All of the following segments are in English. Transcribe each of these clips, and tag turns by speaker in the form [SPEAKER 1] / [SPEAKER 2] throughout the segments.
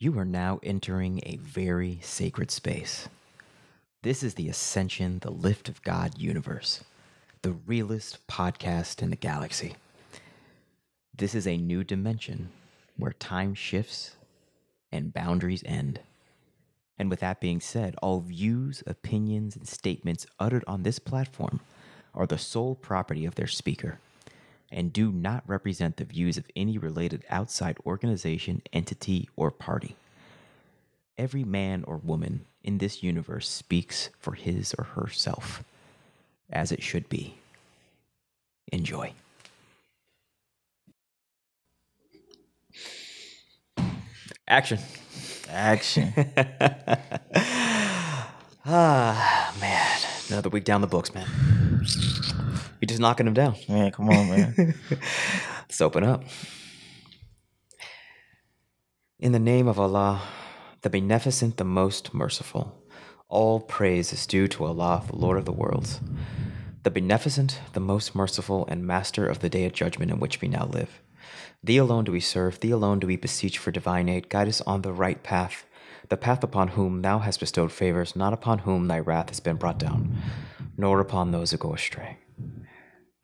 [SPEAKER 1] now entering a very sacred space. This is the Ascension, the Lift of God universe, the realest podcast in the galaxy. This is a new dimension where time shifts and boundaries end. And with that being said, all views, opinions, and statements uttered on this platform are the sole property of their speaker and do not represent the views of any related outside organization, entity, or party. Every man or woman in this universe speaks for his or herself, as it should be. Enjoy. Action.
[SPEAKER 2] Action.
[SPEAKER 1] Ah, man. Another week down the books, man. You're just knocking them down.
[SPEAKER 2] man, come on, man.
[SPEAKER 1] Let's open up. In the name of Allah, the Beneficent, the Most Merciful, all praise is due to Allah, the Lord of the worlds, the Beneficent, the Most Merciful, and Master of the Day of Judgment in which we now live. Thee alone do we serve, Thee alone do we beseech for divine aid. Guide us on the right path, the path upon whom Thou hast bestowed favors, not upon whom Thy wrath has been brought down, nor upon those who go astray.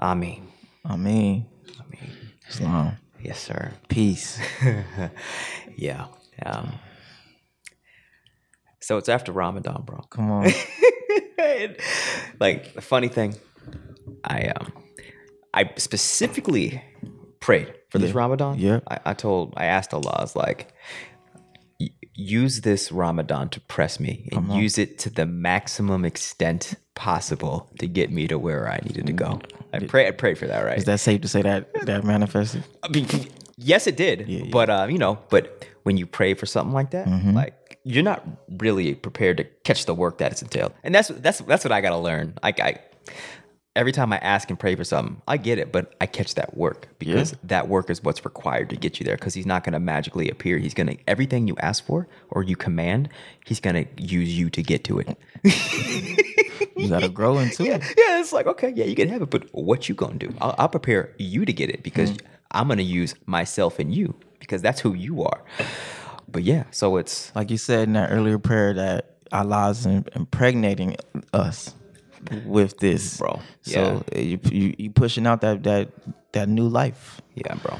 [SPEAKER 1] Ameen.
[SPEAKER 2] I mean,
[SPEAKER 1] Ameen.
[SPEAKER 2] Islam.
[SPEAKER 1] Yes, sir.
[SPEAKER 2] Peace.
[SPEAKER 1] yeah. Um, so it's after Ramadan, bro.
[SPEAKER 2] Come on.
[SPEAKER 1] And, like the funny thing, I um, I specifically prayed for this
[SPEAKER 2] Yeah.
[SPEAKER 1] Ramadan.
[SPEAKER 2] Yeah.
[SPEAKER 1] I, I told, I asked Allah, I was like, "Y- use this Ramadan to press me and use it to the maximum extent possible to get me to where I needed to go. I pray, I prayed for that, right?
[SPEAKER 2] Mm-hmm. Is that safe to say that that manifested?
[SPEAKER 1] I mean, yes, it did.
[SPEAKER 2] yeah. Mm-hmm.
[SPEAKER 1] But uh, you know, but when you pray for something like that, like you're not really prepared to catch the work that it's entailed, and that's that's that's what I gotta learn. Like I, every time I ask and pray for something, I get it, but I catch that work because that work is what's required to get you there. Because he's not gonna magically appear. He's gonna everything you ask for or you command, he's gonna use you to get to it.
[SPEAKER 2] You gotta grow into it.
[SPEAKER 1] Yeah, it's like okay, yeah, you can have it, but what you gonna do? I'll, I'll prepare you to get it because I'm gonna use myself and you because that's who you are. But yeah, so it's
[SPEAKER 2] Like you said in that earlier prayer that Allah is im- impregnating us with this.
[SPEAKER 1] Bro,
[SPEAKER 2] So eh, you, you you pushing out that that that new life.
[SPEAKER 1] yeah, bro.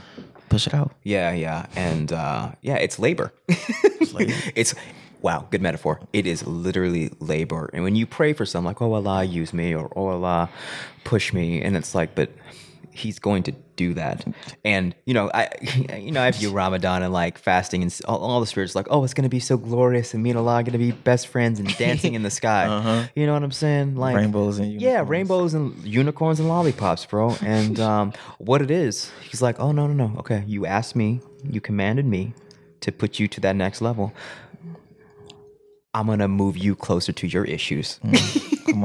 [SPEAKER 2] Push it out.
[SPEAKER 1] Yeah, yeah, and uh, yeah, it's labor. it's wow, good metaphor. It is literally labor, and when you pray for something like "Oh Allah, use me" or "Oh Allah, push me," and it's like, but He's going to do that, and you know, I, you know, I view Ramadan and like fasting and s- all, all the spirits like, oh, it's going to be so glorious, and me and Allah are going to be best friends and dancing in the sky. You know what I'm saying? Like
[SPEAKER 2] Rainbows and
[SPEAKER 1] yeah,
[SPEAKER 2] unicorns.
[SPEAKER 1] rainbows and unicorns and lollipops, bro. And um, what it is, he's like, oh no, no, no. Okay, you asked me, you commanded me to put you to that next level. I'm gonna move you closer to your issues.
[SPEAKER 2] Come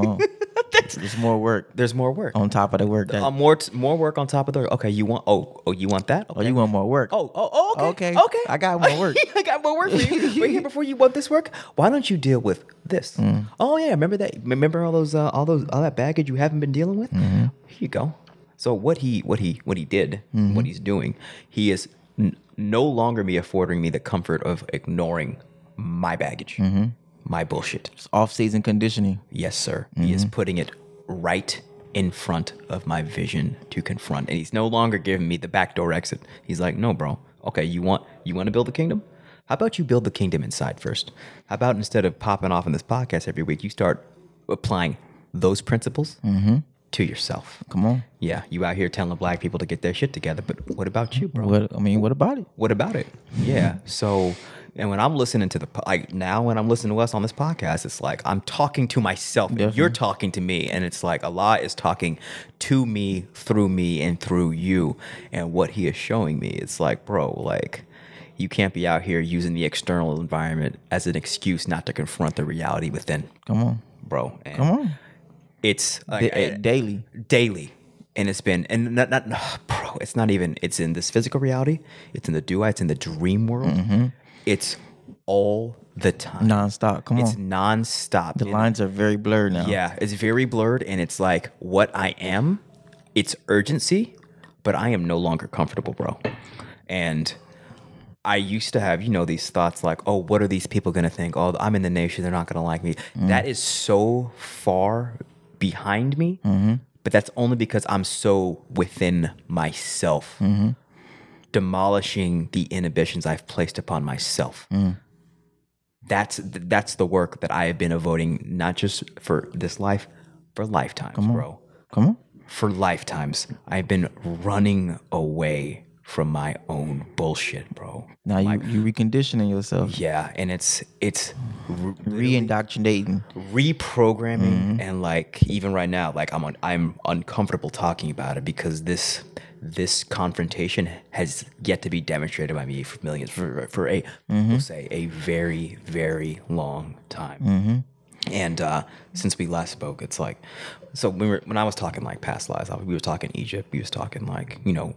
[SPEAKER 2] on. There's more work
[SPEAKER 1] There's more work.
[SPEAKER 2] on top of the work that.
[SPEAKER 1] Uh, more t- more work on top of the okay. You want oh oh you want that?
[SPEAKER 2] oh, you want more work?
[SPEAKER 1] Oh, oh, oh, okay.
[SPEAKER 2] Okay,
[SPEAKER 1] Okay. okay.
[SPEAKER 2] I got more work.
[SPEAKER 1] I got more work for you. But here before you want this work, why don't you deal with this?
[SPEAKER 2] Mm.
[SPEAKER 1] Oh yeah, remember that remember all those uh, all those all that baggage you haven't been dealing with?
[SPEAKER 2] Mm-hmm.
[SPEAKER 1] Here you go. So what he what he what he did,
[SPEAKER 2] Mm-hmm.
[SPEAKER 1] what he's doing, he is n- no longer me affording me the comfort of ignoring my baggage.
[SPEAKER 2] Mm-hmm.
[SPEAKER 1] My bullshit.
[SPEAKER 2] It's off season conditioning.
[SPEAKER 1] Yes, sir. He
[SPEAKER 2] Mm-hmm.
[SPEAKER 1] is putting it right in front of my vision to confront. And he's no longer giving me the backdoor exit. He's like, no, bro. Okay, you want you want to build the kingdom? How about you build the kingdom inside first? How about instead of popping off in this podcast every week, you start applying those principles to yourself?
[SPEAKER 2] Mm-hmm. Come on.
[SPEAKER 1] Yeah, you out here telling black people to get their shit together, but what about you, bro?
[SPEAKER 2] What I mean, what about it?
[SPEAKER 1] what about it? Yeah. So, and when I'm listening to the po- like now, when I'm listening to us on this podcast, it's like I'm talking to myself. and You're talking to me, and it's like Allah is talking to me through me and through you. And what He is showing me, it's like, bro, like you can't be out here using the external environment as an excuse not to confront the reality within,
[SPEAKER 2] Come on.
[SPEAKER 1] bro. And
[SPEAKER 2] Come on.
[SPEAKER 1] It's
[SPEAKER 2] Da-
[SPEAKER 1] like,
[SPEAKER 2] uh, daily.
[SPEAKER 1] daily and it's been and not, not bro it's not even it's in this physical reality it's in the do it's in the dream world it's all the time
[SPEAKER 2] nonstop. Come
[SPEAKER 1] it's
[SPEAKER 2] on.
[SPEAKER 1] nonstop
[SPEAKER 2] The lines are very blurred now.
[SPEAKER 1] yeah it's very blurred and it's like what i am it's urgency but i am no longer comfortable bro and I used to have, you know, these thoughts like, oh, what are these people going to think? Oh, I'm in the nation. They're not going to like me. That is so far behind me. But that's only because I'm so within myself, demolishing the inhibitions I've placed upon myself. That's that's the work that I have been avoiding, not just for this life, for lifetimes, bro
[SPEAKER 2] Come on.
[SPEAKER 1] for lifetimes, I've been running away from my own bullshit, bro.
[SPEAKER 2] Now you you reconditioning yourself,
[SPEAKER 1] Yeah, and it's it's re-
[SPEAKER 2] reindoctrinating.
[SPEAKER 1] reprogramming
[SPEAKER 2] Mm-hmm.
[SPEAKER 1] and like even right now, like I'm un- I'm uncomfortable talking about it because this this confrontation has yet to be demonstrated by me for millions for for a
[SPEAKER 2] Mm-hmm.
[SPEAKER 1] we'll say a very very long time.
[SPEAKER 2] Mm-hmm.
[SPEAKER 1] And uh, since we last spoke, it's like, so when, we were, when I was talking like past lives, I- we were talking Egypt, we was talking like, you know,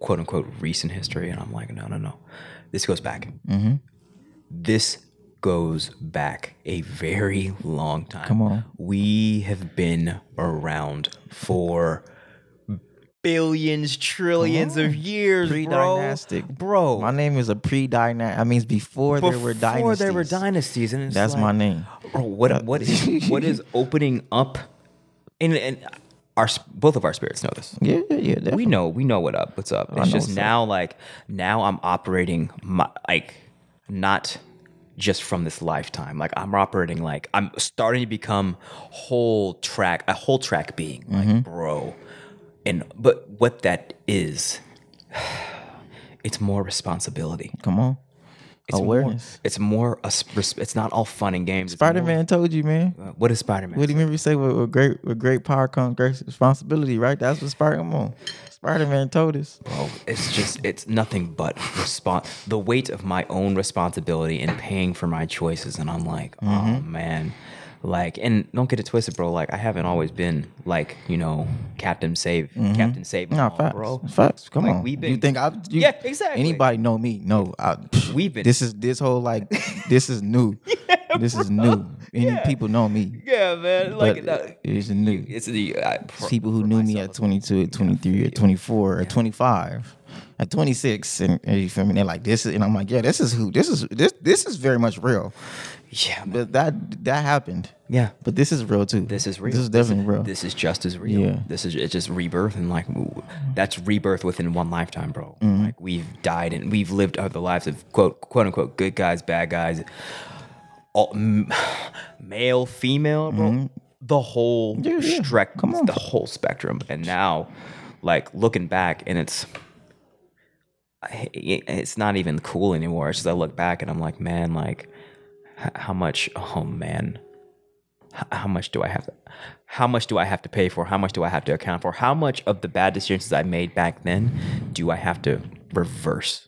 [SPEAKER 1] quote unquote recent history. And I'm like, no, no, no. This goes back.
[SPEAKER 2] Mm-hmm.
[SPEAKER 1] This goes back a very long time. Come
[SPEAKER 2] on.
[SPEAKER 1] We have been around for billions, trillions of years, bro.
[SPEAKER 2] Pre-dynastic.
[SPEAKER 1] Bro.
[SPEAKER 2] My name is a pre-dynastic. I means before, there were dynasties.
[SPEAKER 1] Before there were dynasties, and it's
[SPEAKER 2] That's
[SPEAKER 1] like,
[SPEAKER 2] my name.
[SPEAKER 1] Bro, what what is what is opening up? And and our s- both of our spirits know this.
[SPEAKER 2] Yeah, yeah, yeah.
[SPEAKER 1] We
[SPEAKER 2] definitely.
[SPEAKER 1] know we know what up. What's up? It's
[SPEAKER 2] Oh, know
[SPEAKER 1] just
[SPEAKER 2] what's up.
[SPEAKER 1] now like now I'm operating my like not just from this lifetime. Like I'm operating like I'm starting to become whole track a whole track being like
[SPEAKER 2] Mm-hmm.
[SPEAKER 1] bro. And but what that is, it's more responsibility.
[SPEAKER 2] Come on.
[SPEAKER 1] It's
[SPEAKER 2] Awareness.
[SPEAKER 1] More, it's more. A, sp- it's not all fun and games. It's
[SPEAKER 2] Spider Man told you, man.
[SPEAKER 1] more- what is Spider Man?
[SPEAKER 2] What do you remember you say with, with great with great power comes great responsibility, right? That's what Spider Man. Spider Man told us.
[SPEAKER 1] Oh, it's just. It's nothing but respon The weight of my own responsibility and paying for my choices, and I'm like, oh
[SPEAKER 2] Mm-hmm.
[SPEAKER 1] man, like, and don't get it twisted, bro. Like, I haven't always been like, you know, Captain Save, Captain Save,
[SPEAKER 2] Mm-hmm. No,
[SPEAKER 1] all,
[SPEAKER 2] facts.
[SPEAKER 1] bro.
[SPEAKER 2] Facts. Come
[SPEAKER 1] Like,
[SPEAKER 2] on.
[SPEAKER 1] we've been-
[SPEAKER 2] you think I you,
[SPEAKER 1] Yeah, exactly.
[SPEAKER 2] anybody know me? No. I,
[SPEAKER 1] We've been-
[SPEAKER 2] this is this whole like this is new. this is new. Any people know me.
[SPEAKER 1] Yeah, man. Like,
[SPEAKER 2] But
[SPEAKER 1] no,
[SPEAKER 2] it's new.
[SPEAKER 1] it's the I,
[SPEAKER 2] people who knew me at 22, at 23, at 24, at 25, at 26, and, and you feel me? They're like, this is, and I'm like, yeah, this is who, this is, this, this is very much real.
[SPEAKER 1] yeah, man.
[SPEAKER 2] But that, that happened.
[SPEAKER 1] yeah.
[SPEAKER 2] But this is real too.
[SPEAKER 1] This is real.
[SPEAKER 2] This is definitely real.
[SPEAKER 1] This is just as real.
[SPEAKER 2] Yeah.
[SPEAKER 1] This is it's just rebirth and like ooh, that's rebirth within one lifetime, bro.
[SPEAKER 2] Mm-hmm.
[SPEAKER 1] Like we've died and we've lived other lives of quote quote unquote good guys, bad guys, all, m- male, female, bro. The whole
[SPEAKER 2] Mm-hmm. yeah.
[SPEAKER 1] strec-
[SPEAKER 2] Come on.
[SPEAKER 1] the whole spectrum. And now, like looking back, and it's I- it's not even cool anymore. It's just I look back and I'm like, man, like h- how much? Oh man, h- how much do I have? To, how much do I have to pay for? How much do I have to account for? How much of the bad decisions I made back then do I have to reverse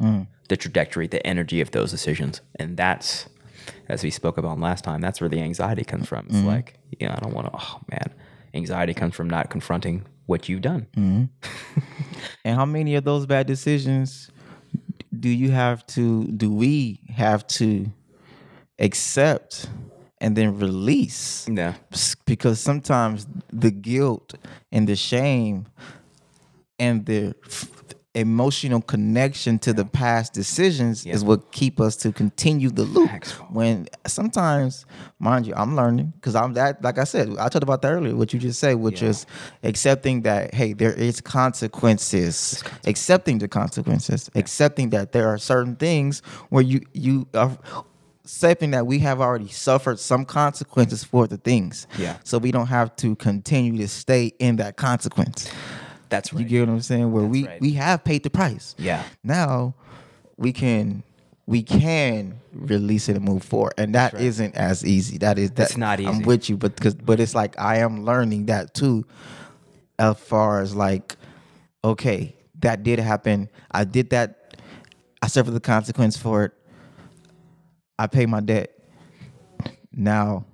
[SPEAKER 1] the trajectory, the energy of those decisions? And that's as we spoke about last time. That's where the anxiety comes from. It's like, yeah, I don't want to. Oh man, anxiety comes from not confronting what you've done.
[SPEAKER 2] and how many of those bad decisions do you have to, do we have to accept and then release?
[SPEAKER 1] Yeah,
[SPEAKER 2] S- because sometimes the guilt and the shame and the f- emotional connection to the past decisions is what keep us to continue the loop when sometimes mind you i'm learning because i'm that like i said i talked about that earlier what you just said which is accepting that hey there is consequences, accepting the consequences accepting that there are certain things where you you are accepting that we have already suffered some consequences for the things
[SPEAKER 1] Yeah.
[SPEAKER 2] so we don't have to continue to stay in that consequence
[SPEAKER 1] that's
[SPEAKER 2] you
[SPEAKER 1] right.
[SPEAKER 2] get what I'm saying? Where we
[SPEAKER 1] right.
[SPEAKER 2] we have paid the price.
[SPEAKER 1] Yeah.
[SPEAKER 2] Now we can we can release it and move forward, and that not as easy. That is that's
[SPEAKER 1] It's not
[SPEAKER 2] I'm
[SPEAKER 1] easy.
[SPEAKER 2] with you, but because but it's like I am learning that too. As far as like, okay, that did happen. I did that. I suffered the consequence for it. I pay my debt. Now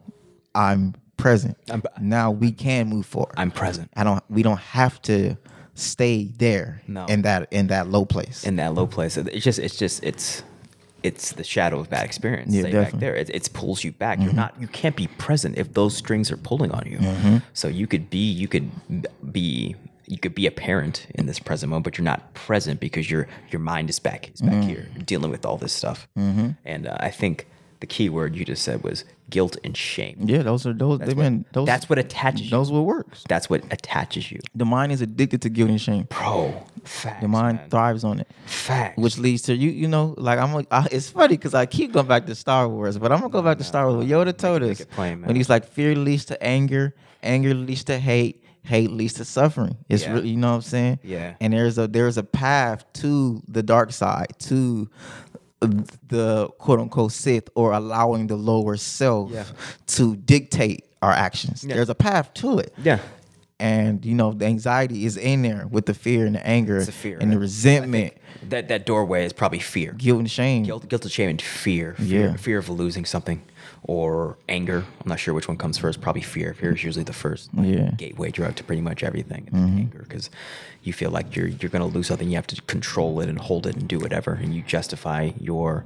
[SPEAKER 2] I'm present.
[SPEAKER 1] I'm-
[SPEAKER 2] now we can move forward.
[SPEAKER 1] I'm present.
[SPEAKER 2] I don't. We don't have to stay there
[SPEAKER 1] No.
[SPEAKER 2] in that in that low place.
[SPEAKER 1] in that low place. It's just, it's just, it's, it's the shadow of bad experience.
[SPEAKER 2] Yeah,
[SPEAKER 1] Stay back
[SPEAKER 2] definitely. Mm-hmm.
[SPEAKER 1] there. It, it pulls you back. You're not, you can't be present if those strings are pulling on you. So you could be, you could be, you could be a parent in this present moment, but you're not present because your your mind is back is back
[SPEAKER 2] Mm.
[SPEAKER 1] here dealing with all this stuff.
[SPEAKER 2] Mm-hmm.
[SPEAKER 1] And uh, I think the key word you just said was guilt and shame.
[SPEAKER 2] Yeah, those are those. They've been those.
[SPEAKER 1] That's what attaches you.
[SPEAKER 2] those what works.
[SPEAKER 1] That's what attaches you,
[SPEAKER 2] The mind is addicted to guilt and shame.
[SPEAKER 1] bro. Facts.
[SPEAKER 2] The mind
[SPEAKER 1] man.
[SPEAKER 2] thrives on it.
[SPEAKER 1] Facts.
[SPEAKER 2] which leads to you, you know, like I'm. like, I, it's funny because I keep going back to Star Wars, but I'm gonna go back to Star Wars. Yoda told us
[SPEAKER 1] it plain, man.
[SPEAKER 2] when he's like, "Fear leads to anger, anger leads to hate, hate leads to suffering." It's
[SPEAKER 1] Yeah.
[SPEAKER 2] really, you know what I'm saying?
[SPEAKER 1] Yeah.
[SPEAKER 2] And there's a there's a path to the dark side to the quote unquote Sith or allowing the lower self
[SPEAKER 1] Yeah.
[SPEAKER 2] to dictate our actions.
[SPEAKER 1] Yeah.
[SPEAKER 2] There's a path to it
[SPEAKER 1] yeah.
[SPEAKER 2] and you know the anxiety is in there with the fear and the anger
[SPEAKER 1] a fear,
[SPEAKER 2] and the
[SPEAKER 1] I- I
[SPEAKER 2] resentment,
[SPEAKER 1] That that doorway is probably fear.
[SPEAKER 2] guilt and shame.
[SPEAKER 1] guilt, guilt of shame and fear, fear,
[SPEAKER 2] Yeah.
[SPEAKER 1] fear of losing something, or anger. I'm not sure which one comes first. Probably fear. Fear is usually the first like,
[SPEAKER 2] Yeah. Mm-hmm.
[SPEAKER 1] gateway drug to pretty much everything. And then anger, because you feel like you're you're gonna lose something. You have to control it and hold it and do whatever, and you justify your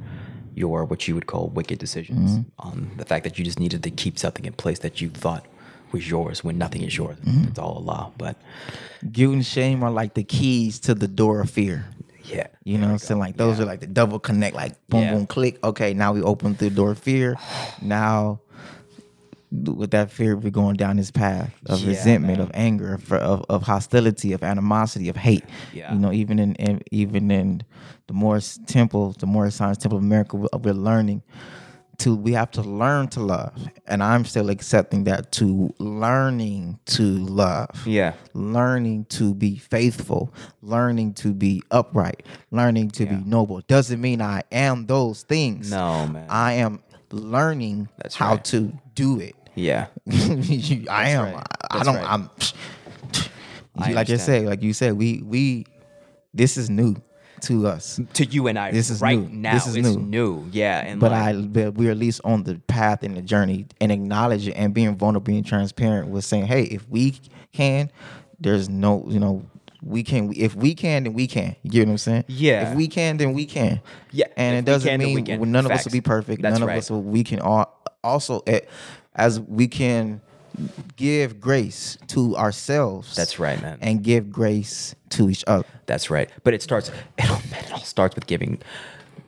[SPEAKER 1] your what you would call wicked decisions
[SPEAKER 2] Mm-hmm.
[SPEAKER 1] on the fact that you just needed to keep something in place that you thought was yours when nothing is yours.
[SPEAKER 2] Mm-hmm.
[SPEAKER 1] It's all Allah. But
[SPEAKER 2] Guilt and shame are like the keys to the door of fear.
[SPEAKER 1] yeah,
[SPEAKER 2] You know what I'm saying? Like those are like the double connect, like boom,
[SPEAKER 1] Yeah.
[SPEAKER 2] boom, click. Okay, now we open the door of fear. Now with that fear, we're going down this path of
[SPEAKER 1] Yeah,
[SPEAKER 2] resentment,
[SPEAKER 1] man.
[SPEAKER 2] of anger, of, of of hostility, of animosity, of hate.
[SPEAKER 1] Yeah.
[SPEAKER 2] You know, even in, in even in the Morris Temple, the Morris Science Temple of America, we're, we're learning to we have to learn to love, and I'm still accepting that to learning to love
[SPEAKER 1] yeah,
[SPEAKER 2] learning to be faithful, learning to be upright, learning to be noble. Doesn't mean I am those things.
[SPEAKER 1] No, man.
[SPEAKER 2] I am learning
[SPEAKER 1] That's
[SPEAKER 2] how
[SPEAKER 1] right.
[SPEAKER 2] to do it.
[SPEAKER 1] yeah.
[SPEAKER 2] You- I am.
[SPEAKER 1] right.
[SPEAKER 2] I, I
[SPEAKER 1] That's
[SPEAKER 2] don't.
[SPEAKER 1] right.
[SPEAKER 2] I'm.
[SPEAKER 1] I
[SPEAKER 2] like I said, like you said, we we this is new to us,
[SPEAKER 1] To you and I,
[SPEAKER 2] This is
[SPEAKER 1] right
[SPEAKER 2] new.
[SPEAKER 1] now,
[SPEAKER 2] This is
[SPEAKER 1] it's
[SPEAKER 2] new.
[SPEAKER 1] new. Yeah, and
[SPEAKER 2] but
[SPEAKER 1] like,
[SPEAKER 2] I but we're at least on the path and the journey and acknowledge it and being vulnerable, being transparent with saying, hey, if we can, there's no you know. We can if we can then we can. You get what I'm saying?
[SPEAKER 1] Yeah.
[SPEAKER 2] If we can then we can.
[SPEAKER 1] Yeah,
[SPEAKER 2] And
[SPEAKER 1] if
[SPEAKER 2] it
[SPEAKER 1] we
[SPEAKER 2] doesn't
[SPEAKER 1] can, then we
[SPEAKER 2] mean
[SPEAKER 1] can.
[SPEAKER 2] well, none of us
[SPEAKER 1] Facts.
[SPEAKER 2] will be perfect.
[SPEAKER 1] That's
[SPEAKER 2] none
[SPEAKER 1] right.
[SPEAKER 2] of us will. We can all also eh, as we can give grace to ourselves.
[SPEAKER 1] That's right, man.
[SPEAKER 2] And give grace to each other.
[SPEAKER 1] That's right. But it starts. It all, man, it all starts with giving,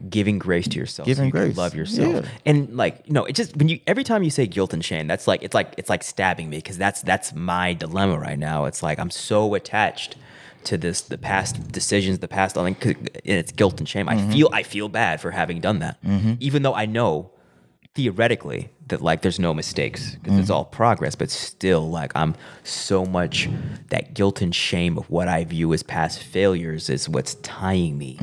[SPEAKER 1] giving grace to yourself.
[SPEAKER 2] Giving
[SPEAKER 1] you can
[SPEAKER 2] grace.
[SPEAKER 1] love yourself.
[SPEAKER 2] Yeah.
[SPEAKER 1] And like, you know, it just when you every time you say guilt and shame, that's like it's like it's like stabbing me because that's that's my dilemma right now. It's like I'm so attached to this the past decisions, the past. I think and it's guilt and shame.
[SPEAKER 2] Mm-hmm.
[SPEAKER 1] I feel I feel bad for having done that, even though I know theoretically that like there's no mistakes because it's all progress but still like i'm so much that guilt and shame of what i view as past failures is what's tying me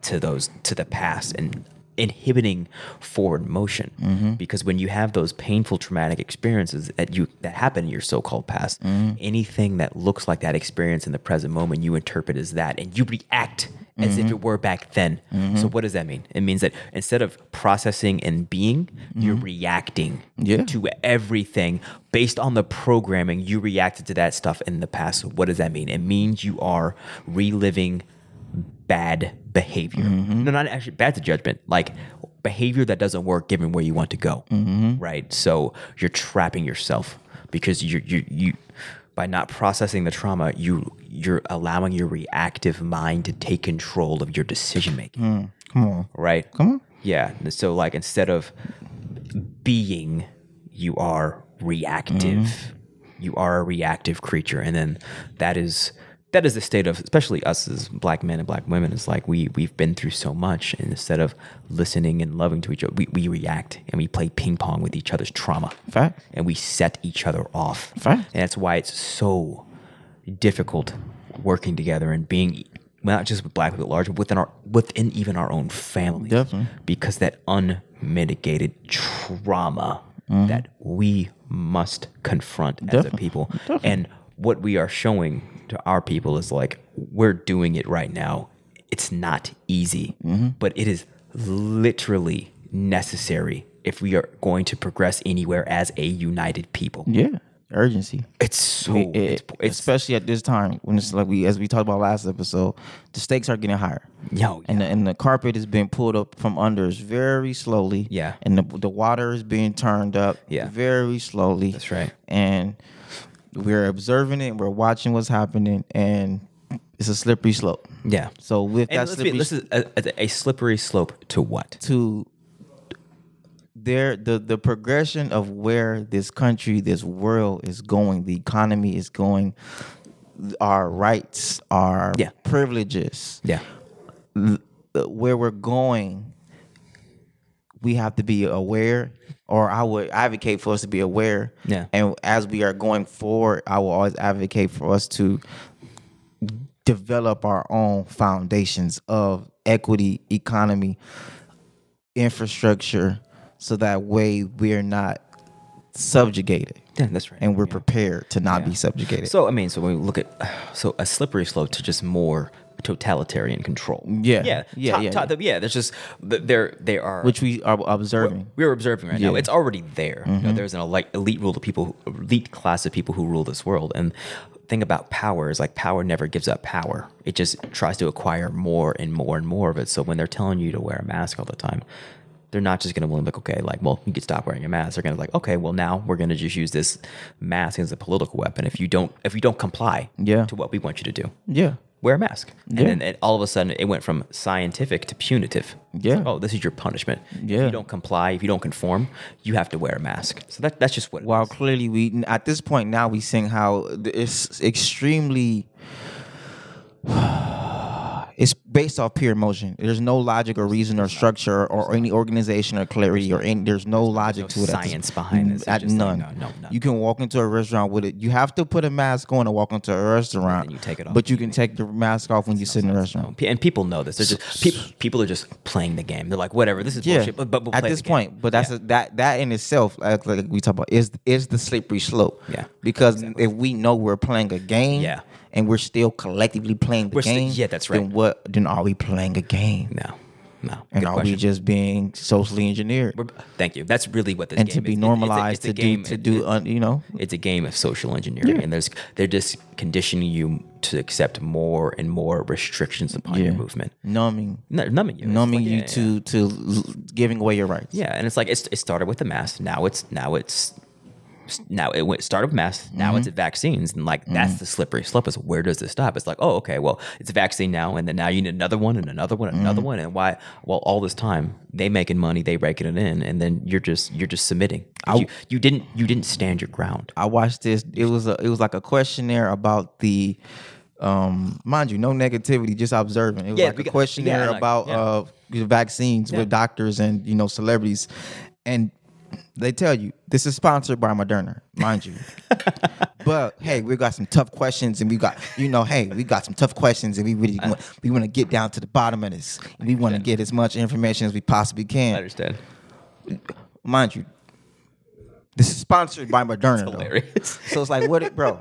[SPEAKER 1] to those to the past and inhibiting forward motion because when you have those painful traumatic experiences that you that happen in your so-called past anything that looks like that experience in the present moment you interpret as that and you react as if it were back then. So what does that mean? It means that instead of processing and being, you're reacting
[SPEAKER 2] Yeah.
[SPEAKER 1] to everything based on the programming you reacted to that stuff in the past. So what does that mean? It means you are reliving bad behavior. No, not actually bad to judgment. Like behavior that doesn't work given where you want to go. Right. So you're trapping yourself because you you you by not processing the trauma, you you're allowing your reactive mind to take control of your decision making.
[SPEAKER 2] Come on.
[SPEAKER 1] Right.
[SPEAKER 2] Come on.
[SPEAKER 1] Yeah. and So like instead of being, you are reactive.
[SPEAKER 2] Mm-hmm.
[SPEAKER 1] You are a reactive creature, and then that is that is the state of especially us as black men and black women. It's like we we've been through so much, and instead of listening and loving to each other, we, we react and we play ping pong with each other's trauma
[SPEAKER 2] Fact.
[SPEAKER 1] and we set each other off.
[SPEAKER 2] Fact.
[SPEAKER 1] And that's why it's so difficult working together and being well, not just with black people at large, but within our within even our own family.
[SPEAKER 2] Definitely.
[SPEAKER 1] Because that unmitigated trauma that we must confront as a
[SPEAKER 2] Mm-hmm. Definitely.
[SPEAKER 1] people. And what we are showing to our people is like we're doing it right now. It's not easy,
[SPEAKER 2] Mm-hmm.
[SPEAKER 1] but it is literally necessary if we are going to progress anywhere as a united people.
[SPEAKER 2] Yeah. Urgency.
[SPEAKER 1] It's so
[SPEAKER 2] it-
[SPEAKER 1] it's,
[SPEAKER 2] it-
[SPEAKER 1] it's
[SPEAKER 2] especially at this time when it's like we as we talked about last episode, the stakes are getting higher.
[SPEAKER 1] yo
[SPEAKER 2] And the, and the carpet is being pulled up from under us very slowly.
[SPEAKER 1] Yeah.
[SPEAKER 2] And the, the water is being turned up
[SPEAKER 1] Yeah.
[SPEAKER 2] very slowly.
[SPEAKER 1] That's right.
[SPEAKER 2] And We're observing it. We're watching what's happening, and it's a slippery slope.
[SPEAKER 1] Yeah.
[SPEAKER 2] So with
[SPEAKER 1] And
[SPEAKER 2] that
[SPEAKER 1] let's be,
[SPEAKER 2] slippery
[SPEAKER 1] this is a, a, a slippery slope to what?
[SPEAKER 2] to there the the progression of where this country this world is going the economy is going our rights our
[SPEAKER 1] Yeah.
[SPEAKER 2] privileges
[SPEAKER 1] Yeah.
[SPEAKER 2] uh, where we're going we have to be aware or i would advocate for us to be aware
[SPEAKER 1] Yeah.
[SPEAKER 2] and as we are going forward i will always advocate for us to develop our own foundations of equity economy infrastructure so that way we're not subjugated
[SPEAKER 1] Yeah, that's right.
[SPEAKER 2] and we're prepared to not be
[SPEAKER 1] Yeah.
[SPEAKER 2] subjugated
[SPEAKER 1] So I mean, so when we look at so a slippery slope to just more totalitarian control.
[SPEAKER 2] Yeah.
[SPEAKER 1] yeah,
[SPEAKER 2] Yeah,
[SPEAKER 1] To-
[SPEAKER 2] yeah,
[SPEAKER 1] to-
[SPEAKER 2] yeah.
[SPEAKER 1] the- yeah, There's just th- there they are
[SPEAKER 2] which we are observing
[SPEAKER 1] we're observing right now.
[SPEAKER 2] Yeah. Mm-hmm.
[SPEAKER 1] It's already there. You know, there's an elite, elite rule of people, who- elite class of people who rule this world. And the thing about power is like power never gives up power. It just tries to acquire more and more and more of it. So when they're telling you to wear a mask all the time. They're not just going to be like, okay, like, well, you can stop wearing a mask. They're going to like, okay, well, now we're going to just use this mask as a political weapon. If you don't, if you don't comply
[SPEAKER 2] Yeah.
[SPEAKER 1] to what we want you to do,
[SPEAKER 2] yeah
[SPEAKER 1] wear a mask. And
[SPEAKER 2] Yeah.
[SPEAKER 1] then it, all of a sudden, it went from scientific to punitive. It's
[SPEAKER 2] Yeah.
[SPEAKER 1] like, oh, this is your punishment. If
[SPEAKER 2] Yeah.
[SPEAKER 1] you don't comply, if you don't conform, you have to wear a mask. So that, that's just what it
[SPEAKER 2] While
[SPEAKER 1] is.
[SPEAKER 2] clearly we at this point now we seeing how it's extremely it's based off pure emotion. There's no logic or reason or structure or any organization or clarity or any there's no logic to it. at this-
[SPEAKER 1] science behind this. It's
[SPEAKER 2] At
[SPEAKER 1] just like,
[SPEAKER 2] none.
[SPEAKER 1] no, no, no.
[SPEAKER 2] You can walk into a restaurant with it. You have to put a mask on to walk into a restaurant.
[SPEAKER 1] And you take it off
[SPEAKER 2] But you can take the mask off when you sit in a restaurant.
[SPEAKER 1] And people know this. They're just people, people are just playing the game. They're like, whatever, this is
[SPEAKER 2] Yeah.
[SPEAKER 1] bullshit. But, but we'll
[SPEAKER 2] at
[SPEAKER 1] play
[SPEAKER 2] this
[SPEAKER 1] the game.
[SPEAKER 2] point, but that's a, that that in itself, like, like we talk about, is is the slippery slope.
[SPEAKER 1] Yeah.
[SPEAKER 2] Because if we know we're playing a game,
[SPEAKER 1] Yeah.
[SPEAKER 2] and we're still collectively playing the
[SPEAKER 1] We're still-
[SPEAKER 2] game,
[SPEAKER 1] yeah, that's
[SPEAKER 2] Then
[SPEAKER 1] right.
[SPEAKER 2] what? Then are we playing a game?
[SPEAKER 1] no, no. Good
[SPEAKER 2] And are
[SPEAKER 1] question.
[SPEAKER 2] we just being socially engineered?
[SPEAKER 1] We're- Thank you. That's really what this
[SPEAKER 2] and
[SPEAKER 1] game
[SPEAKER 2] to
[SPEAKER 1] is.
[SPEAKER 2] be
[SPEAKER 1] It- it's a-
[SPEAKER 2] normalized
[SPEAKER 1] it's a
[SPEAKER 2] to
[SPEAKER 1] game.
[SPEAKER 2] do to
[SPEAKER 1] It-
[SPEAKER 2] do un, you know
[SPEAKER 1] it's a game of social engineering and there's they're just conditioning you to accept more and more restrictions upon your
[SPEAKER 2] Yeah.
[SPEAKER 1] movement
[SPEAKER 2] numbing
[SPEAKER 1] No, numbing you It's
[SPEAKER 2] numbing
[SPEAKER 1] like,
[SPEAKER 2] you
[SPEAKER 1] yeah,
[SPEAKER 2] to
[SPEAKER 1] yeah.
[SPEAKER 2] to l- giving away your rights.
[SPEAKER 1] yeah and it's like it's, it started with the mask now it's now it's now it went started with masks now it's at vaccines and like that's the slippery slope is where does this stop it's like oh okay well it's a vaccine now and then now you need another one and another one and another one and why well all this time they making money they raking it in and then you're just you're just submitting you, you didn't you didn't stand your ground
[SPEAKER 2] I watched this. It was a it was like a questionnaire about the um mind you, no negativity, just observing. It was
[SPEAKER 1] Yeah,
[SPEAKER 2] like
[SPEAKER 1] we
[SPEAKER 2] a
[SPEAKER 1] got-
[SPEAKER 2] questionnaire
[SPEAKER 1] yeah, like,
[SPEAKER 2] about
[SPEAKER 1] yeah.
[SPEAKER 2] uh the vaccines with doctors and you know celebrities. And they tell you this is sponsored by Moderna, mind you. but hey, we got some tough questions, and we got you know, hey, we got some tough questions, and we really want, we want to get down to the bottom of this. We want to get as much information as we possibly can
[SPEAKER 1] i understand
[SPEAKER 2] mind you, this is sponsored by Moderna.
[SPEAKER 1] Oh.
[SPEAKER 2] though.
[SPEAKER 1] hilarious.
[SPEAKER 2] So it's like, what, it, bro?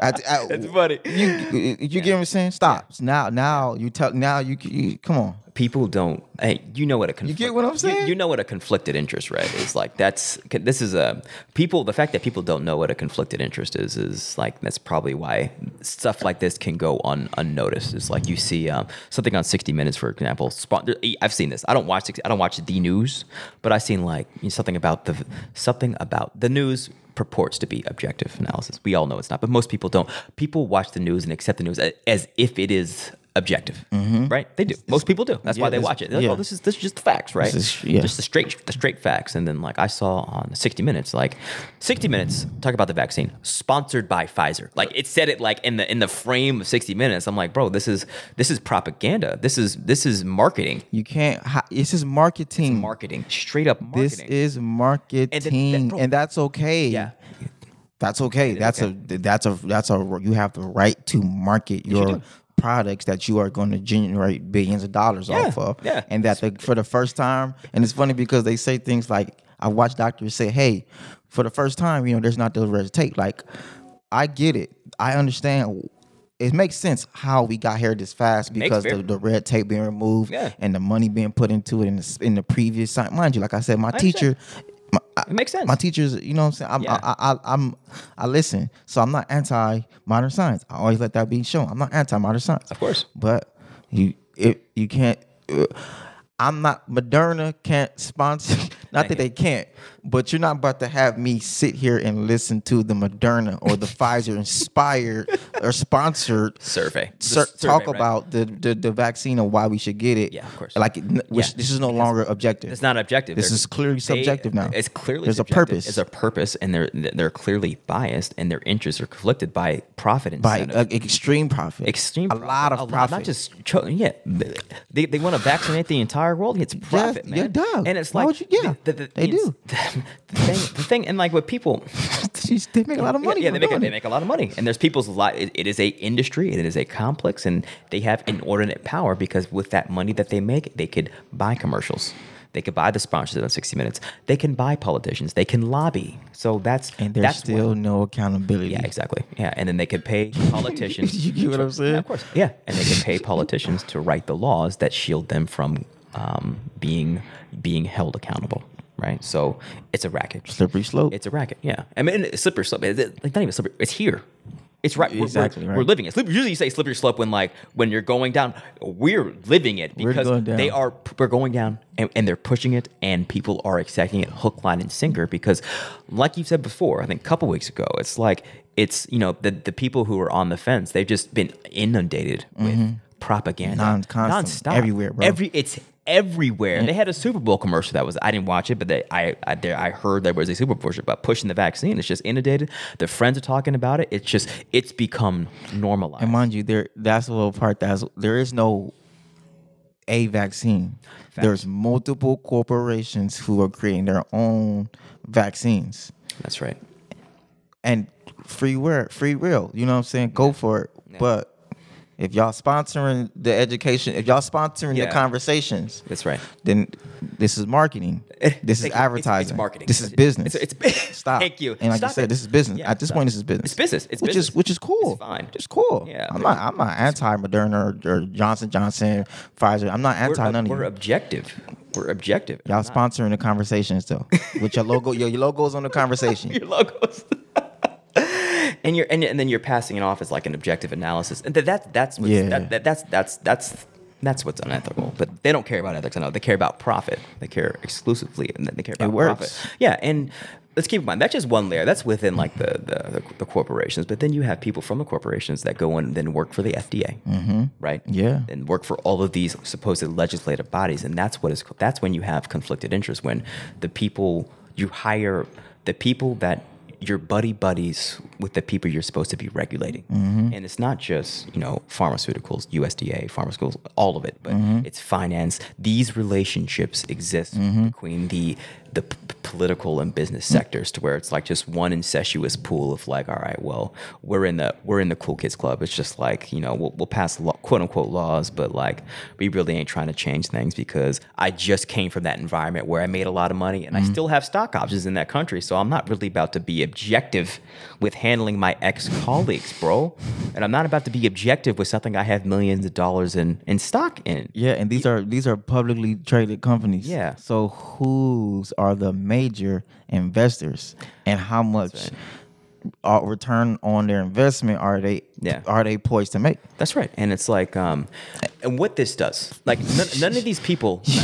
[SPEAKER 2] That's
[SPEAKER 1] It's funny.
[SPEAKER 2] You, you get what I'm saying? Stop. Now, now you tell. Now you, you come on.
[SPEAKER 1] people don't hey you know what a conflict,
[SPEAKER 2] get what I'm saying?
[SPEAKER 1] you, know what a conflicted interest right is like that's this is a people the fact that people don't know what a conflicted interest is is like that's probably why stuff like this can go un, unnoticed it's like you see um, something on 60 minutes for example spon- e, i've seen this i don't watch 60 i don't watch the news but i've seen like you know, something about the something about the news purports to be objective analysis we all know it's not but most people don't people watch the news and accept the news a- as if it is objective right they do most people do that's why
[SPEAKER 2] Mm-hmm. Yeah,
[SPEAKER 1] they
[SPEAKER 2] this-
[SPEAKER 1] watch it They're like,
[SPEAKER 2] yeah.
[SPEAKER 1] oh this is this is just the facts right
[SPEAKER 2] is- yeah.
[SPEAKER 1] just the straight the straight facts and then like i saw on 60 minutes like 60 minutes talk about the vaccine sponsored by pfizer like it said it like in the in the frame of 60 minutes i'm like bro this is this is propaganda this is this is marketing
[SPEAKER 2] You can't. hi- This is marketing.
[SPEAKER 1] marketing straight up marketing
[SPEAKER 2] This is marketing, and,
[SPEAKER 1] bro-
[SPEAKER 2] that's okay.
[SPEAKER 1] yeah
[SPEAKER 2] that's okay. That's a that's a that's a you have the right to market your
[SPEAKER 1] do.
[SPEAKER 2] products that you are going to generate billions of dollars off of.
[SPEAKER 1] yeah.
[SPEAKER 2] And that the, for the first time, and it's funny because they say things like I watch doctors say, "Hey, for the first time, you know, there's not the red tape." Like, I get it. I understand. It makes sense how we got here this fast because
[SPEAKER 1] very-
[SPEAKER 2] the, the red tape being removed
[SPEAKER 1] Yeah.
[SPEAKER 2] and the money being put into it in the, in the previous time. Mind you, like I said, my
[SPEAKER 1] understand.
[SPEAKER 2] teacher, my,
[SPEAKER 1] it makes sense
[SPEAKER 2] my teachers, you know what I'm saying? I'm,
[SPEAKER 1] Yeah.
[SPEAKER 2] I, I, I'm, I listen. So I'm not anti modern science. I always let that be shown. I'm not anti modern science.
[SPEAKER 1] Of course.
[SPEAKER 2] But you, it, you can't, uh, I'm not, Moderna can't sponsor, not that
[SPEAKER 1] you.
[SPEAKER 2] they can't, But you're not about to have me sit here and listen to the Moderna or the Pfizer inspired or sponsored
[SPEAKER 1] Survey. The
[SPEAKER 2] sur-
[SPEAKER 1] survey,
[SPEAKER 2] talk
[SPEAKER 1] right?
[SPEAKER 2] about the, the the vaccine and why we should get it.
[SPEAKER 1] Yeah, of course.
[SPEAKER 2] Like it, n- which,
[SPEAKER 1] Yeah,
[SPEAKER 2] this is no longer objective.
[SPEAKER 1] It's not objective.
[SPEAKER 2] This
[SPEAKER 1] They're-
[SPEAKER 2] is clearly
[SPEAKER 1] they-
[SPEAKER 2] subjective now.
[SPEAKER 1] It's clearly
[SPEAKER 2] There's a
[SPEAKER 1] subjective.
[SPEAKER 2] purpose.
[SPEAKER 1] It's a purpose, and they're they're clearly biased, and their interests are conflicted by profit
[SPEAKER 2] by
[SPEAKER 1] incentive.
[SPEAKER 2] uh, extreme profit.
[SPEAKER 1] Extreme,
[SPEAKER 2] a
[SPEAKER 1] profit.
[SPEAKER 2] lot of
[SPEAKER 1] a
[SPEAKER 2] profit.
[SPEAKER 1] not just cho- yeah. They, they want to vaccinate the entire world. It's profit,
[SPEAKER 2] yeah,
[SPEAKER 1] man.
[SPEAKER 2] dog.
[SPEAKER 1] And it's
[SPEAKER 2] Why
[SPEAKER 1] like,
[SPEAKER 2] would you- yeah, they
[SPEAKER 1] ins-
[SPEAKER 2] do.
[SPEAKER 1] The, thing, the thing, and like with people,
[SPEAKER 2] Jeez, they make a lot of money.
[SPEAKER 1] Yeah,
[SPEAKER 2] from
[SPEAKER 1] they make a,
[SPEAKER 2] doing
[SPEAKER 1] they
[SPEAKER 2] it.
[SPEAKER 1] make a lot of money, and there's people's lot. It, it is a industry, and it is a complex, and they have inordinate power because with that money that they make, they could buy commercials, they could buy the sponsorship of 60 Minutes, they can buy politicians, they can lobby. So that's
[SPEAKER 2] and there's
[SPEAKER 1] that's
[SPEAKER 2] still
[SPEAKER 1] what-
[SPEAKER 2] no accountability.
[SPEAKER 1] yeah, exactly. Yeah, and then they could pay politicians.
[SPEAKER 2] You get what I'm saying?
[SPEAKER 1] Yeah, of course. Yeah, and they could pay politicians to write the laws that shield them from um, being being held accountable. Right. So it's a racket.
[SPEAKER 2] Slippery slope.
[SPEAKER 1] It's a racket. Yeah. I mean, it's slippery slope. It's like not even slippery. It's here. It's right. We're- we're-
[SPEAKER 2] Exactly,
[SPEAKER 1] We're,
[SPEAKER 2] right.
[SPEAKER 1] living it. Slippery- Usually, you say slippery slope when like when you're going down. We're living it
[SPEAKER 2] We're
[SPEAKER 1] because
[SPEAKER 2] going down.
[SPEAKER 1] they are. We're going down, and, and they're pushing it, and people are accepting it hook, line, and sinker. Because, like you said before, I think a couple weeks ago, it's like it's you know the the people who are on the fence. They've just been inundated with propaganda,
[SPEAKER 2] Non- constant,
[SPEAKER 1] nonstop,
[SPEAKER 2] Mm-hmm. everywhere, bro.
[SPEAKER 1] Every it's everywhere.
[SPEAKER 2] Mm.
[SPEAKER 1] They had a Super Bowl commercial that was I didn't watch it, but they, I I, there, I heard there was a Super Bowl commercial about pushing the vaccine. It's just inundated. The friends are talking about it. It's just it's become normalized.
[SPEAKER 2] And mind you, there that's the little part that's there is no a vaccine. There's multiple corporations who are creating their own vaccines.
[SPEAKER 1] That's right.
[SPEAKER 2] And free will, free will. You know what I'm saying? Go for it. But if y'all sponsoring the education, if y'all sponsoring
[SPEAKER 1] Yeah.
[SPEAKER 2] the conversations,
[SPEAKER 1] That's right.
[SPEAKER 2] then this is marketing. This is
[SPEAKER 1] It's-
[SPEAKER 2] advertising.
[SPEAKER 1] It's, marketing.
[SPEAKER 2] This is business.
[SPEAKER 1] It's, it's-
[SPEAKER 2] Stop.
[SPEAKER 1] Thank you.
[SPEAKER 2] And like
[SPEAKER 1] Stop
[SPEAKER 2] you said,
[SPEAKER 1] it.
[SPEAKER 2] this is business.
[SPEAKER 1] Yeah,
[SPEAKER 2] At this
[SPEAKER 1] stop.
[SPEAKER 2] point, this is business.
[SPEAKER 1] It's business. It's
[SPEAKER 2] which
[SPEAKER 1] business.
[SPEAKER 2] is which is cool.
[SPEAKER 1] It's fine.
[SPEAKER 2] It's cool.
[SPEAKER 1] Yeah,
[SPEAKER 2] I'm
[SPEAKER 1] but-
[SPEAKER 2] not. I'm not anti Moderna or, or Johnson Johnson, Pfizer. I'm not anti
[SPEAKER 1] We're,
[SPEAKER 2] none of
[SPEAKER 1] we're
[SPEAKER 2] you.
[SPEAKER 1] objective. We're objective.
[SPEAKER 2] Y'all sponsoring the conversations though, with your logo. Your, your logo's on the conversation.
[SPEAKER 1] your logos. and you're and, and then you're passing it off as like an objective analysis. And that, that that's what's,
[SPEAKER 2] Yeah.
[SPEAKER 1] that, that, that's that's that's that's what's unethical. But they don't care about ethics. I know they care about profit. They care exclusively, and they care about
[SPEAKER 2] works.
[SPEAKER 1] profit. Yeah, and let's keep in mind that's just one layer. That's within like the the, the, the corporations. But then you have people from the corporations that go and then work for the FDA, mm-hmm. right?
[SPEAKER 2] Yeah.
[SPEAKER 1] and work for all of these supposed legislative bodies, and that's what is that's when you have conflicted interest when the people you hire the people that your buddy buddies with the people you're supposed to be regulating, and it's not just you know pharmaceuticals, USDA, pharmaceuticals, all of it, but it's finance. These relationships exist between the the p- p- political and business sectors to where it's like just one incestuous pool of like, all right, well, we're in the we're in the cool kids club. It's just like you know we'll, we'll pass law, quote unquote laws, but like we really ain't trying to change things because I just came from that environment where I made a lot of money and I still have stock options in that country, so I'm not really about to be objective with handling my ex colleagues, bro, and I'm not about to be objective with something I have millions of dollars in in stock in.
[SPEAKER 2] Yeah, and these are these are publicly traded companies.
[SPEAKER 1] Yeah.
[SPEAKER 2] So whose are the major investors, and how much uh return on their investment are they
[SPEAKER 1] Yeah.
[SPEAKER 2] are they poised to make?
[SPEAKER 1] That's right. And it's like, um, and what this does, like none, none of these people,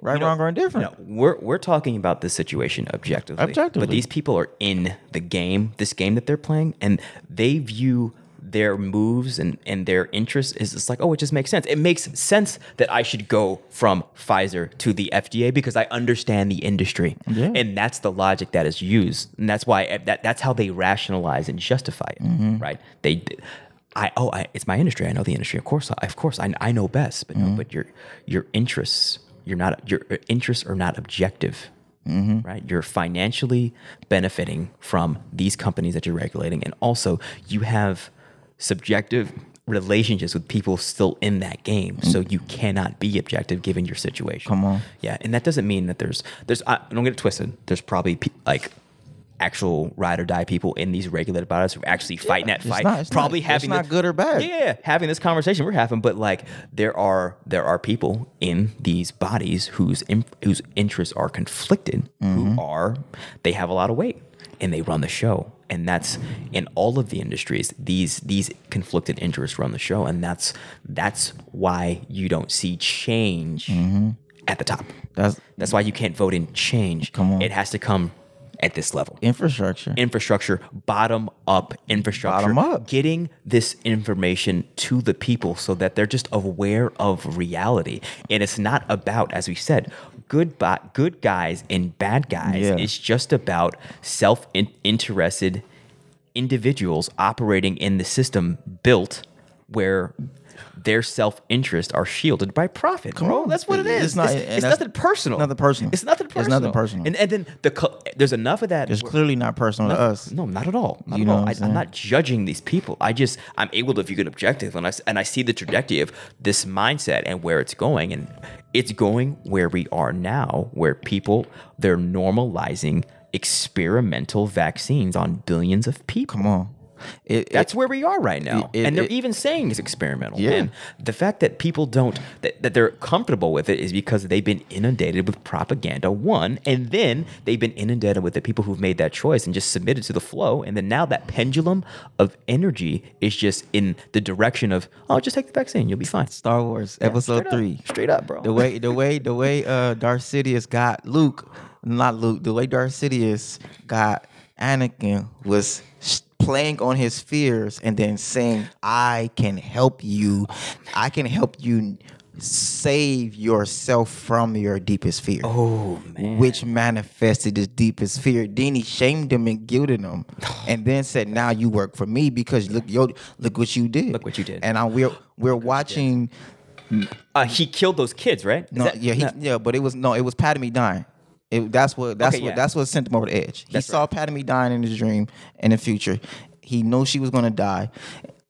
[SPEAKER 2] Right,
[SPEAKER 1] you know,
[SPEAKER 2] wrong, or indifferent.
[SPEAKER 1] no, we're we're talking about this situation objectively,
[SPEAKER 2] Objectively.
[SPEAKER 1] but these people are in the game, this game that they're playing, and they view their moves and, and their interests is it's like, oh, it just makes sense. It makes sense that I should go from Pfizer to the FDA because I understand the industry.
[SPEAKER 2] Yeah.
[SPEAKER 1] And that's the logic that is used. And that's why eh, that, that's how they rationalize and justify it. Right. They I oh I, it's my industry. I know the industry. Of course I, of course I, I know best, but no, but your your interests you're not your eh, interests are not objective
[SPEAKER 2] Mm-hmm.
[SPEAKER 1] right? You're financially benefiting from these companies that you're regulating, and also you have subjective relationships with people still in that game, so you cannot be objective given your situation.
[SPEAKER 2] Mm. Come on.
[SPEAKER 1] yeah, and that doesn't mean that there's there's I don't get it twisted. There's probably pe- like. Actual ride or die people in these regulated bodies who are actually fighting that
[SPEAKER 2] it's
[SPEAKER 1] fight,
[SPEAKER 2] not- it's
[SPEAKER 1] probably
[SPEAKER 2] not- it's
[SPEAKER 1] having
[SPEAKER 2] not
[SPEAKER 1] the-
[SPEAKER 2] good or bad.
[SPEAKER 1] Yeah, yeah, yeah, having this conversation we're having, but like there are there are people in these bodies whose in, whose interests are conflicted,
[SPEAKER 2] Mm-hmm.
[SPEAKER 1] who are they have a lot of weight and they run the show, and that's in all of the industries. These these conflicted
[SPEAKER 2] Mm-hmm.
[SPEAKER 1] interests run the show, and that's that's why you don't see change at the top.
[SPEAKER 2] That's
[SPEAKER 1] That's why you can't vote in change.
[SPEAKER 2] Come on.
[SPEAKER 1] It has to come at this level.
[SPEAKER 2] infrastructure.
[SPEAKER 1] Infrastructure, bottom up infrastructure.
[SPEAKER 2] Bottom up.
[SPEAKER 1] Getting this information to the people so that they're just aware of reality. And it's not about, as we said, good, bo- good guys and bad guys.
[SPEAKER 2] Yeah.
[SPEAKER 1] It's just about self in- interested individuals operating in the system built where their self interest are shielded by profit. Come
[SPEAKER 2] on.
[SPEAKER 1] That's what it is.
[SPEAKER 2] It's not-
[SPEAKER 1] it's,
[SPEAKER 2] and
[SPEAKER 1] it's
[SPEAKER 2] that's-
[SPEAKER 1] nothing personal.
[SPEAKER 2] nothing personal.
[SPEAKER 1] It's nothing
[SPEAKER 2] It's nothing
[SPEAKER 1] personal.
[SPEAKER 2] personal.
[SPEAKER 1] And, and then the co- there's enough of that.
[SPEAKER 2] It's clearly not personal to us.
[SPEAKER 1] No, not at all. Not
[SPEAKER 2] You
[SPEAKER 1] at
[SPEAKER 2] know
[SPEAKER 1] all.
[SPEAKER 2] what I'm
[SPEAKER 1] I,
[SPEAKER 2] saying?
[SPEAKER 1] I'm not judging these people. I just I'm able to view an objective, and I s- and I see the trajectory of this mindset and where it's going, and it's going where we are now, where people they're normalizing experimental vaccines on billions of people.
[SPEAKER 2] Come on. It,
[SPEAKER 1] That's where we are right now.
[SPEAKER 2] it-
[SPEAKER 1] and they're
[SPEAKER 2] it-
[SPEAKER 1] even saying it's experimental.
[SPEAKER 2] Yeah.
[SPEAKER 1] And the fact that people don't, that, that they're comfortable with it is because they've been inundated with propaganda, one, and then they've been inundated with the people who've made that choice and just submitted to the flow. And then now that pendulum of energy is just in the direction of, oh, just take the vaccine, you'll be fine.
[SPEAKER 2] Star Wars Episode
[SPEAKER 1] Straight up.
[SPEAKER 2] Three.
[SPEAKER 1] Straight up, bro.
[SPEAKER 2] The way the way the way uh Darth Sidious got Luke, not Luke. The way Darth Sidious got Anakin was sh- playing on his fears and then saying, "I can help you. I can help you." Save yourself from your deepest fear.
[SPEAKER 1] oh, man.
[SPEAKER 2] which manifested his deepest fear. Then he shamed him and guilted him, and then said, "Now you work for me because look, yo, look what you did.
[SPEAKER 1] Look what you did.
[SPEAKER 2] And I, we're we're watching.
[SPEAKER 1] Uh, he killed those kids, right? Is
[SPEAKER 2] No,
[SPEAKER 1] that-
[SPEAKER 2] yeah, he,
[SPEAKER 1] no.
[SPEAKER 2] yeah, but it was no, it was Padme dying. It, that's what that's
[SPEAKER 1] Okay,
[SPEAKER 2] what
[SPEAKER 1] yeah.
[SPEAKER 2] that's what sent him over the edge.
[SPEAKER 1] That's
[SPEAKER 2] he saw Padme dying in his dream in the future. He knew she was going to die,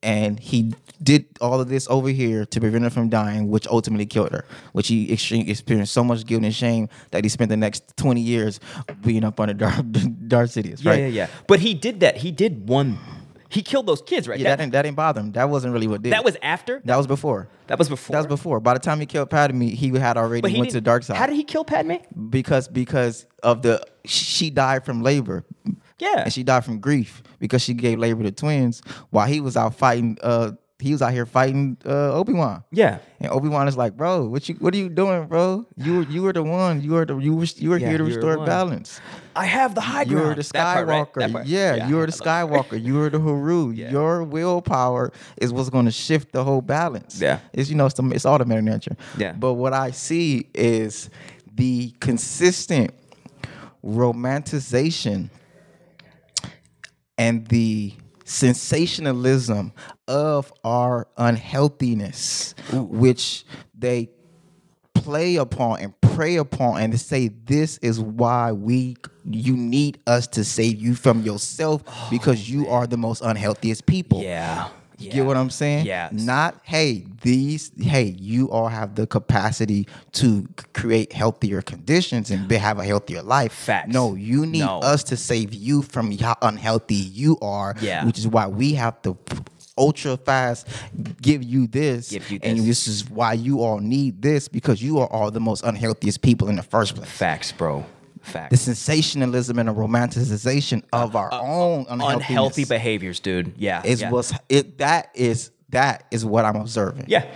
[SPEAKER 2] and he did all of this over here to prevent her from dying, which ultimately killed her. Which he extreme- experienced so much guilt and shame that he spent the next twenty years being up under Darth, Darth Sidious.
[SPEAKER 1] yeah,
[SPEAKER 2] Right?
[SPEAKER 1] yeah, yeah. But he did that. He did one. He killed those kids, right?
[SPEAKER 2] Yeah, that
[SPEAKER 1] that,
[SPEAKER 2] didn't that didn't bother him. That wasn't really what did.
[SPEAKER 1] that was after.
[SPEAKER 2] that was before.
[SPEAKER 1] That was before.
[SPEAKER 2] That was before. By the time he killed Padme, he had already
[SPEAKER 1] But he
[SPEAKER 2] went to the
[SPEAKER 1] didn't-
[SPEAKER 2] dark side.
[SPEAKER 1] How did he kill Padme?
[SPEAKER 2] because because of the she died from labor
[SPEAKER 1] Yeah.
[SPEAKER 2] and she died from grief because she gave labor to twins while he was out fighting uh he was out here fighting uh obi-wan
[SPEAKER 1] yeah.
[SPEAKER 2] and obi-wan is like bro what you what are you doing bro you were you were the one you were the you were you were
[SPEAKER 1] Yeah,
[SPEAKER 2] here to
[SPEAKER 1] you were the
[SPEAKER 2] restore
[SPEAKER 1] one.
[SPEAKER 2] balance
[SPEAKER 1] I have the high
[SPEAKER 2] you
[SPEAKER 1] ground.
[SPEAKER 2] were the
[SPEAKER 1] That part, right?
[SPEAKER 2] skywalker
[SPEAKER 1] That part.
[SPEAKER 2] yeah, you were the
[SPEAKER 1] I love
[SPEAKER 2] skywalker you were the haru your willpower is what's going to shift the whole balance
[SPEAKER 1] Yeah.
[SPEAKER 2] it's you know it's, the, it's all the meta nature
[SPEAKER 1] Yeah.
[SPEAKER 2] but what i see is the consistent romanticization and the sensationalism of our unhealthiness which they play upon and prey upon and to say this is why we you need us to save you from yourself because you are the most unhealthiest people.
[SPEAKER 1] Yeah.
[SPEAKER 2] You get what I'm saying?
[SPEAKER 1] Yeah.
[SPEAKER 2] Not hey, these hey, you all have the capacity to c- create healthier conditions and be, have a healthier life.
[SPEAKER 1] Facts.
[SPEAKER 2] No, you need
[SPEAKER 1] No.
[SPEAKER 2] us to save you from how unhealthy you are.
[SPEAKER 1] Yeah.
[SPEAKER 2] Which is why we have to ultra fast give you this
[SPEAKER 1] Give you
[SPEAKER 2] and
[SPEAKER 1] this.
[SPEAKER 2] this is why you all need this because you are all the most unhealthiest people in the first place.
[SPEAKER 1] Facts, bro.
[SPEAKER 2] The
[SPEAKER 1] Facts.
[SPEAKER 2] sensationalism and the romanticization of our own unhealthiness
[SPEAKER 1] Uh, Unhealthy behaviors, dude. Yeah.
[SPEAKER 2] is
[SPEAKER 1] yeah.
[SPEAKER 2] what's it that is that is what I'm observing.
[SPEAKER 1] Yeah,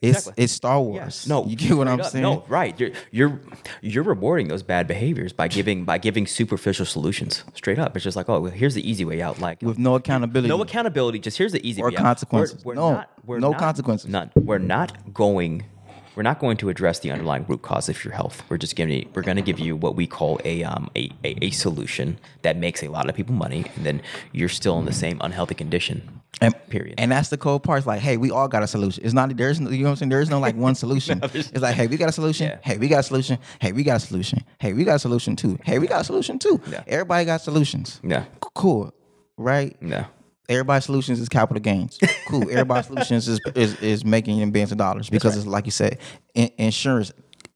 [SPEAKER 2] It's
[SPEAKER 1] exactly.
[SPEAKER 2] it's Star
[SPEAKER 1] Yeah.
[SPEAKER 2] Wars.
[SPEAKER 1] No,
[SPEAKER 2] You get what
[SPEAKER 1] straight
[SPEAKER 2] I'm
[SPEAKER 1] up.
[SPEAKER 2] saying?
[SPEAKER 1] No, right. You're you're you're rewarding those bad behaviors by giving by giving superficial solutions. Straight up, it's just like, oh, well, here's the easy way out. Like
[SPEAKER 2] With no accountability.
[SPEAKER 1] No accountability. Just here's the easy
[SPEAKER 2] Or
[SPEAKER 1] way out.
[SPEAKER 2] consequences.
[SPEAKER 1] We're, we're
[SPEAKER 2] No,
[SPEAKER 1] not, we're
[SPEAKER 2] no
[SPEAKER 1] not-
[SPEAKER 2] consequences.
[SPEAKER 1] None. We're not going. We're not going to address the underlying root cause of your health. We're just giving. you- We're going to give you what we call a, um, a a a solution that makes a lot of people money, and then you're still in the same unhealthy condition.
[SPEAKER 2] And,
[SPEAKER 1] Period.
[SPEAKER 2] And that's the cold part. It's like, hey, we all got a solution. It's not there's no, you know what I'm saying. There's no like one solution. it's like, hey, we got a solution.
[SPEAKER 1] Yeah.
[SPEAKER 2] Hey, we got a solution. Hey, we got a solution. Hey, we got a solution too. Hey, we got a solution too.
[SPEAKER 1] Yeah. Mm.
[SPEAKER 2] Everybody got solutions.
[SPEAKER 1] Yeah.
[SPEAKER 2] C- Cool, right?
[SPEAKER 1] No.
[SPEAKER 2] Everybody's solutions is capital gains. Cool. Everybody's solutions is, is is making them billions of dollars because it's like you said, in, insurance.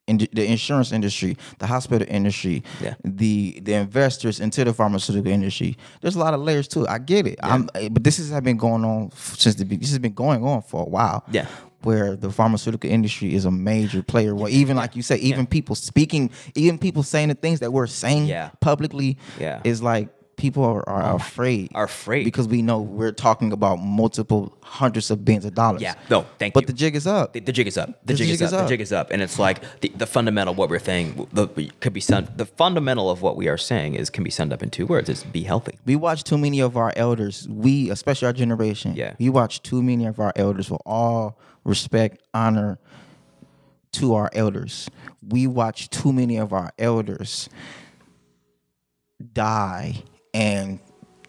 [SPEAKER 2] In the insurance industry, the hospital industry,
[SPEAKER 1] Yeah.
[SPEAKER 2] the the investors into the pharmaceutical industry. There's a lot of layers to it. I get it. I'm, but this has been going on f- since the be- this has been going on for a while.
[SPEAKER 1] Yeah.
[SPEAKER 2] where the pharmaceutical industry is a major player. Well, even like you say, even people speaking, even people saying the things that we're saying
[SPEAKER 1] Yeah.
[SPEAKER 2] publicly
[SPEAKER 1] Yeah. Oh
[SPEAKER 2] is like people are, are afraid.
[SPEAKER 1] are afraid.
[SPEAKER 2] because we know we're talking about multiple hundreds of billions of dollars.
[SPEAKER 1] Yeah. No, thank
[SPEAKER 2] But
[SPEAKER 1] you.
[SPEAKER 2] the jig is up.
[SPEAKER 1] the, the jig is up. The, jig, is, up. The jig is up, and it's like the, the fundamental what we're saying the, could be summed. The fundamental of what we are saying is can be summed up in two words: is be healthy.
[SPEAKER 2] we watch too many of our elders. We, especially our generation,
[SPEAKER 1] Yeah.
[SPEAKER 2] we watch too many of our elders. With all respect, honor to our elders, we watch too many of our elders die and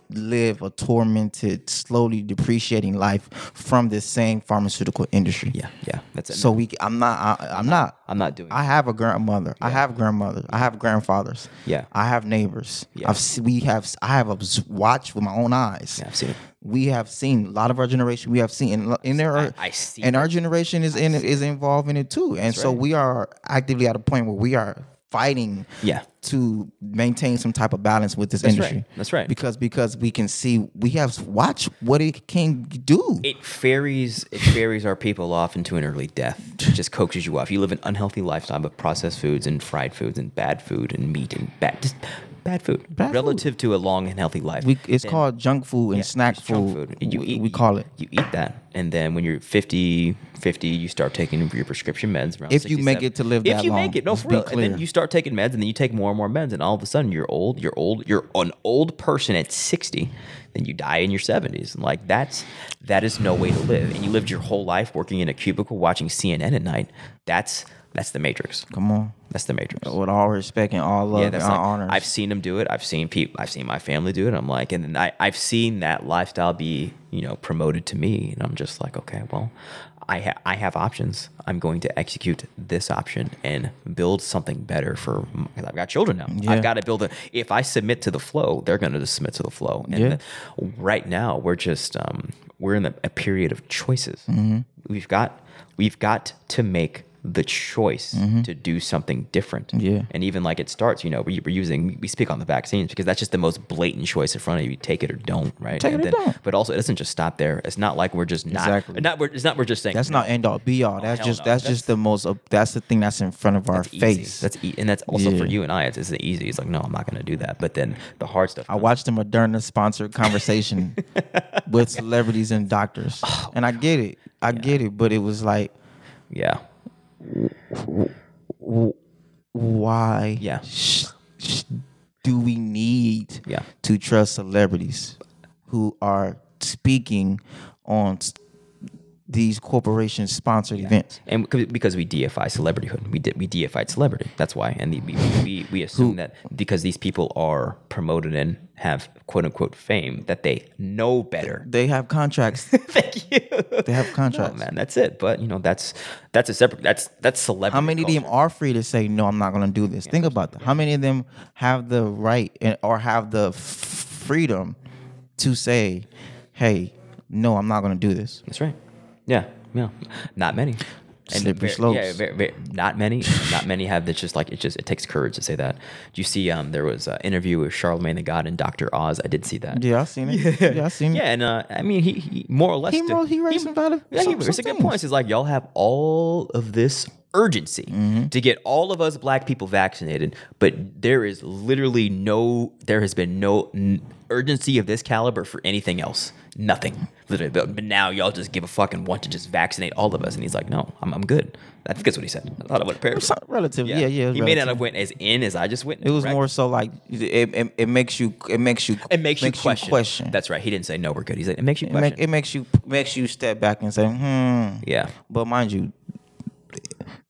[SPEAKER 2] live a tormented, slowly depreciating life from this same pharmaceutical industry.
[SPEAKER 1] Yeah, yeah. That's it.
[SPEAKER 2] So we, I'm not, I, I'm not,
[SPEAKER 1] I'm not doing.
[SPEAKER 2] I have a grandmother. I have grandmothers. I have grandfathers.
[SPEAKER 1] Yeah.
[SPEAKER 2] I have neighbors.
[SPEAKER 1] Yeah.
[SPEAKER 2] I've se- we have s- I have obs- watched with my own eyes.
[SPEAKER 1] Yeah, I've seen it.
[SPEAKER 2] We have seen a lot of our generation. We have seen and, lo- and there are
[SPEAKER 1] I- I see
[SPEAKER 2] and our generation is in is involved in it too. And so
[SPEAKER 1] right.
[SPEAKER 2] we are actively at a point where we are fighting
[SPEAKER 1] Yeah.
[SPEAKER 2] to maintain some type of balance with this
[SPEAKER 1] right.
[SPEAKER 2] industry.
[SPEAKER 1] That's right.
[SPEAKER 2] Because because we can see we have watched what it can do.
[SPEAKER 1] It ferries it ferries our people off into an early death. It just coaxes you off. You live an unhealthy lifestyle of processed foods and fried foods and bad food and meat and bad just bad food
[SPEAKER 2] Bad food.
[SPEAKER 1] relative to a long and healthy life.
[SPEAKER 2] we, it's
[SPEAKER 1] Then-
[SPEAKER 2] called junk food and
[SPEAKER 1] Yeah,
[SPEAKER 2] snack
[SPEAKER 1] it's junk
[SPEAKER 2] food.
[SPEAKER 1] And You
[SPEAKER 2] we,
[SPEAKER 1] eat,
[SPEAKER 2] we call it.
[SPEAKER 1] You eat that, and then when you're 50, 50, you start taking your prescription meds. Around
[SPEAKER 2] If you make
[SPEAKER 1] 67.
[SPEAKER 2] it to live
[SPEAKER 1] if
[SPEAKER 2] that
[SPEAKER 1] you
[SPEAKER 2] long,
[SPEAKER 1] make it, no,
[SPEAKER 2] let's
[SPEAKER 1] for
[SPEAKER 2] be
[SPEAKER 1] real. And then
[SPEAKER 2] clear.
[SPEAKER 1] you start taking meds, and then you take more and more meds, and all of a sudden you're old, you're old, you're an old person at sixty, then you die in your seventies, and like that's that is no way to live. And you lived your whole life working in a cubicle watching CNN at night. That's that's the Matrix.
[SPEAKER 2] Come on.
[SPEAKER 1] That's the Matrix.
[SPEAKER 2] with all respect and all love
[SPEAKER 1] Yeah,
[SPEAKER 2] and
[SPEAKER 1] that's
[SPEAKER 2] all
[SPEAKER 1] like,
[SPEAKER 2] honor.
[SPEAKER 1] I've seen them do it. I've seen people. I've seen my family do it. I'm like, and then I, I've seen that lifestyle be, you know, promoted to me, and I'm just like, okay, well, I ha- I have options. I'm going to execute this option and build something better for. Because I've got children now.
[SPEAKER 2] Yeah.
[SPEAKER 1] I've got to build a. If I submit to the flow, they're going to just submit to the flow. And
[SPEAKER 2] Yeah.
[SPEAKER 1] the- right now, we're just um, we're in a, a period of choices.
[SPEAKER 2] Mm-hmm.
[SPEAKER 1] We've got we've got to make the choice to do something different
[SPEAKER 2] Mm-hmm. Yeah.
[SPEAKER 1] and even like it starts, you know, we, we're using, we speak on the vaccines because that's just the most blatant choice in front of you. Take it or don't, right?
[SPEAKER 2] Take it
[SPEAKER 1] And
[SPEAKER 2] or don't.
[SPEAKER 1] But also, it doesn't just stop there. It's not like we're just not,
[SPEAKER 2] Exactly.
[SPEAKER 1] not we're, it's not we're just saying
[SPEAKER 2] that's not end all be all. That's
[SPEAKER 1] Oh, hell
[SPEAKER 2] just
[SPEAKER 1] no.
[SPEAKER 2] that's,
[SPEAKER 1] That's-
[SPEAKER 2] just the most. ob- That's the thing that's in front of our
[SPEAKER 1] that's easy.
[SPEAKER 2] face.
[SPEAKER 1] That's e- and that's also for
[SPEAKER 2] Yeah.
[SPEAKER 1] you and I. It's, it's easy. It's like no, I'm not going to do that. But then the hard stuff.
[SPEAKER 2] I watched a Moderna sponsored conversation with celebrities and doctors,
[SPEAKER 1] Oh,
[SPEAKER 2] and I get it. I get it, but it was like,
[SPEAKER 1] Yeah,
[SPEAKER 2] why?
[SPEAKER 1] Yeah.
[SPEAKER 2] Sh- sh- do we need
[SPEAKER 1] Yeah.
[SPEAKER 2] to trust celebrities who are speaking on s- these corporation sponsored events?
[SPEAKER 1] and c- because we deify celebrityhood, we did we deified celebrity. That's why, and the, we, we we assume that because these people are promoted and have quote unquote fame, that they know better.
[SPEAKER 2] They have contracts.
[SPEAKER 1] Thank you.
[SPEAKER 2] They have
[SPEAKER 1] No,
[SPEAKER 2] contracts.
[SPEAKER 1] man, that's it. But you know, that's that's a separate. That's that's celebrity.
[SPEAKER 2] How many of them are free to say no? I'm not going to do this. Think about that. How many of them have the right and, or have the f- freedom to say, "Hey, no, I'm not going to do this."
[SPEAKER 1] That's right. Yeah, yeah. Not many.
[SPEAKER 2] Slippery
[SPEAKER 1] ver-
[SPEAKER 2] slopes.
[SPEAKER 1] Yeah, ver- ver- not many. not many have. It's just like it just it takes courage to say that. Do you see? Um, there was an interview with Charlemagne the God and Doctor Oz. I did see that.
[SPEAKER 2] Yeah, I seen it. Yeah, I seen it.
[SPEAKER 1] Yeah, and uh, I mean, he, he more or less
[SPEAKER 2] He
[SPEAKER 1] did-
[SPEAKER 2] wrote- he raised some valid-
[SPEAKER 1] Yeah, he
[SPEAKER 2] some-
[SPEAKER 1] raised
[SPEAKER 2] some
[SPEAKER 1] some good
[SPEAKER 2] things.
[SPEAKER 1] points. It's like y'all have all of this urgency
[SPEAKER 2] Mm-hmm.
[SPEAKER 1] to get all of us black people vaccinated, but there is literally no, there has been no n- urgency of this caliber for anything else. Nothing, literally. But, but now y'all just give a fuck and want to just vaccinate all of us. And he's like, no, I'm, I'm good. I think that's what he said. I thought I would pair.
[SPEAKER 2] Some- relative. Yeah, yeah.
[SPEAKER 1] he
[SPEAKER 2] it's
[SPEAKER 1] may
[SPEAKER 2] relative.
[SPEAKER 1] not have went as in as I just went.
[SPEAKER 2] It was
[SPEAKER 1] correct?
[SPEAKER 2] more so like it, it, it makes you it makes you
[SPEAKER 1] It makes, you, question. That's right. He didn't say no. We're good. He's like, it makes you
[SPEAKER 2] it, make-
[SPEAKER 1] question.
[SPEAKER 2] it makes you makes you step back and say, "Hmm."
[SPEAKER 1] yeah.
[SPEAKER 2] But mind you,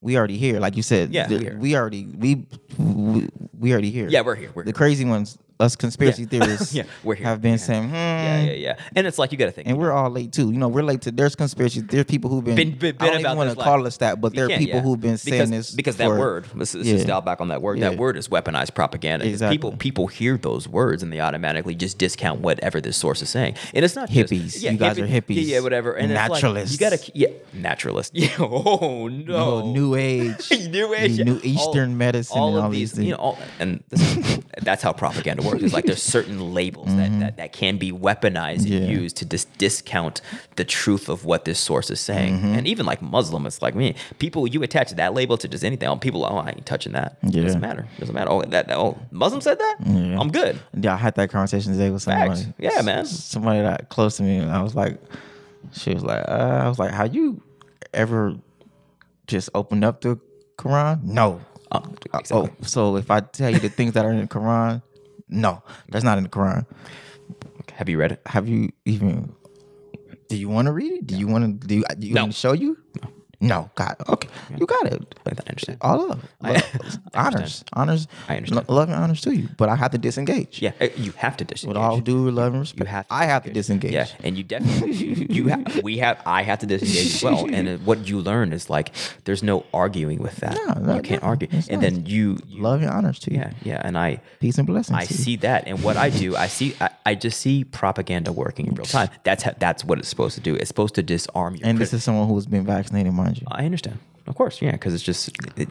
[SPEAKER 2] we already here. Like you said,
[SPEAKER 1] Yeah,
[SPEAKER 2] the-
[SPEAKER 1] we here.
[SPEAKER 2] we already we, we we already here.
[SPEAKER 1] Yeah, we're here, we're
[SPEAKER 2] the
[SPEAKER 1] here.
[SPEAKER 2] crazy ones, us conspiracy
[SPEAKER 1] Yeah.
[SPEAKER 2] theorists,
[SPEAKER 1] Yeah, we're here.
[SPEAKER 2] have been saying, hmm,
[SPEAKER 1] Yeah, yeah, yeah. And it's like you got to think.
[SPEAKER 2] and we're all late too. You know, we're late to. There's conspiracy. There's people who've been.
[SPEAKER 1] Been- been- been
[SPEAKER 2] I don't even
[SPEAKER 1] about
[SPEAKER 2] want
[SPEAKER 1] this
[SPEAKER 2] to
[SPEAKER 1] life.
[SPEAKER 2] call us that, but
[SPEAKER 1] You
[SPEAKER 2] there are
[SPEAKER 1] can't,
[SPEAKER 2] people
[SPEAKER 1] yeah.
[SPEAKER 2] who've been saying
[SPEAKER 1] because,
[SPEAKER 2] this
[SPEAKER 1] because that
[SPEAKER 2] for-
[SPEAKER 1] word. Let's, let's
[SPEAKER 2] Yeah.
[SPEAKER 1] just dial back on that word.
[SPEAKER 2] Yeah.
[SPEAKER 1] That word is weaponized propaganda. 'cause
[SPEAKER 2] Exactly.
[SPEAKER 1] People people hear those words and they automatically just discount whatever this source is saying. And it's not just-
[SPEAKER 2] Hippies. You guys are hippies.
[SPEAKER 1] Yeah, yeah, whatever. And
[SPEAKER 2] Naturalists.
[SPEAKER 1] It's like, you got to yeah, naturalist. Yeah. Oh no.
[SPEAKER 2] Oh, new age,
[SPEAKER 1] New Age,
[SPEAKER 2] new
[SPEAKER 1] yeah.
[SPEAKER 2] Eastern
[SPEAKER 1] All-
[SPEAKER 2] medicine,
[SPEAKER 1] all
[SPEAKER 2] and
[SPEAKER 1] of
[SPEAKER 2] all
[SPEAKER 1] these,
[SPEAKER 2] these
[SPEAKER 1] you know, all,
[SPEAKER 2] things.
[SPEAKER 1] and this is- that's how propaganda languages. like there's certain labels
[SPEAKER 2] Mm-hmm.
[SPEAKER 1] that, that, that can be weaponized and used to dis- discount the truth of what this source is saying.
[SPEAKER 2] Mm-hmm.
[SPEAKER 1] And even like Muslim, it's like me, people you attach that label to just anything. People, oh, I ain't touching that.
[SPEAKER 2] Yeah.
[SPEAKER 1] Doesn't matter. Doesn't matter. Oh, that oh, Muslim said that. I'm good.
[SPEAKER 2] Yeah, I had that conversation today with somebody.
[SPEAKER 1] Facts. Yeah, man.
[SPEAKER 2] S- Somebody that close to me, and I was like, she was like, uh, I was like, how you ever just opened up the Quran? No.
[SPEAKER 1] Uh,
[SPEAKER 2] Uh,
[SPEAKER 1] exactly.
[SPEAKER 2] Oh, so if I tell you the things that are in the Quran, no, that's not in the Quran.
[SPEAKER 1] Have you read it?
[SPEAKER 2] Have you even? Do you want to read it? Do you want to? Do you, do you
[SPEAKER 1] No.
[SPEAKER 2] want to show you? No, God. Okay, you got it.
[SPEAKER 1] I understand.
[SPEAKER 2] All of honors, honors,
[SPEAKER 1] I understand.
[SPEAKER 2] lo- love and honors to you, but I have to disengage.
[SPEAKER 1] Yeah, uh, you have to disengage.
[SPEAKER 2] With all due love and respect,
[SPEAKER 1] you have.
[SPEAKER 2] I have to disengage.
[SPEAKER 1] Yeah, and you definitely you, you have. We have. I have to disengage as well. And uh, what you learn is like there's no arguing with that.
[SPEAKER 2] No, no,
[SPEAKER 1] you can't
[SPEAKER 2] no,
[SPEAKER 1] argue.
[SPEAKER 2] it's
[SPEAKER 1] And
[SPEAKER 2] not.
[SPEAKER 1] then you, you
[SPEAKER 2] Love and honors to you.
[SPEAKER 1] yeah, yeah. And I
[SPEAKER 2] Peace and blessings.
[SPEAKER 1] I
[SPEAKER 2] to you.
[SPEAKER 1] see that, and what I do, I see, I, I just see propaganda working in real time. That's how, that's what it's supposed to do. It's supposed to disarm your.
[SPEAKER 2] And
[SPEAKER 1] criti-
[SPEAKER 2] this is someone who's been vaccinated, mind you.
[SPEAKER 1] I understand, of course, yeah, because it's just it,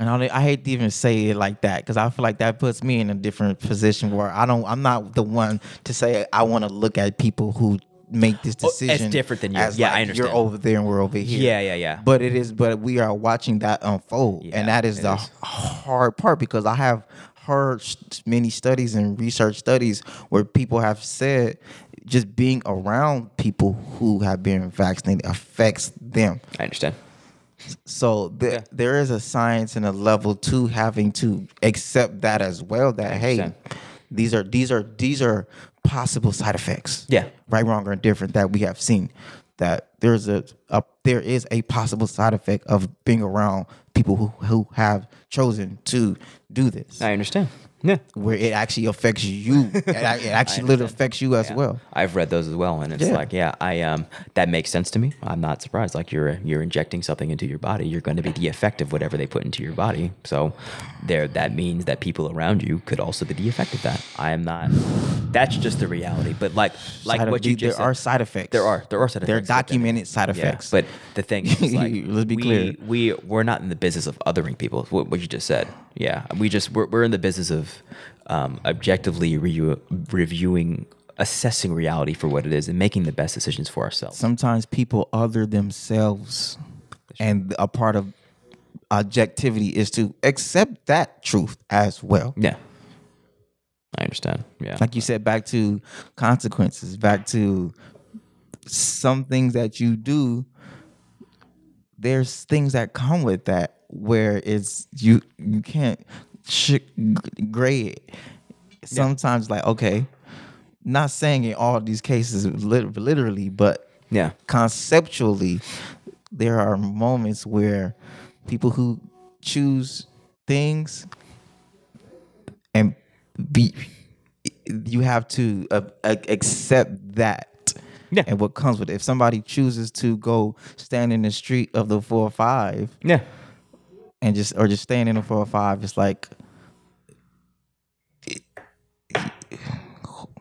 [SPEAKER 2] And I, I hate to even say it like that because I feel like that puts me in a different position where I don't. I'm not the one to say I want to look at people who make this
[SPEAKER 1] Oh, it's
[SPEAKER 2] decision.
[SPEAKER 1] different than you. Yeah, I understand.
[SPEAKER 2] You're over there and we're over here.
[SPEAKER 1] Yeah, yeah, yeah.
[SPEAKER 2] But it is. But we are watching that unfold,
[SPEAKER 1] Yeah,
[SPEAKER 2] and that is
[SPEAKER 1] it
[SPEAKER 2] the
[SPEAKER 1] is.
[SPEAKER 2] hard part because I have heard st- many studies and research studies where people have said just being around people who have been vaccinated affects them.
[SPEAKER 1] I understand.
[SPEAKER 2] So the,
[SPEAKER 1] Yeah.
[SPEAKER 2] there is a science and a level to having to accept that as well. That hey,
[SPEAKER 1] understand.
[SPEAKER 2] these are these are these are possible side effects.
[SPEAKER 1] Yeah.
[SPEAKER 2] right, wrong, or indifferent that we have seen. That there's a, a there is a possible side effect of being around people who who have chosen to do this,
[SPEAKER 1] I understand. Yeah.
[SPEAKER 2] where it actually affects you. it, ac- it actually literally affects you as
[SPEAKER 1] Yeah.
[SPEAKER 2] well.
[SPEAKER 1] I've read those as well, and it's
[SPEAKER 2] Yeah.
[SPEAKER 1] like, yeah, I um, that makes sense to me. I'm not surprised. Like you're you're injecting something into your body, you're going to be the effect of whatever they put into your body. So, there that means that people around you could also be the effect of that. I am not. That's just the reality. But like like
[SPEAKER 2] Side-
[SPEAKER 1] what you
[SPEAKER 2] the- there
[SPEAKER 1] just said-
[SPEAKER 2] are side effects.
[SPEAKER 1] There are there are side
[SPEAKER 2] There are
[SPEAKER 1] effects. but then-
[SPEAKER 2] documented side effects.
[SPEAKER 1] Yeah, but the thing is, like,
[SPEAKER 2] Let's be
[SPEAKER 1] we,
[SPEAKER 2] clear.
[SPEAKER 1] we we're not in the business of othering people. What, what you just said, yeah, we just we're, we're in the business of um, objectively re- reviewing, assessing reality for what it is, and making the best decisions for ourselves.
[SPEAKER 2] sometimes people other themselves and a part of objectivity is to accept that truth as well
[SPEAKER 1] yeah, I understand. Yeah,
[SPEAKER 2] like you said back to consequences back to some things that you do there's things that come with that where it's you you can't sh- gray it sometimes like okay not saying in all these cases lit- literally but
[SPEAKER 1] yeah,
[SPEAKER 2] conceptually, there are moments where people who choose things and be you have to uh, uh, accept that
[SPEAKER 1] Yeah.
[SPEAKER 2] and what comes with it. If somebody chooses to go stand in the street of the four or five
[SPEAKER 1] yeah.
[SPEAKER 2] and just or just stand in the four or five, it's like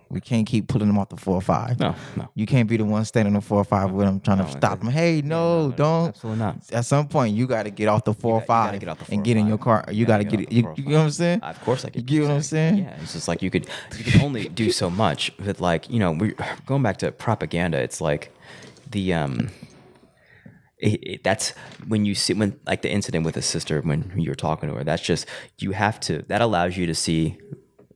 [SPEAKER 2] we can't keep pulling them off the four or five.
[SPEAKER 1] No, no.
[SPEAKER 2] You can't be the one standing on four or five with them trying to stop them. Hey, no, don't.
[SPEAKER 1] absolutely not.
[SPEAKER 2] At some point, you got to get off the four or
[SPEAKER 1] You gotta- you gotta
[SPEAKER 2] five
[SPEAKER 1] get off the
[SPEAKER 2] and
[SPEAKER 1] four or
[SPEAKER 2] get in
[SPEAKER 1] five.
[SPEAKER 2] your car. You got to get
[SPEAKER 1] gotta
[SPEAKER 2] it.
[SPEAKER 1] get
[SPEAKER 2] You,
[SPEAKER 1] off the
[SPEAKER 2] you
[SPEAKER 1] four or
[SPEAKER 2] know what I'm saying?
[SPEAKER 1] Of course, I
[SPEAKER 2] You
[SPEAKER 1] get.
[SPEAKER 2] get what I'm saying?
[SPEAKER 1] Yeah, it's just like you could you could only do so much. But like you know, we going back to propaganda. It's like the um, it, it, that's when you see when like the incident with his sister when you were talking to her. That's just you have to. That allows you to see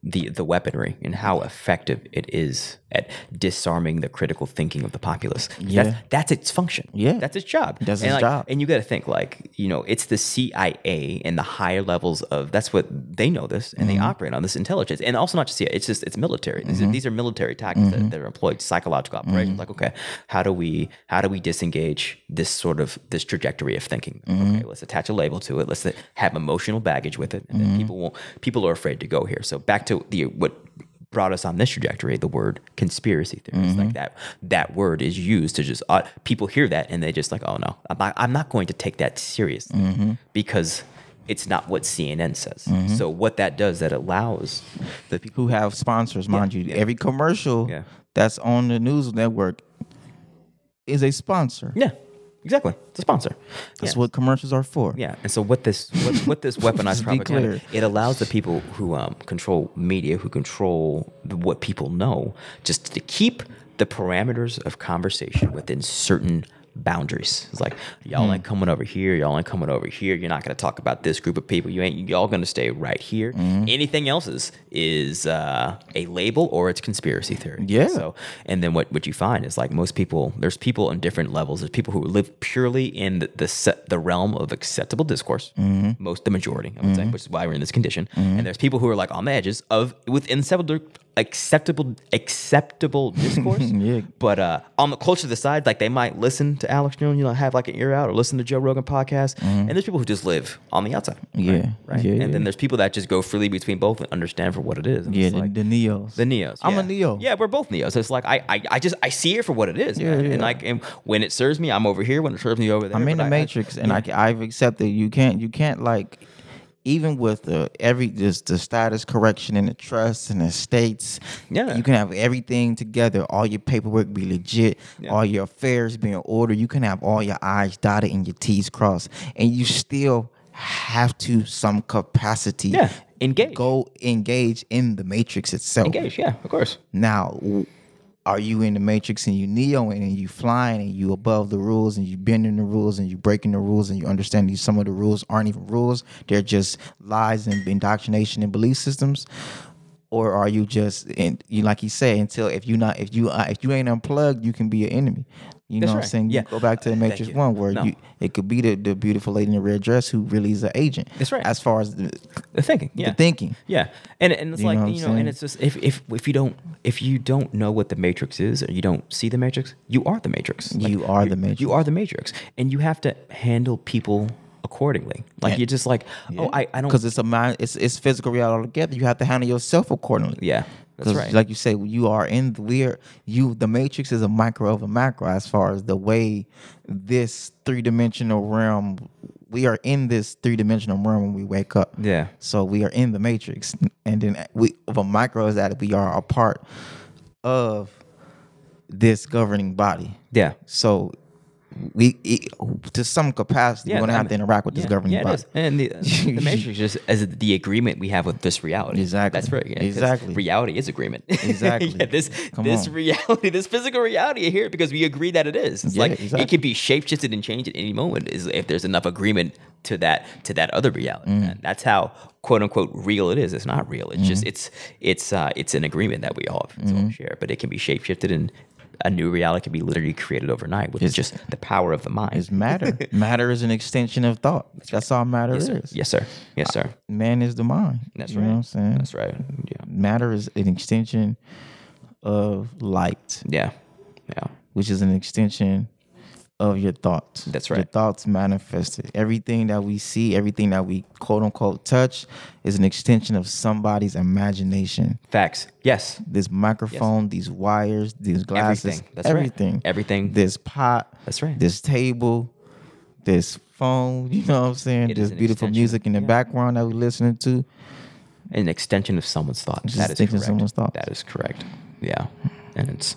[SPEAKER 1] the the weaponry and how effective it is at disarming the critical thinking of the populace.
[SPEAKER 2] Yeah.
[SPEAKER 1] That's, that's its function.
[SPEAKER 2] Yeah.
[SPEAKER 1] that's its job.
[SPEAKER 2] That's
[SPEAKER 1] and
[SPEAKER 2] its
[SPEAKER 1] like,
[SPEAKER 2] job.
[SPEAKER 1] and you got to think like you know it's the CIA and the higher levels of that's what they know this and they operate on this intelligence and also not just CIA it's just it's military these, are, these are military tactics that, that are employed psychological operations like okay how do we how do we disengage this sort of this trajectory of thinking okay let's attach a label to it let's have emotional baggage with it and then people won't people are afraid to go here so back to the what brought us on this trajectory the word conspiracy theories like that that word is used to just uh, people hear that and they just like oh no i'm not, I'm not going to take that seriously because it's not what cnn says so what that does that allows the people
[SPEAKER 2] Who have sponsors, mind you. Every commercial
[SPEAKER 1] Yeah.
[SPEAKER 2] that's on the news network is a sponsor.
[SPEAKER 1] yeah Exactly. It's a sponsor.
[SPEAKER 2] That's
[SPEAKER 1] Yeah.
[SPEAKER 2] what commercials are for.
[SPEAKER 1] Yeah, and so what this what, what this weaponized
[SPEAKER 2] Just be
[SPEAKER 1] propaganda
[SPEAKER 2] clear.
[SPEAKER 1] it allows the people who um, control media, who control the, what people know, just to keep the parameters of conversation within certain boundaries. It's like y'all ain't
[SPEAKER 2] Hmm.
[SPEAKER 1] coming over here, y'all ain't coming over here. You're not going to talk about this group of people. You ain't y'all going to stay right here.
[SPEAKER 2] Mm-hmm.
[SPEAKER 1] Anything else is is uh, a label or it's conspiracy theory.
[SPEAKER 2] Yeah.
[SPEAKER 1] So and then what, what you find is like most people, there's people on different levels. There's people who live purely in the the, set, the realm of acceptable discourse,
[SPEAKER 2] Mm-hmm.
[SPEAKER 1] most the majority, I would say, which is why we're in this condition. And there's people who are like on the edges of within acceptable acceptable acceptable discourse.
[SPEAKER 2] Yeah.
[SPEAKER 1] But uh, on the closer to the side, like they might listen to Alex Jones, you know, have like an ear out, or listen to Joe Rogan podcast. And there's people who just live on the outside. right?
[SPEAKER 2] Mm-hmm. Yeah.
[SPEAKER 1] Right.
[SPEAKER 2] Yeah,
[SPEAKER 1] and
[SPEAKER 2] yeah.
[SPEAKER 1] then there's people that just go freely between both and understand for what it is. And
[SPEAKER 2] Yeah,
[SPEAKER 1] it's
[SPEAKER 2] the,
[SPEAKER 1] like-
[SPEAKER 2] the Neos.
[SPEAKER 1] the Neos.
[SPEAKER 2] I'm a
[SPEAKER 1] yeah.
[SPEAKER 2] Neo.
[SPEAKER 1] Yeah, we're both Neos. It's like I, I, I just I see it for what it is.
[SPEAKER 2] Yeah,
[SPEAKER 1] man.
[SPEAKER 2] yeah.
[SPEAKER 1] And like and when it serves me, I'm over here. When it serves me over there.
[SPEAKER 2] I'm in
[SPEAKER 1] but
[SPEAKER 2] the
[SPEAKER 1] I- I-
[SPEAKER 2] matrix, and I, I've accepted you can't you can't like even with the every just the status correction and the trust and the states.
[SPEAKER 1] Yeah.
[SPEAKER 2] you can have everything together. All your paperwork be legit.
[SPEAKER 1] Yeah.
[SPEAKER 2] All your affairs be in order. You can have all your I's dotted and your T's crossed, and you still have to some capacity.
[SPEAKER 1] Yeah, engage.
[SPEAKER 2] Go engage in the matrix itself.
[SPEAKER 1] engage. Yeah, of course.
[SPEAKER 2] Now, w- are you in the matrix and you neoing and you flying and you above the rules and you bending the rules and you breaking the rules and you understand these some of the rules aren't even rules they're just lies and indoctrination and belief systems or are you just and you like you say until if you not if you uh, if you ain't unplugged you can be an enemy you
[SPEAKER 1] That's
[SPEAKER 2] know what
[SPEAKER 1] right.
[SPEAKER 2] I'm saying
[SPEAKER 1] Yeah.
[SPEAKER 2] you go back to the
[SPEAKER 1] Uh, thank
[SPEAKER 2] matrix
[SPEAKER 1] you.
[SPEAKER 2] one where
[SPEAKER 1] No.
[SPEAKER 2] you it could be the, the beautiful lady in the red dress who really is an agent
[SPEAKER 1] That's right.
[SPEAKER 2] as far as the,
[SPEAKER 1] The thinking. Yeah.
[SPEAKER 2] the thinking
[SPEAKER 1] Yeah, and and it's
[SPEAKER 2] You
[SPEAKER 1] like
[SPEAKER 2] know what I'm
[SPEAKER 1] you know, and
[SPEAKER 2] saying?
[SPEAKER 1] it's just if if if you don't if you don't know what the matrix is or you don't see the matrix, you are the matrix. Like,
[SPEAKER 2] You are the
[SPEAKER 1] you-
[SPEAKER 2] matrix.
[SPEAKER 1] You are the matrix, and you have to handle people accordingly. Like
[SPEAKER 2] Yeah.
[SPEAKER 1] you're just like, oh, I I don't
[SPEAKER 2] because it's a mind it's it's physical reality altogether you have to handle yourself accordingly
[SPEAKER 1] Yeah, that's
[SPEAKER 2] 'Cause
[SPEAKER 1] right.
[SPEAKER 2] like you say you are in the we're you the matrix is a micro of a macro as far as the way this three-dimensional realm we are in this three-dimensional realm when we wake up
[SPEAKER 1] Yeah.
[SPEAKER 2] so we are in the matrix and then we of a micro is that we are a part of this governing body
[SPEAKER 1] yeah.
[SPEAKER 2] so we it, to some capacity we're gonna
[SPEAKER 1] I
[SPEAKER 2] have to
[SPEAKER 1] mean-
[SPEAKER 2] interact with this
[SPEAKER 1] yeah,
[SPEAKER 2] governing
[SPEAKER 1] yeah, it
[SPEAKER 2] body
[SPEAKER 1] is. And the, the matrix is as the agreement we have with this reality.
[SPEAKER 2] Exactly.
[SPEAKER 1] That's right. yeah, 'cause
[SPEAKER 2] Exactly.
[SPEAKER 1] Reality is agreement.
[SPEAKER 2] Exactly.
[SPEAKER 1] yeah, this
[SPEAKER 2] Come
[SPEAKER 1] this
[SPEAKER 2] on.
[SPEAKER 1] reality, this physical reality here, because we agree that it is. It's
[SPEAKER 2] Yeah,
[SPEAKER 1] like
[SPEAKER 2] exactly.
[SPEAKER 1] it can be shapeshifted and changed at any moment is if there's enough agreement to that to that other reality.
[SPEAKER 2] Mm.
[SPEAKER 1] And that's how quote unquote real it is. It's not real. It's
[SPEAKER 2] Mm-hmm.
[SPEAKER 1] just it's it's uh it's an agreement that we all have to share, but it can be shapeshifted and a new reality can be literally created overnight, which is
[SPEAKER 2] It's-
[SPEAKER 1] just the power of the mind.
[SPEAKER 2] It's matter. matter is an extension of thought. That's, all matter
[SPEAKER 1] yes, sir.
[SPEAKER 2] is.
[SPEAKER 1] Yes, sir. Yes, sir.
[SPEAKER 2] Man is the mind.
[SPEAKER 1] That's
[SPEAKER 2] you
[SPEAKER 1] right.
[SPEAKER 2] know what I'm saying?
[SPEAKER 1] That's right. Yeah.
[SPEAKER 2] Matter is an extension of light,
[SPEAKER 1] Yeah. Yeah.
[SPEAKER 2] which is an extension of your thoughts.
[SPEAKER 1] That's
[SPEAKER 2] Your
[SPEAKER 1] right.
[SPEAKER 2] thoughts manifested. Everything that we see, everything that we quote unquote touch is an extension of somebody's imagination.
[SPEAKER 1] Facts. Yes.
[SPEAKER 2] This microphone, these wires, these glasses,
[SPEAKER 1] Everything. That's right.
[SPEAKER 2] everything.
[SPEAKER 1] Everything.
[SPEAKER 2] This pot.
[SPEAKER 1] That's right.
[SPEAKER 2] This table, this phone, you know what I'm saying?
[SPEAKER 1] It is
[SPEAKER 2] this
[SPEAKER 1] an
[SPEAKER 2] beautiful
[SPEAKER 1] extension.
[SPEAKER 2] music in the
[SPEAKER 1] Yeah.
[SPEAKER 2] background that we're listening to.
[SPEAKER 1] An extension of someone's thought.
[SPEAKER 2] Just
[SPEAKER 1] that is
[SPEAKER 2] thinking
[SPEAKER 1] correct.
[SPEAKER 2] someone's thoughts.
[SPEAKER 1] That is correct. Yeah. And it's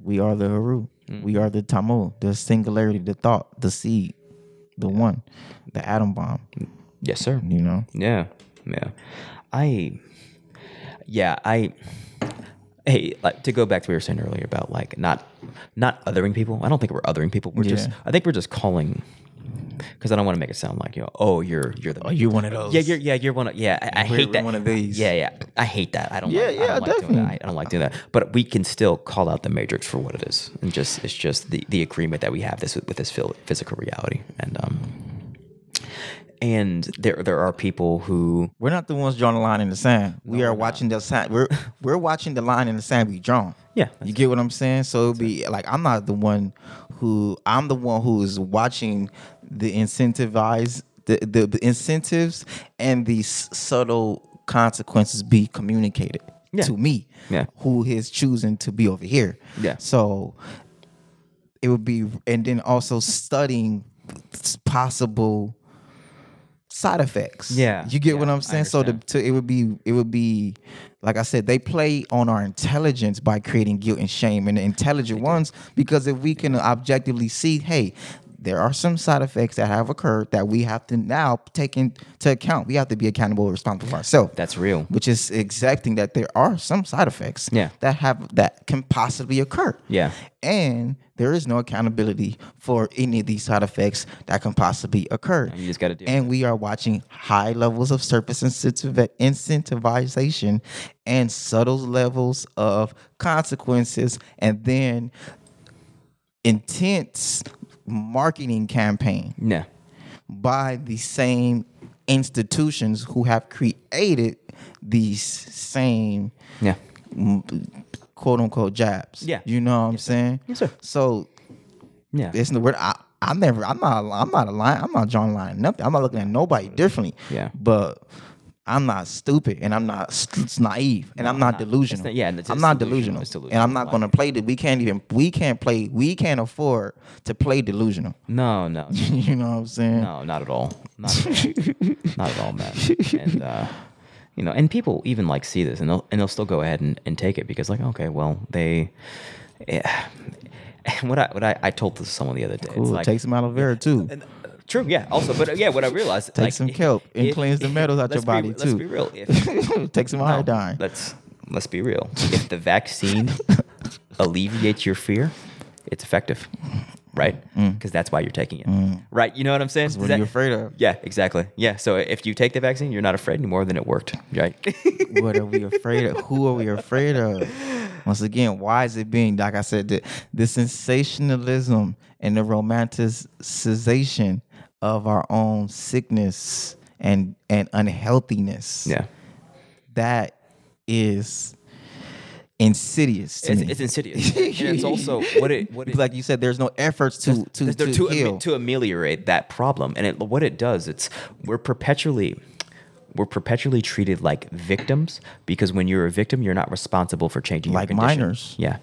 [SPEAKER 2] We are the Haru.
[SPEAKER 1] Mm.
[SPEAKER 2] We are the Tamu, the singularity, the thought, the seed, the one, the atom bomb,
[SPEAKER 1] yes, sir.
[SPEAKER 2] you know?
[SPEAKER 1] Yeah. Yeah. I yeah, I hey, like to go back to what we were saying earlier about like not not othering people. I don't think we're othering people. We're just
[SPEAKER 2] Yeah.
[SPEAKER 1] I think we're just calling because I don't want to make it sound like you know, oh you're you're the
[SPEAKER 2] Oh, you're one of those.
[SPEAKER 1] Yeah, you're, yeah, you're one of yeah. I, I
[SPEAKER 2] We're-
[SPEAKER 1] hate
[SPEAKER 2] we're
[SPEAKER 1] that.
[SPEAKER 2] one of these.
[SPEAKER 1] Yeah, yeah. I hate that. I don't.
[SPEAKER 2] Yeah,
[SPEAKER 1] like, I
[SPEAKER 2] yeah,
[SPEAKER 1] don't like Doing
[SPEAKER 2] definitely.
[SPEAKER 1] that. I don't like doing that. But we can still call out the matrix for what it is, and just it's just the, the agreement that we have this with this phil- physical reality, and um, and there there are people who
[SPEAKER 2] We're not the ones drawing the line in the sand. we are watching the sand. We're we're watching the line in the sand be drawn.
[SPEAKER 1] Yeah,
[SPEAKER 2] you get what I'm saying. So it'd be like I'm not the one who I'm the one who is watching the incentivize the the, the incentives and the s- subtle consequences be communicated
[SPEAKER 1] Yeah.
[SPEAKER 2] to me.
[SPEAKER 1] Yeah.
[SPEAKER 2] who is choosing to be over here.
[SPEAKER 1] Yeah.
[SPEAKER 2] so it would be and then also studying possible side effects
[SPEAKER 1] Yeah,
[SPEAKER 2] you get what
[SPEAKER 1] yeah,
[SPEAKER 2] i'm
[SPEAKER 1] I
[SPEAKER 2] saying so the,
[SPEAKER 1] understand.
[SPEAKER 2] to, it would be it would be like i said they play on our intelligence by creating guilt and shame and the intelligent ones because if we can objectively see hey there are some side effects that have occurred that we have to now take into account. We have to be accountable and responsible for ourselves.
[SPEAKER 1] That's real.
[SPEAKER 2] Which is exacting that there are some side effects
[SPEAKER 1] Yeah.
[SPEAKER 2] that have that can possibly occur.
[SPEAKER 1] Yeah.
[SPEAKER 2] And there is no accountability for any of these side effects that can possibly occur.
[SPEAKER 1] And you just gotta deal
[SPEAKER 2] And we are watching high levels of surface incentiv- incentivization and subtle levels of consequences and then intense marketing campaign
[SPEAKER 1] No.
[SPEAKER 2] by the same institutions who have created these same
[SPEAKER 1] Yeah.
[SPEAKER 2] quote unquote jabs.
[SPEAKER 1] Yeah.
[SPEAKER 2] You know what I'm saying?
[SPEAKER 1] Yes, sir.
[SPEAKER 2] So
[SPEAKER 1] Yeah.
[SPEAKER 2] it's the word I I never I'm not I'm not a line I'm not drawing a line nothing. I'm not looking at nobody differently.
[SPEAKER 1] Yeah.
[SPEAKER 2] But I'm not stupid and I'm not s- naive and I'm not, delusional.
[SPEAKER 1] It's not- yeah, and it's-
[SPEAKER 2] I'm
[SPEAKER 1] it's
[SPEAKER 2] not
[SPEAKER 1] delusional.
[SPEAKER 2] delusional.
[SPEAKER 1] It's
[SPEAKER 2] And I'm
[SPEAKER 1] delusional.
[SPEAKER 2] not
[SPEAKER 1] Like-
[SPEAKER 2] going to play that. We can't even we can't play we can't afford to play delusional.
[SPEAKER 1] no, no.
[SPEAKER 2] you know what I'm saying?
[SPEAKER 1] No, not at all. Not at all, not at all man. And uh, you know, and people even like see this, and they'll and they'll still go ahead and, and take it because, like, okay, well, they. Yeah. What I what I, I told this to someone the other day.
[SPEAKER 2] Cool.
[SPEAKER 1] It's like,
[SPEAKER 2] Take some aloe vera too.
[SPEAKER 1] and, uh, true, yeah. Also, but uh, yeah, what I realized
[SPEAKER 2] Take some kelp and cleanse the metals out your
[SPEAKER 1] let's be-
[SPEAKER 2] body,
[SPEAKER 1] Let's
[SPEAKER 2] too.
[SPEAKER 1] be real. If,
[SPEAKER 2] Take some
[SPEAKER 1] no,
[SPEAKER 2] iodine.
[SPEAKER 1] Let's let's be real. If the vaccine alleviates your fear, it's effective, right? Because that's why you're taking it, right? You know what I'm saying?
[SPEAKER 2] Mm. what
[SPEAKER 1] Does
[SPEAKER 2] are you
[SPEAKER 1] that-
[SPEAKER 2] afraid of?
[SPEAKER 1] Yeah, exactly. Yeah. So if you take the vaccine, you're not afraid anymore. Then it worked, right?
[SPEAKER 2] what are we afraid of? Who are we afraid of? Once again, why is it being like I said the, the sensationalism and the romanticization of our own sickness and and unhealthiness?
[SPEAKER 1] yeah.
[SPEAKER 2] that is insidious. To
[SPEAKER 1] It's,
[SPEAKER 2] me.
[SPEAKER 1] it's insidious, and it's also what it what it,
[SPEAKER 2] like you said. There's no efforts to to
[SPEAKER 1] to,
[SPEAKER 2] to,
[SPEAKER 1] to, am-
[SPEAKER 2] heal.
[SPEAKER 1] to ameliorate that problem. And it, what it does, it's we're perpetually we're perpetually treated like victims because when you're a victim, you're not responsible for changing
[SPEAKER 2] Like
[SPEAKER 1] your condition.
[SPEAKER 2] minors.
[SPEAKER 1] Yeah.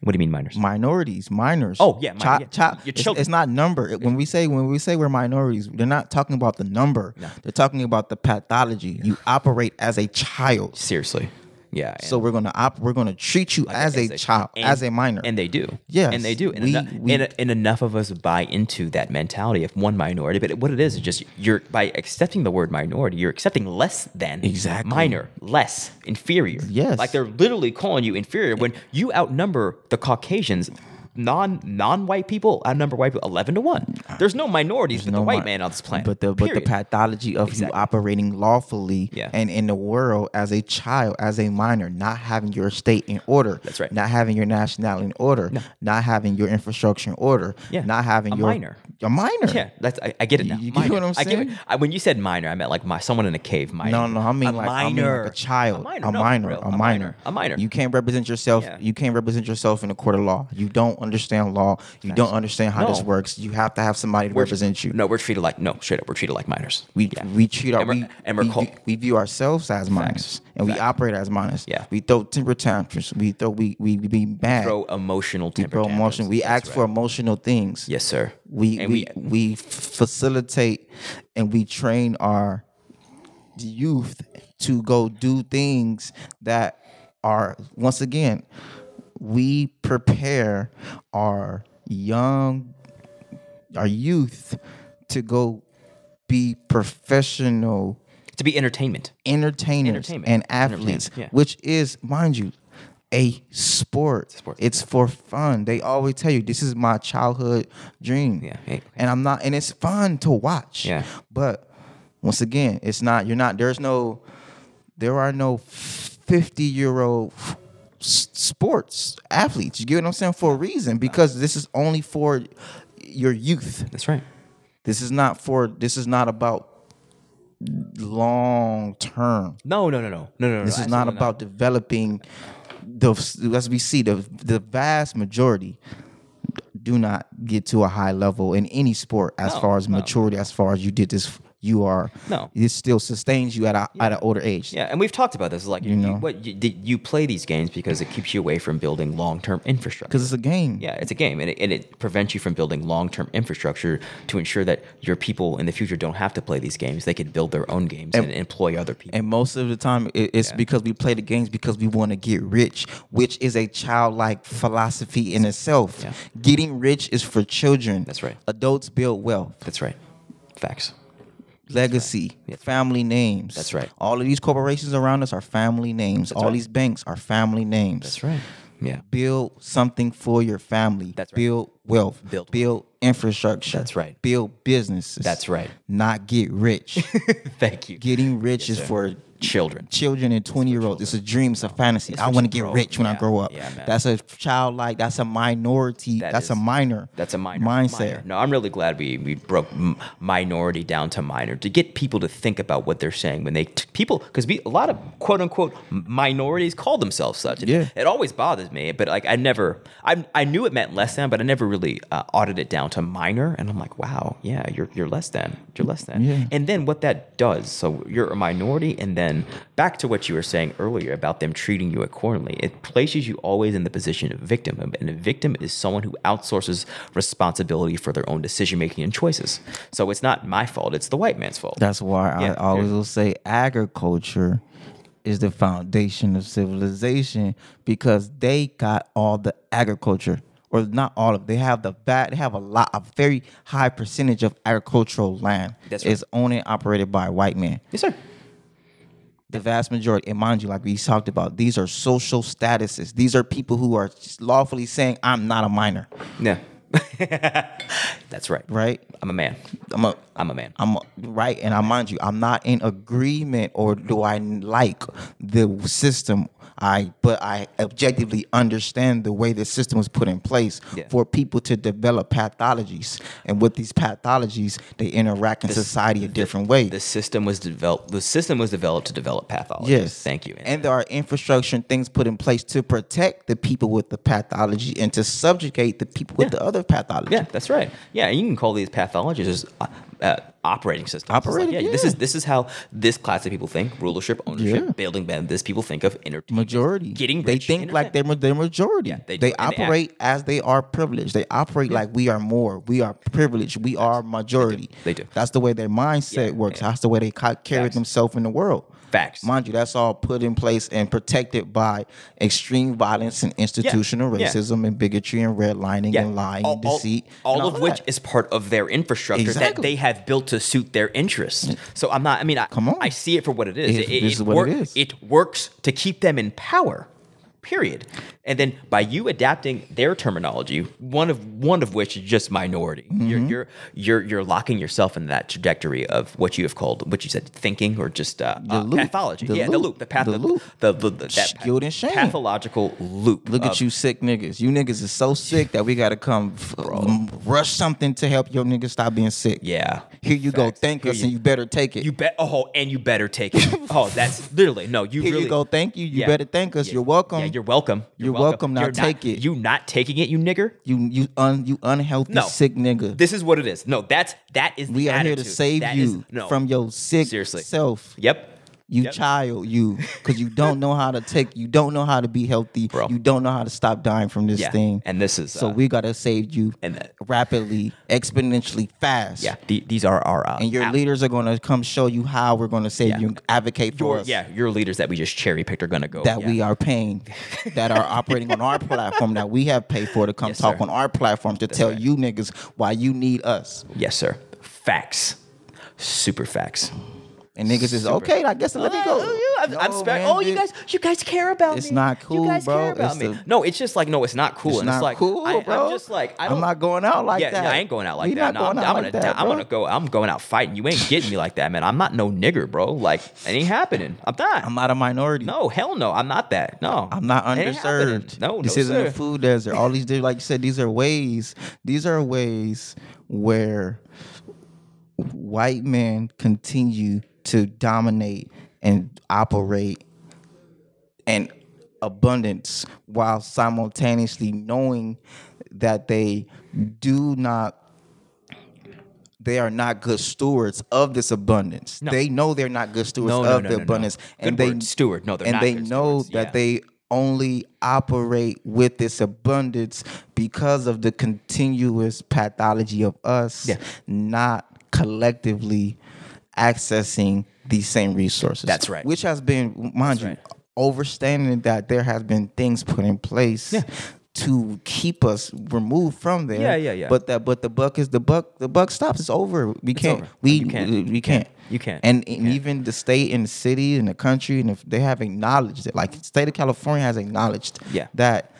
[SPEAKER 1] What do you mean minors?
[SPEAKER 2] minorities, minors.
[SPEAKER 1] Oh, yeah, mi-
[SPEAKER 2] Chi-
[SPEAKER 1] yeah.
[SPEAKER 2] chi-
[SPEAKER 1] Your
[SPEAKER 2] it's,
[SPEAKER 1] children.
[SPEAKER 2] it's not number. It- when we say when we say we're minorities, they're not talking about the number. They're talking about the pathology. You operate as a child,
[SPEAKER 1] Seriously. Yeah. and-
[SPEAKER 2] so we're gonna op- we're gonna treat you as, a, child,
[SPEAKER 1] and-
[SPEAKER 2] as a minor.
[SPEAKER 1] and they do.
[SPEAKER 2] Yes,
[SPEAKER 1] and they do, and,
[SPEAKER 2] we-
[SPEAKER 1] eno-
[SPEAKER 2] we-
[SPEAKER 1] and, and enough of us buy into that mentality of one minority. But what it is is just you're by accepting the word minority, you're accepting less than
[SPEAKER 2] Exactly.
[SPEAKER 1] minor, less inferior.
[SPEAKER 2] Yes.
[SPEAKER 1] like they're literally calling you inferior when you outnumber the Caucasians. Non non white people outnumber white people eleven to one. There's no minorities but
[SPEAKER 2] Uh, No
[SPEAKER 1] the white
[SPEAKER 2] mi-
[SPEAKER 1] man on this planet.
[SPEAKER 2] But the but the
[SPEAKER 1] period.
[SPEAKER 2] pathology of
[SPEAKER 1] Exactly.
[SPEAKER 2] you operating lawfully
[SPEAKER 1] Yeah.
[SPEAKER 2] and in the world as a child, as a minor, not having your state in order.
[SPEAKER 1] That's right.
[SPEAKER 2] Not having your nationality in order. Not having your infrastructure in order.
[SPEAKER 1] Yeah.
[SPEAKER 2] Not having
[SPEAKER 1] A
[SPEAKER 2] your
[SPEAKER 1] minor.
[SPEAKER 2] A minor.
[SPEAKER 1] Yeah, that's I, I get it now.
[SPEAKER 2] You- you get
[SPEAKER 1] minor.
[SPEAKER 2] what I'm
[SPEAKER 1] I get it.
[SPEAKER 2] saying?
[SPEAKER 1] I, when you said minor, I meant like my someone in a cave. Minor.
[SPEAKER 2] No, no, I mean
[SPEAKER 1] a
[SPEAKER 2] like I mean like
[SPEAKER 1] minor,
[SPEAKER 2] a child,
[SPEAKER 1] a minor,
[SPEAKER 2] a
[SPEAKER 1] no, for
[SPEAKER 2] minor,
[SPEAKER 1] real,
[SPEAKER 2] a minor,
[SPEAKER 1] a minor.
[SPEAKER 2] You can't represent yourself.
[SPEAKER 1] Yeah.
[SPEAKER 2] You can't represent yourself in a court of law. You don't understand law. You don't understand how this
[SPEAKER 1] No.
[SPEAKER 2] works. You have to have somebody to represent you.
[SPEAKER 1] No, we're treated like no, straight up, we're treated like minors.
[SPEAKER 2] We
[SPEAKER 1] Yeah.
[SPEAKER 2] we treat our
[SPEAKER 1] And we're-
[SPEAKER 2] we,
[SPEAKER 1] and we're
[SPEAKER 2] we,
[SPEAKER 1] called-
[SPEAKER 2] view- we view ourselves as minors and we operate as minors.
[SPEAKER 1] Yeah.
[SPEAKER 2] we throw temper tantrums. We throw we we, we be mad.
[SPEAKER 1] throw emotional temper
[SPEAKER 2] throw
[SPEAKER 1] tantrums.
[SPEAKER 2] emotion. We
[SPEAKER 1] That's
[SPEAKER 2] ask for
[SPEAKER 1] right.
[SPEAKER 2] emotional things.
[SPEAKER 1] yes, sir.
[SPEAKER 2] we
[SPEAKER 1] And
[SPEAKER 2] we, we f- facilitate and we train our youth to go do things that are once again we prepare our young our youth to go be professional
[SPEAKER 1] to be entertainment.
[SPEAKER 2] entertainers
[SPEAKER 1] Entertainment.
[SPEAKER 2] and
[SPEAKER 1] Entertainment,
[SPEAKER 2] athletes,
[SPEAKER 1] yeah.
[SPEAKER 2] which is, mind you, a sport. It's,
[SPEAKER 1] sport,
[SPEAKER 2] for fun. They always tell you this is my childhood dream.
[SPEAKER 1] Yeah, hey, okay.
[SPEAKER 2] And I'm not and it's fun to watch.
[SPEAKER 1] Yeah.
[SPEAKER 2] But once again, it's not you're not there's no there are no 50 year old sports athletes. You get what I'm saying? For a reason because this is only for your youth.
[SPEAKER 1] That's right.
[SPEAKER 2] This is not for this is not about long term.
[SPEAKER 1] No, no, no, no, no, no. no,
[SPEAKER 2] This is
[SPEAKER 1] absolutely
[SPEAKER 2] not about developing the as we see the the vast majority do not get to a high level in any sport as
[SPEAKER 1] No,
[SPEAKER 2] far as
[SPEAKER 1] no.
[SPEAKER 2] maturity as far as you did this you are.
[SPEAKER 1] No.
[SPEAKER 2] it still sustains you at a, at an older age.
[SPEAKER 1] Yeah, and we've talked about this. Like, you,
[SPEAKER 2] know.
[SPEAKER 1] what you, you play these games because it keeps you away from building long-term infrastructure.
[SPEAKER 2] because it's a game.
[SPEAKER 1] Yeah, it's a game, and it, and it prevents you from building long term infrastructure to ensure that your people in the future don't have to play these games. They could build their own games and, employ other people.
[SPEAKER 2] And most of the time, it, it's because we play the games because we want to get rich, which is a childlike philosophy in itself.
[SPEAKER 1] Yeah.
[SPEAKER 2] Getting rich is for children.
[SPEAKER 1] That's right.
[SPEAKER 2] Adults build wealth.
[SPEAKER 1] That's right. Facts.
[SPEAKER 2] legacy, family names.
[SPEAKER 1] That's right.
[SPEAKER 2] All of these corporations around us are family names. All
[SPEAKER 1] right.
[SPEAKER 2] these banks are family names.
[SPEAKER 1] That's right. Yeah.
[SPEAKER 2] Build something for your family.
[SPEAKER 1] That's right.
[SPEAKER 2] Build wealth.
[SPEAKER 1] Build
[SPEAKER 2] infrastructure.
[SPEAKER 1] That's right.
[SPEAKER 2] Build businesses.
[SPEAKER 1] That's right.
[SPEAKER 2] Not get rich.
[SPEAKER 1] Thank you.
[SPEAKER 2] Getting rich is for
[SPEAKER 1] Children.
[SPEAKER 2] children and 20 year olds. It's a
[SPEAKER 1] Oh,
[SPEAKER 2] dream, it's a fantasy. I want to get rich when I
[SPEAKER 1] Yeah.
[SPEAKER 2] grow up.
[SPEAKER 1] Yeah, man.
[SPEAKER 2] that's a childlike, that's a minority,
[SPEAKER 1] That
[SPEAKER 2] that's a
[SPEAKER 1] is-
[SPEAKER 2] minor.
[SPEAKER 1] That's a minor
[SPEAKER 2] mindset.
[SPEAKER 1] minor. No, I'm really glad we we broke m- minority down to minor to get people to think about what they're saying when they t- people because we a lot of quote unquote minorities call themselves such. It-
[SPEAKER 2] Yeah.
[SPEAKER 1] it always bothers me, but like I never I I knew it meant less than, but I never really uh, audited it down to minor, and I'm like, wow, yeah, you're you're less than, you're less than,
[SPEAKER 2] Yeah.
[SPEAKER 1] and then what that does. So you're a minority, and then back to what you were saying earlier about them treating you accordingly. It places you always in the position of victim, and a victim is someone who outsources responsibility for their own decision making and choices. So it's not my fault; it's the white man's fault.
[SPEAKER 2] That's why
[SPEAKER 1] Yeah,
[SPEAKER 2] I always will say agriculture is the foundation of civilization because they got all the agriculture. Or not all of they have the bad they have a lot a very high percentage of agricultural land
[SPEAKER 1] That's right.
[SPEAKER 2] is owned and operated by white men.
[SPEAKER 1] yes, sir.
[SPEAKER 2] The vast majority, and mind you, like we talked about, these are social statuses. These are people who are lawfully saying, I'm not a minor.
[SPEAKER 1] Yeah, that's right.
[SPEAKER 2] Right?
[SPEAKER 1] I'm a man.
[SPEAKER 2] I'm a
[SPEAKER 1] I'm a man.
[SPEAKER 2] I'm right, and I mind you, I'm not in agreement or do I like the system. I but I objectively understand the way the system was put in place
[SPEAKER 1] Yeah.
[SPEAKER 2] for people to develop pathologies, and with these pathologies, they interact in society a different way.
[SPEAKER 1] the system was developed. The system was developed to develop pathologies.
[SPEAKER 2] yes,
[SPEAKER 1] thank you.
[SPEAKER 2] And there are infrastructure and things put in place to protect the people with the pathology and to subjugate the people with the other pathology.
[SPEAKER 1] Yeah, that's right. Yeah, you can call these pathologies as, uh, uh, operating systems. It's
[SPEAKER 2] Operating,
[SPEAKER 1] This
[SPEAKER 2] yeah.
[SPEAKER 1] is this is how this class of people think: rulership, ownership,
[SPEAKER 2] Yeah.
[SPEAKER 1] building. Band. This people think of inner
[SPEAKER 2] majority
[SPEAKER 1] getting
[SPEAKER 2] they
[SPEAKER 1] rich
[SPEAKER 2] think
[SPEAKER 1] and
[SPEAKER 2] like they're ma- the majority
[SPEAKER 1] they
[SPEAKER 2] they,
[SPEAKER 1] do, and they act-
[SPEAKER 2] operate as they are privileged they operate like we are more we are privileged we are majority
[SPEAKER 1] They do.
[SPEAKER 2] that's the way their mindset
[SPEAKER 1] Yeah,
[SPEAKER 2] works
[SPEAKER 1] yeah.
[SPEAKER 2] that's the way they ca- carry
[SPEAKER 1] Facts.
[SPEAKER 2] themselves in the world
[SPEAKER 1] Facts.
[SPEAKER 2] mind you that's all put in place and protected by extreme violence and institutional
[SPEAKER 1] yeah.
[SPEAKER 2] racism and bigotry and redlining and lying
[SPEAKER 1] all,
[SPEAKER 2] and deceit
[SPEAKER 1] all,
[SPEAKER 2] and
[SPEAKER 1] all of which
[SPEAKER 2] that.
[SPEAKER 1] is part of their infrastructure that
[SPEAKER 2] Exactly. Mm.
[SPEAKER 1] they have built to suit their interests. So I'm not. I mean, I,
[SPEAKER 2] Come on.
[SPEAKER 1] I see it for what it is.
[SPEAKER 2] It- this is what it is.
[SPEAKER 1] It works to keep them in power. Period. And then by you adapting their terminology, one of one of which is just minority, you're,
[SPEAKER 2] Mm-hmm.
[SPEAKER 1] you're you're you're locking yourself in that trajectory of what you have called what you said thinking or just uh, uh,
[SPEAKER 2] loop.
[SPEAKER 1] pathology.
[SPEAKER 2] The
[SPEAKER 1] yeah, the
[SPEAKER 2] loop.
[SPEAKER 1] loop, the path,
[SPEAKER 2] The
[SPEAKER 1] the
[SPEAKER 2] loop.
[SPEAKER 1] the, the, the- that
[SPEAKER 2] Guilt and shame.
[SPEAKER 1] pathological loop.
[SPEAKER 2] Look
[SPEAKER 1] of-
[SPEAKER 2] at you, sick niggas. You niggas is so sick that we gotta come f- rush something to help your niggas stop being sick.
[SPEAKER 1] Yeah,
[SPEAKER 2] Here you go, thank us, and you better take it.
[SPEAKER 1] You bet. Oh, and you better take it. Oh, that's literally no. You
[SPEAKER 2] Here
[SPEAKER 1] really
[SPEAKER 2] you go, thank you. You
[SPEAKER 1] Yeah.
[SPEAKER 2] better thank us.
[SPEAKER 1] Yeah.
[SPEAKER 2] You're welcome.
[SPEAKER 1] Yeah, you're welcome.
[SPEAKER 2] You're welcome. Now
[SPEAKER 1] You're not-
[SPEAKER 2] take it.
[SPEAKER 1] You not taking it, you nigger.
[SPEAKER 2] you you un you unhealthy
[SPEAKER 1] No.
[SPEAKER 2] sick nigga.
[SPEAKER 1] This is what it is. No, that's that is.
[SPEAKER 2] we
[SPEAKER 1] the
[SPEAKER 2] are here
[SPEAKER 1] attitude.
[SPEAKER 2] to save
[SPEAKER 1] That
[SPEAKER 2] you
[SPEAKER 1] is- no.
[SPEAKER 2] from your sick
[SPEAKER 1] Seriously.
[SPEAKER 2] self.
[SPEAKER 1] Yep.
[SPEAKER 2] You
[SPEAKER 1] Yep.
[SPEAKER 2] child, you, because you don't know how to take, you don't know how to be healthy,
[SPEAKER 1] Bro.
[SPEAKER 2] you don't know how to stop dying from this
[SPEAKER 1] Yeah.
[SPEAKER 2] thing.
[SPEAKER 1] And this is
[SPEAKER 2] so
[SPEAKER 1] uh,
[SPEAKER 2] we gotta save you
[SPEAKER 1] and that-
[SPEAKER 2] rapidly, exponentially, fast.
[SPEAKER 1] Yeah, the- these are our uh,
[SPEAKER 2] and your
[SPEAKER 1] app-
[SPEAKER 2] leaders are going to come show you how we're going to save
[SPEAKER 1] Yeah.
[SPEAKER 2] you and advocate for
[SPEAKER 1] Your,
[SPEAKER 2] us
[SPEAKER 1] yeah, your leaders that we just cherry picked are gonna go
[SPEAKER 2] that
[SPEAKER 1] yeah.
[SPEAKER 2] we are paying that are operating on our platform that we have paid for to come
[SPEAKER 1] Yes,
[SPEAKER 2] talk
[SPEAKER 1] sir.
[SPEAKER 2] on our platform to tell you niggas why you need us
[SPEAKER 1] Yes, sir. Facts. Super facts.
[SPEAKER 2] and niggas is okay i guess let me go
[SPEAKER 1] Oh, yeah, I'm, I'm
[SPEAKER 2] No,
[SPEAKER 1] spe-
[SPEAKER 2] man,
[SPEAKER 1] oh, you
[SPEAKER 2] it-
[SPEAKER 1] guys, you guys care about me.
[SPEAKER 2] It's not cool,
[SPEAKER 1] you guys
[SPEAKER 2] bro.
[SPEAKER 1] Care about
[SPEAKER 2] It's
[SPEAKER 1] me.
[SPEAKER 2] the-
[SPEAKER 1] no, it's just like no, it's not cool.
[SPEAKER 2] it's
[SPEAKER 1] and
[SPEAKER 2] not
[SPEAKER 1] it's like
[SPEAKER 2] cool
[SPEAKER 1] I,
[SPEAKER 2] bro
[SPEAKER 1] I'm just like I
[SPEAKER 2] I'm
[SPEAKER 1] don't,
[SPEAKER 2] not going out like
[SPEAKER 1] yeah,
[SPEAKER 2] that
[SPEAKER 1] yeah, I ain't going out like
[SPEAKER 2] We
[SPEAKER 1] that.
[SPEAKER 2] not
[SPEAKER 1] No, I'm,
[SPEAKER 2] going out
[SPEAKER 1] I'm
[SPEAKER 2] like
[SPEAKER 1] gonna,
[SPEAKER 2] that,
[SPEAKER 1] die- I'm
[SPEAKER 2] bro.
[SPEAKER 1] gonna go. I'm going out fighting. You ain't getting me like that, man. I'm not no nigger, bro. Like it ain't happening. I'm not.
[SPEAKER 2] i'm not a minority
[SPEAKER 1] no, hell no. I'm not that. No,
[SPEAKER 2] I'm not
[SPEAKER 1] It ain't happening.
[SPEAKER 2] underserved.
[SPEAKER 1] No,
[SPEAKER 2] this
[SPEAKER 1] no,
[SPEAKER 2] isn't
[SPEAKER 1] sir.
[SPEAKER 2] a food desert. All these, like you said, these are ways. These are ways where white men continue to dominate and operate and abundance while simultaneously knowing that they do not they are not good stewards of this abundance.
[SPEAKER 1] No.
[SPEAKER 2] They know they're not good stewards
[SPEAKER 1] No, no,
[SPEAKER 2] of
[SPEAKER 1] no,
[SPEAKER 2] the
[SPEAKER 1] no, no.
[SPEAKER 2] abundance,
[SPEAKER 1] Good
[SPEAKER 2] and they
[SPEAKER 1] word, steward. No, they're
[SPEAKER 2] and
[SPEAKER 1] not
[SPEAKER 2] they
[SPEAKER 1] good
[SPEAKER 2] know
[SPEAKER 1] stewards.
[SPEAKER 2] that
[SPEAKER 1] Yeah.
[SPEAKER 2] they only operate with this abundance because of the continuous pathology of us
[SPEAKER 1] Yeah.
[SPEAKER 2] not collectively accessing these same resources.
[SPEAKER 1] That's right.
[SPEAKER 2] Which has been, mind you,
[SPEAKER 1] right.
[SPEAKER 2] overstanding that there has been things put in place. To keep us removed from there,
[SPEAKER 1] Yeah, yeah, yeah.
[SPEAKER 2] But that, but the buck is the buck. The buck stops. It's over. We can't.
[SPEAKER 1] over.
[SPEAKER 2] We
[SPEAKER 1] You can't.
[SPEAKER 2] we- We can't.
[SPEAKER 1] You can't.
[SPEAKER 2] And, and even the state and the city and the country and if they have acknowledged it, like the state of California has acknowledged
[SPEAKER 1] Yeah.
[SPEAKER 2] that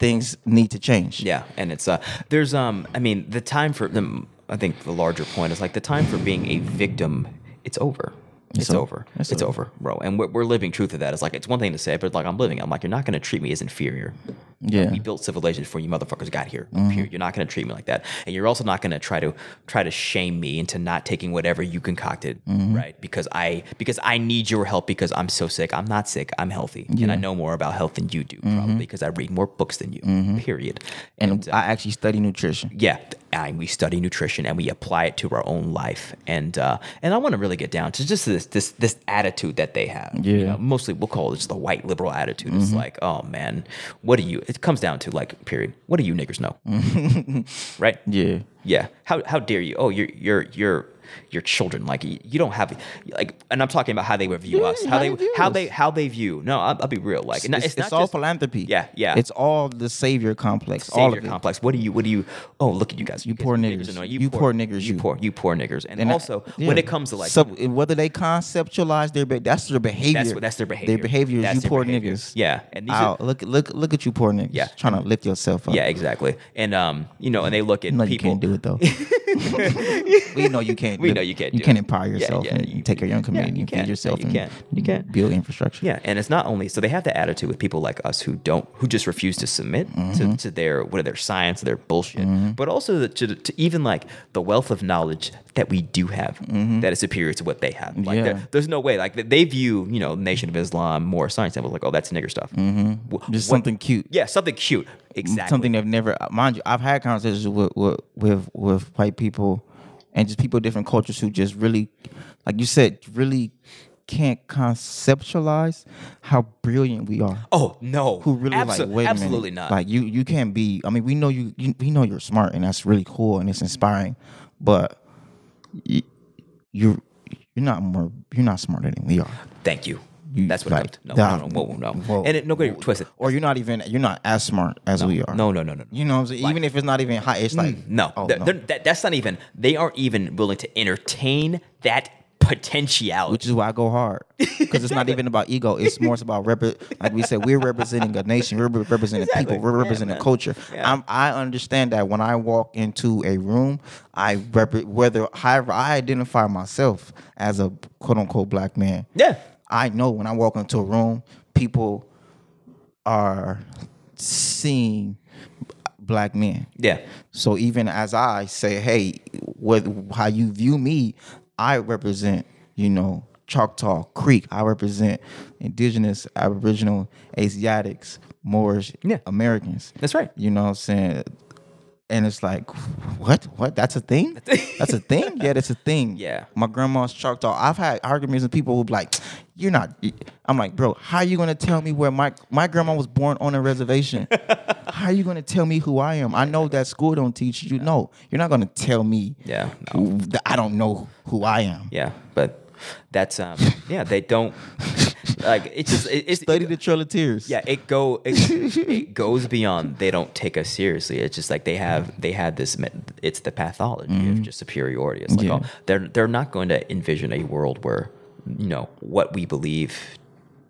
[SPEAKER 2] things need to change.
[SPEAKER 1] Yeah, and it's uh, there's um, I mean, the time for the, I think the larger point is like the time for being a victim. It's over. It's,
[SPEAKER 2] o-
[SPEAKER 1] over.
[SPEAKER 2] it's
[SPEAKER 1] It's, over. bro. And we're, we're living truth of that. It's like it's one thing to say, but like I'm living. I'm like you're not gonna treat me as inferior.
[SPEAKER 2] Yeah.
[SPEAKER 1] We built civilization before you motherfuckers got here. Period. You're not gonna treat me like that, and you're also not gonna try to try to shame me into not taking whatever you concocted, right? Because I because I need your help because I'm so sick. I'm not sick. I'm healthy, and I know more about health than you do, probably because I read more books than you. Period.
[SPEAKER 2] And, I actually study nutrition.
[SPEAKER 1] yeah, and we study nutrition and we apply it to our own life. And uh, and I want to really get down to just this this this attitude that they have.
[SPEAKER 2] Yeah. Mm-hmm.
[SPEAKER 1] mostly we'll call it just the white liberal attitude. It's like, oh man, what do you? It comes down to like, period. What do you niggers know? right?
[SPEAKER 2] Yeah.
[SPEAKER 1] Yeah. How how dare you? Oh, you're you're you're your children like you you don't have like and i'm talking about how they would view
[SPEAKER 2] Yeah,
[SPEAKER 1] us
[SPEAKER 2] how
[SPEAKER 1] how
[SPEAKER 2] they
[SPEAKER 1] they
[SPEAKER 2] view
[SPEAKER 1] how
[SPEAKER 2] us.
[SPEAKER 1] they how they view no i'll, I'll be real like and
[SPEAKER 2] It's,
[SPEAKER 1] not
[SPEAKER 2] it's all
[SPEAKER 1] just-
[SPEAKER 2] philanthropy.
[SPEAKER 1] Yeah, yeah.
[SPEAKER 2] It's all the savior complex. all
[SPEAKER 1] savior
[SPEAKER 2] of it.
[SPEAKER 1] complex. What do you? What do you? Oh, look at you guys. You, guys
[SPEAKER 2] poor
[SPEAKER 1] are
[SPEAKER 2] niggers.
[SPEAKER 1] annoying.
[SPEAKER 2] You poor niggers,
[SPEAKER 1] You
[SPEAKER 2] you.
[SPEAKER 1] poor. You poor niggers. And,
[SPEAKER 2] And I-
[SPEAKER 1] also, when
[SPEAKER 2] yeah.
[SPEAKER 1] it comes to like,
[SPEAKER 2] Sub- whether they conceptualize their, be- that's their behavior.
[SPEAKER 1] that's what that's their behavior.
[SPEAKER 2] Their behavior is
[SPEAKER 1] That's
[SPEAKER 2] you
[SPEAKER 1] their
[SPEAKER 2] poor
[SPEAKER 1] behavior.
[SPEAKER 2] niggas.
[SPEAKER 1] Yeah, and these
[SPEAKER 2] Ow,
[SPEAKER 1] are,
[SPEAKER 2] look, look, look at you, poor niggas.
[SPEAKER 1] Yeah.
[SPEAKER 2] trying to lift yourself up.
[SPEAKER 1] yeah, exactly. And um, you know, and they look at
[SPEAKER 2] No, you
[SPEAKER 1] people.
[SPEAKER 2] can't do it though. we know you can't.
[SPEAKER 1] We
[SPEAKER 2] do-
[SPEAKER 1] know you can't
[SPEAKER 2] You
[SPEAKER 1] do
[SPEAKER 2] can't
[SPEAKER 1] it.
[SPEAKER 2] empower
[SPEAKER 1] Yeah,
[SPEAKER 2] yourself
[SPEAKER 1] yeah,
[SPEAKER 2] and
[SPEAKER 1] you-
[SPEAKER 2] take care of your own community.
[SPEAKER 1] yeah, you
[SPEAKER 2] and
[SPEAKER 1] can't.
[SPEAKER 2] feed yourself.
[SPEAKER 1] You
[SPEAKER 2] and
[SPEAKER 1] can't. You can't.
[SPEAKER 2] build infrastructure.
[SPEAKER 1] Yeah, and it's not only so they have that attitude with people like us who don't, who just refuse to submit
[SPEAKER 2] Mm-hmm.
[SPEAKER 1] to, to their what are their science, their bullshit, but also the, to, to even like the wealth of knowledge that we do have that is superior to what they have. Like
[SPEAKER 2] Mm-hmm. Yeah.
[SPEAKER 1] there- there's no way like they- they view you know Nation of Islam more science samples like oh that's nigger stuff. Mm-hmm.
[SPEAKER 2] Just something cute.
[SPEAKER 1] Yeah, something cute. Exactly.
[SPEAKER 2] Something they've never. Mind you, I've had conversations with with with, with white people and just people of different cultures who just really, like you said, really can't conceptualize how brilliant we are.
[SPEAKER 1] Oh no!
[SPEAKER 2] who really
[SPEAKER 1] Abso-
[SPEAKER 2] like wait a
[SPEAKER 1] absolutely
[SPEAKER 2] minute.
[SPEAKER 1] not.
[SPEAKER 2] Like you, you can't be. I mean, we know you, you. We know you're smart, and that's really cool, and it's inspiring. But y- you're you're not more. You're not smarter than we are,
[SPEAKER 1] Thank you.
[SPEAKER 2] You-
[SPEAKER 1] That's what.
[SPEAKER 2] like,
[SPEAKER 1] Like, no,
[SPEAKER 2] nah.
[SPEAKER 1] no, no, no, whoa, no.
[SPEAKER 2] Whoa.
[SPEAKER 1] And it, no, wait, twist it.
[SPEAKER 2] or you're not even. You're not as smart as we are.
[SPEAKER 1] No, no, no, no, no.
[SPEAKER 2] You know what I'm saying? even if it's not even high, it's like
[SPEAKER 1] No,
[SPEAKER 2] Oh,
[SPEAKER 1] They're-
[SPEAKER 2] no.
[SPEAKER 1] they're- that, that's not even. They aren't even willing to entertain that potentiality.
[SPEAKER 2] Which is why I go hard because it's not even about ego. It's more it's about rep- like we said, we're representing a nation, we're re- representing
[SPEAKER 1] Exactly.
[SPEAKER 2] people, we're
[SPEAKER 1] Yeah,
[SPEAKER 2] representing
[SPEAKER 1] man.
[SPEAKER 2] a culture.
[SPEAKER 1] Yeah.
[SPEAKER 2] I'm, I understand that when I walk into a room, I rep- whether however I identify myself as a quote unquote black man.
[SPEAKER 1] Yeah.
[SPEAKER 2] I know when I walk into a room, people are seeing black men.
[SPEAKER 1] yeah,
[SPEAKER 2] So even as I say, hey, what how you view me, I represent, you know, Choctaw Creek. I represent indigenous, aboriginal, Asiatics, Moorish,
[SPEAKER 1] Yeah.
[SPEAKER 2] Americans.
[SPEAKER 1] That's right.
[SPEAKER 2] You know what I'm saying? And it's like, what? What? That's a thing? That's a thing? Yeah, that's a thing.
[SPEAKER 1] Yeah.
[SPEAKER 2] My grandma's Choctaw. I've had arguments with people who be like, you're not. I'm like, bro, how you gonna tell me where my my grandma was born on a reservation? how you gonna tell me who I am? I know that school don't teach you. No, you're not gonna tell me.
[SPEAKER 1] Yeah, no.
[SPEAKER 2] who- that I don't know who I am.
[SPEAKER 1] yeah. But that's um. Yeah, they don't. Like it's just it, it's
[SPEAKER 2] Study the Trail of Tears.
[SPEAKER 1] Yeah, it go it, it goes beyond. They don't take us seriously. It's just like they have they had this. me- It's the pathology of just superiority. It's like
[SPEAKER 2] Mm-hmm. Yeah.
[SPEAKER 1] oh, they're they're not going to envision a world where you know what we believe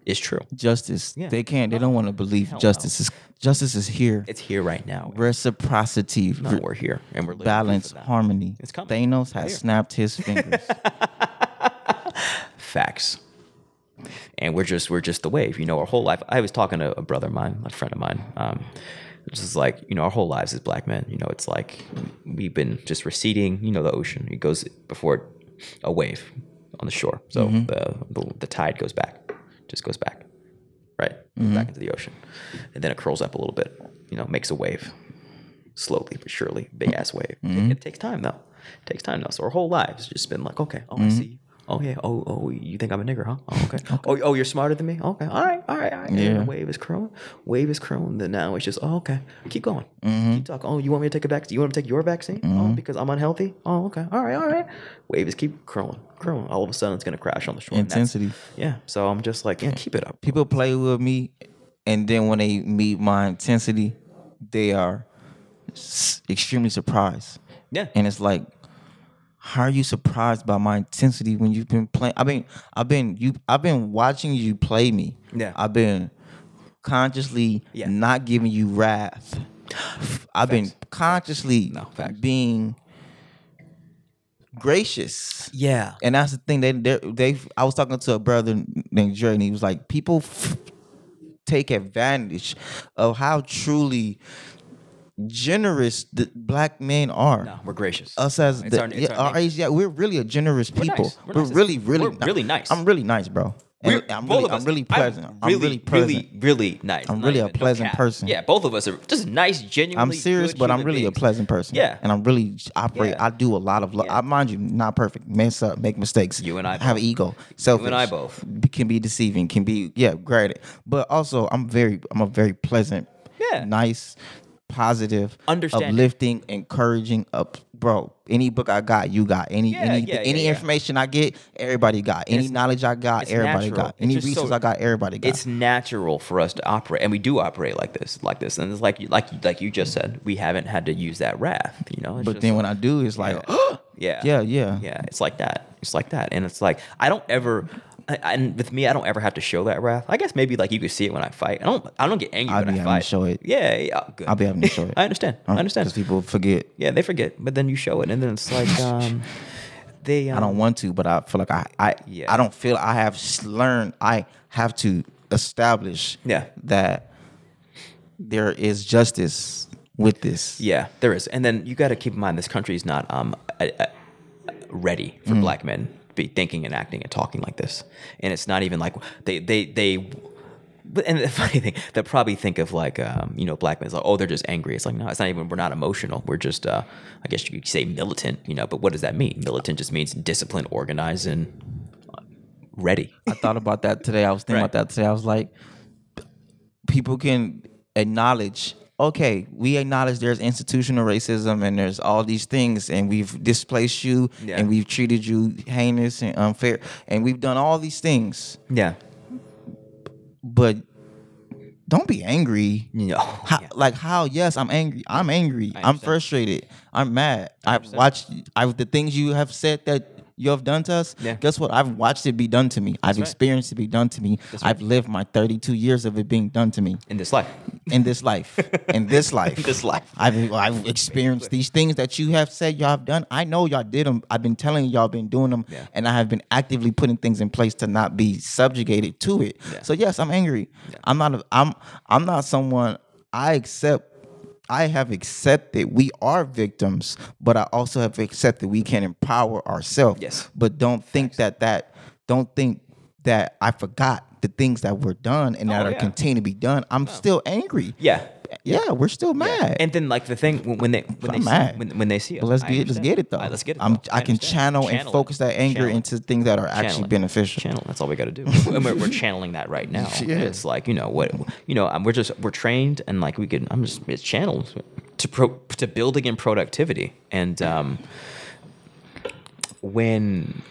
[SPEAKER 1] is true.
[SPEAKER 2] Justice.
[SPEAKER 1] Yeah.
[SPEAKER 2] They can't. They don't want to believe
[SPEAKER 1] Hell no.
[SPEAKER 2] justice is justice is here.
[SPEAKER 1] It's here right now.
[SPEAKER 2] Reciprocity.
[SPEAKER 1] No, we're here and we're living proof
[SPEAKER 2] balance,
[SPEAKER 1] of that.
[SPEAKER 2] harmony.
[SPEAKER 1] It's coming.
[SPEAKER 2] Thanos has
[SPEAKER 1] Here.
[SPEAKER 2] snapped his fingers.
[SPEAKER 1] facts. And we're just we're just the wave, you know. Our whole life. I was talking to a brother of mine, a friend of mine. Um, this is like you know, our whole lives as black men. You know, it's like we've been just receding. You know, the ocean it goes before it, a wave on the shore. So the, the the tide goes back, just goes back, right, Goes back into the ocean, and then it curls up a little bit. You know, makes a wave. slowly but surely, big ass wave. It, it takes time though. It takes time though. So our whole lives just been like, okay, oh I see you. Oh yeah. Oh oh, you think I'm a nigger, huh? Oh, okay. Oh oh, you're smarter than me. Okay. All right. All right. All right. Yeah.
[SPEAKER 2] Yeah.
[SPEAKER 1] wave is crowing. Wave is crowing. Then now it's just, oh okay. Keep going. Keep talking. Oh, you want me to take a vaccine? You want me to take your vaccine? Oh, because I'm unhealthy. Oh okay. All right. All right. Wave is keep crowing, crowing. All of a sudden, it's gonna crash on the shore. And that's-
[SPEAKER 2] Intensity.
[SPEAKER 1] Yeah. So I'm just like, yeah, keep it up.
[SPEAKER 2] People play with me, and then when they meet my intensity, they are s- extremely surprised.
[SPEAKER 1] Yeah.
[SPEAKER 2] And it's like, how are you surprised by my intensity when you've been playing? I mean, I've been you. I've been watching you play me.
[SPEAKER 1] Yeah.
[SPEAKER 2] I've been consciously
[SPEAKER 1] Yeah.
[SPEAKER 2] not giving you wrath. I've been consciously
[SPEAKER 1] No, facts.
[SPEAKER 2] being gracious.
[SPEAKER 1] yeah.
[SPEAKER 2] And that's the thing. They they they. I was talking to a brother named Jerry, and he was like, people f- take advantage of how truly generous the black men are.
[SPEAKER 1] No, we're gracious.
[SPEAKER 2] Us as
[SPEAKER 1] It's
[SPEAKER 2] the,
[SPEAKER 1] our- it's
[SPEAKER 2] yeah,
[SPEAKER 1] our
[SPEAKER 2] our age, yeah, we're really a generous people.
[SPEAKER 1] nice. We're
[SPEAKER 2] We're,
[SPEAKER 1] nice as-
[SPEAKER 2] really, really,
[SPEAKER 1] we're really nice.
[SPEAKER 2] I'm really nice, bro. And
[SPEAKER 1] We're-
[SPEAKER 2] I'm
[SPEAKER 1] both
[SPEAKER 2] really,
[SPEAKER 1] of us-
[SPEAKER 2] I'm really pleasant. I'm really, pleasant.
[SPEAKER 1] Really, really nice.
[SPEAKER 2] I'm
[SPEAKER 1] Not
[SPEAKER 2] really a
[SPEAKER 1] even- no
[SPEAKER 2] pleasant
[SPEAKER 1] cap.
[SPEAKER 2] person.
[SPEAKER 1] Yeah, both of us are just nice, genuinely.
[SPEAKER 2] I'm serious,
[SPEAKER 1] good
[SPEAKER 2] but I'm
[SPEAKER 1] human
[SPEAKER 2] really a
[SPEAKER 1] beings.
[SPEAKER 2] pleasant person.
[SPEAKER 1] Yeah.
[SPEAKER 2] and I'm really operate.
[SPEAKER 1] Yeah.
[SPEAKER 2] I do a lot of. Lo-
[SPEAKER 1] Yeah.
[SPEAKER 2] I mind you, not perfect. Mess up, make mistakes.
[SPEAKER 1] You and I
[SPEAKER 2] have
[SPEAKER 1] both.
[SPEAKER 2] ego. Selfish.
[SPEAKER 1] I both.
[SPEAKER 2] b- can be deceiving. Can be yeah, granted. But also, I'm very. I'm a very pleasant.
[SPEAKER 1] Yeah.
[SPEAKER 2] Nice. Positive,
[SPEAKER 1] Understanding.
[SPEAKER 2] uplifting, encouraging. Up, bro. Any book I got, you got. Any
[SPEAKER 1] Yeah,
[SPEAKER 2] any
[SPEAKER 1] yeah, yeah,
[SPEAKER 2] any
[SPEAKER 1] yeah.
[SPEAKER 2] information I get, everybody got. Any
[SPEAKER 1] It's-
[SPEAKER 2] knowledge I got,
[SPEAKER 1] it's
[SPEAKER 2] everybody
[SPEAKER 1] natural.
[SPEAKER 2] got.
[SPEAKER 1] It's
[SPEAKER 2] Any
[SPEAKER 1] just so-
[SPEAKER 2] resource I got, everybody got.
[SPEAKER 1] It's natural for us to operate, and we do operate like this, like this, and it's like, like, like you just said, we haven't had to use that wrath, you know. It's
[SPEAKER 2] but
[SPEAKER 1] just
[SPEAKER 2] then when I do, it's like,
[SPEAKER 1] yeah,
[SPEAKER 2] yeah, yeah.
[SPEAKER 1] yeah it's like that it's like that and it's like i don't ever I- I- and with me i don't ever have to show that wrath i guess maybe like you could see it when i fight i don't i don't get angry
[SPEAKER 2] I'll
[SPEAKER 1] when
[SPEAKER 2] be
[SPEAKER 1] i
[SPEAKER 2] having to
[SPEAKER 1] fight
[SPEAKER 2] show it.
[SPEAKER 1] yeah, yeah oh, good.
[SPEAKER 2] I'll be having to show it.
[SPEAKER 1] i understand i understand
[SPEAKER 2] Because um, people forget.
[SPEAKER 1] yeah they forget but then you show it and then it's like um they um,
[SPEAKER 2] I don't want to, but I feel like I I,
[SPEAKER 1] Yeah.
[SPEAKER 2] I don't feel I have s- learned I have to establish
[SPEAKER 1] Yeah.
[SPEAKER 2] that there is justice with this.
[SPEAKER 1] Yeah, there is. And then you got to keep in mind this country is not um, a, a, ready for black men to be thinking and acting and talking like this. And it's not even like they they they. But and the funny thing, they'll probably think of like um, you know black men as like oh they're just angry. It's like no, it's not even we're not emotional. We're just uh, I guess you could say militant, you know. But what does that mean? Militant just means disciplined, organized, and uh, ready.
[SPEAKER 2] I thought about that today. I was thinking
[SPEAKER 1] Right.
[SPEAKER 2] about that today. I was like, people can acknowledge. Okay, we acknowledge there's institutional racism and there's all these things, and we've displaced you,
[SPEAKER 1] Yeah.
[SPEAKER 2] and we've treated you heinous and unfair, and we've done all these things.
[SPEAKER 1] Yeah.
[SPEAKER 2] But don't be angry.
[SPEAKER 1] You know.
[SPEAKER 2] How, Like how? Yes, I'm angry. I'm angry. I'm frustrated. I'm mad. I've watched I, the things you have said that you have done to us.
[SPEAKER 1] Yeah.
[SPEAKER 2] Guess what? I've watched it be done to me. I've experienced it be done to me. I've lived my 32 years of it being done to me
[SPEAKER 1] In this life.
[SPEAKER 2] in this life. in this life.
[SPEAKER 1] this life.
[SPEAKER 2] I've I've experienced these things that you have said y'all have done. I know y'all did them. I've been telling y'all been doing them,
[SPEAKER 1] Yeah.
[SPEAKER 2] and I have been actively putting things in place to not be subjugated to it.
[SPEAKER 1] Yeah.
[SPEAKER 2] So yes, I'm angry. I'm not. A, I'm I'm not someone. I accept. I have accepted we are victims, but I also have accepted we can empower ourselves.
[SPEAKER 1] Yes.
[SPEAKER 2] But don't think that that don't think that I forgot the things that were done and that
[SPEAKER 1] Oh,
[SPEAKER 2] are
[SPEAKER 1] yeah.
[SPEAKER 2] continue to be done. I'm still angry.
[SPEAKER 1] Yeah.
[SPEAKER 2] Yeah, we're still mad.
[SPEAKER 1] And then like the thing when, when they when
[SPEAKER 2] I'm
[SPEAKER 1] they see,
[SPEAKER 2] mad.
[SPEAKER 1] When, when they see us,
[SPEAKER 2] but let's
[SPEAKER 1] I
[SPEAKER 2] get let's
[SPEAKER 1] understand.
[SPEAKER 2] get it though.
[SPEAKER 1] All right, let's get it.
[SPEAKER 2] I'm,
[SPEAKER 1] though.
[SPEAKER 2] I, can
[SPEAKER 1] understand.
[SPEAKER 2] channel, and
[SPEAKER 1] Channel
[SPEAKER 2] focus
[SPEAKER 1] it.
[SPEAKER 2] that anger
[SPEAKER 1] Channel it.
[SPEAKER 2] into things that are actually
[SPEAKER 1] it.
[SPEAKER 2] beneficial.
[SPEAKER 1] Channel. That's all we got to do. and we're, we're channeling that right now.
[SPEAKER 2] Yeah.
[SPEAKER 1] And It's like you know what you know. um, we're just we're trained and like we can. I'm just it's channeled to pro, to building in productivity and um when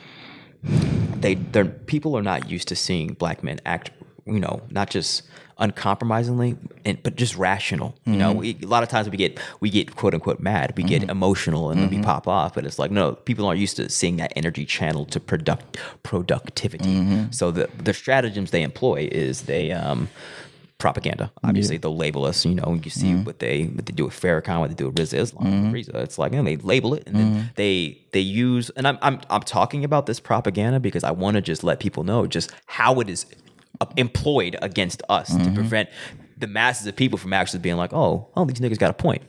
[SPEAKER 1] they they're people are not used to seeing black men act you know not just uncompromisingly and but just rational you know we, a lot of times we get we get quote unquote mad we get emotional and then we pop off but it's like no people aren't used to seeing that energy channeled to product productivity so the the stratagems they employ is they um propaganda obviously they'll label us you know you see
[SPEAKER 2] Mm-hmm.
[SPEAKER 1] what they what they do with Farrakhan what they do with Riza Islam Riza it's like and they label it and
[SPEAKER 2] Mm-hmm.
[SPEAKER 1] then they they use and I'm, I'm I'm talking about this propaganda because I uh,
[SPEAKER 2] Mm-hmm.
[SPEAKER 1] want to just let people know just how it is employed against us to prevent the masses of people from actually being like, oh, oh, these niggas got a point.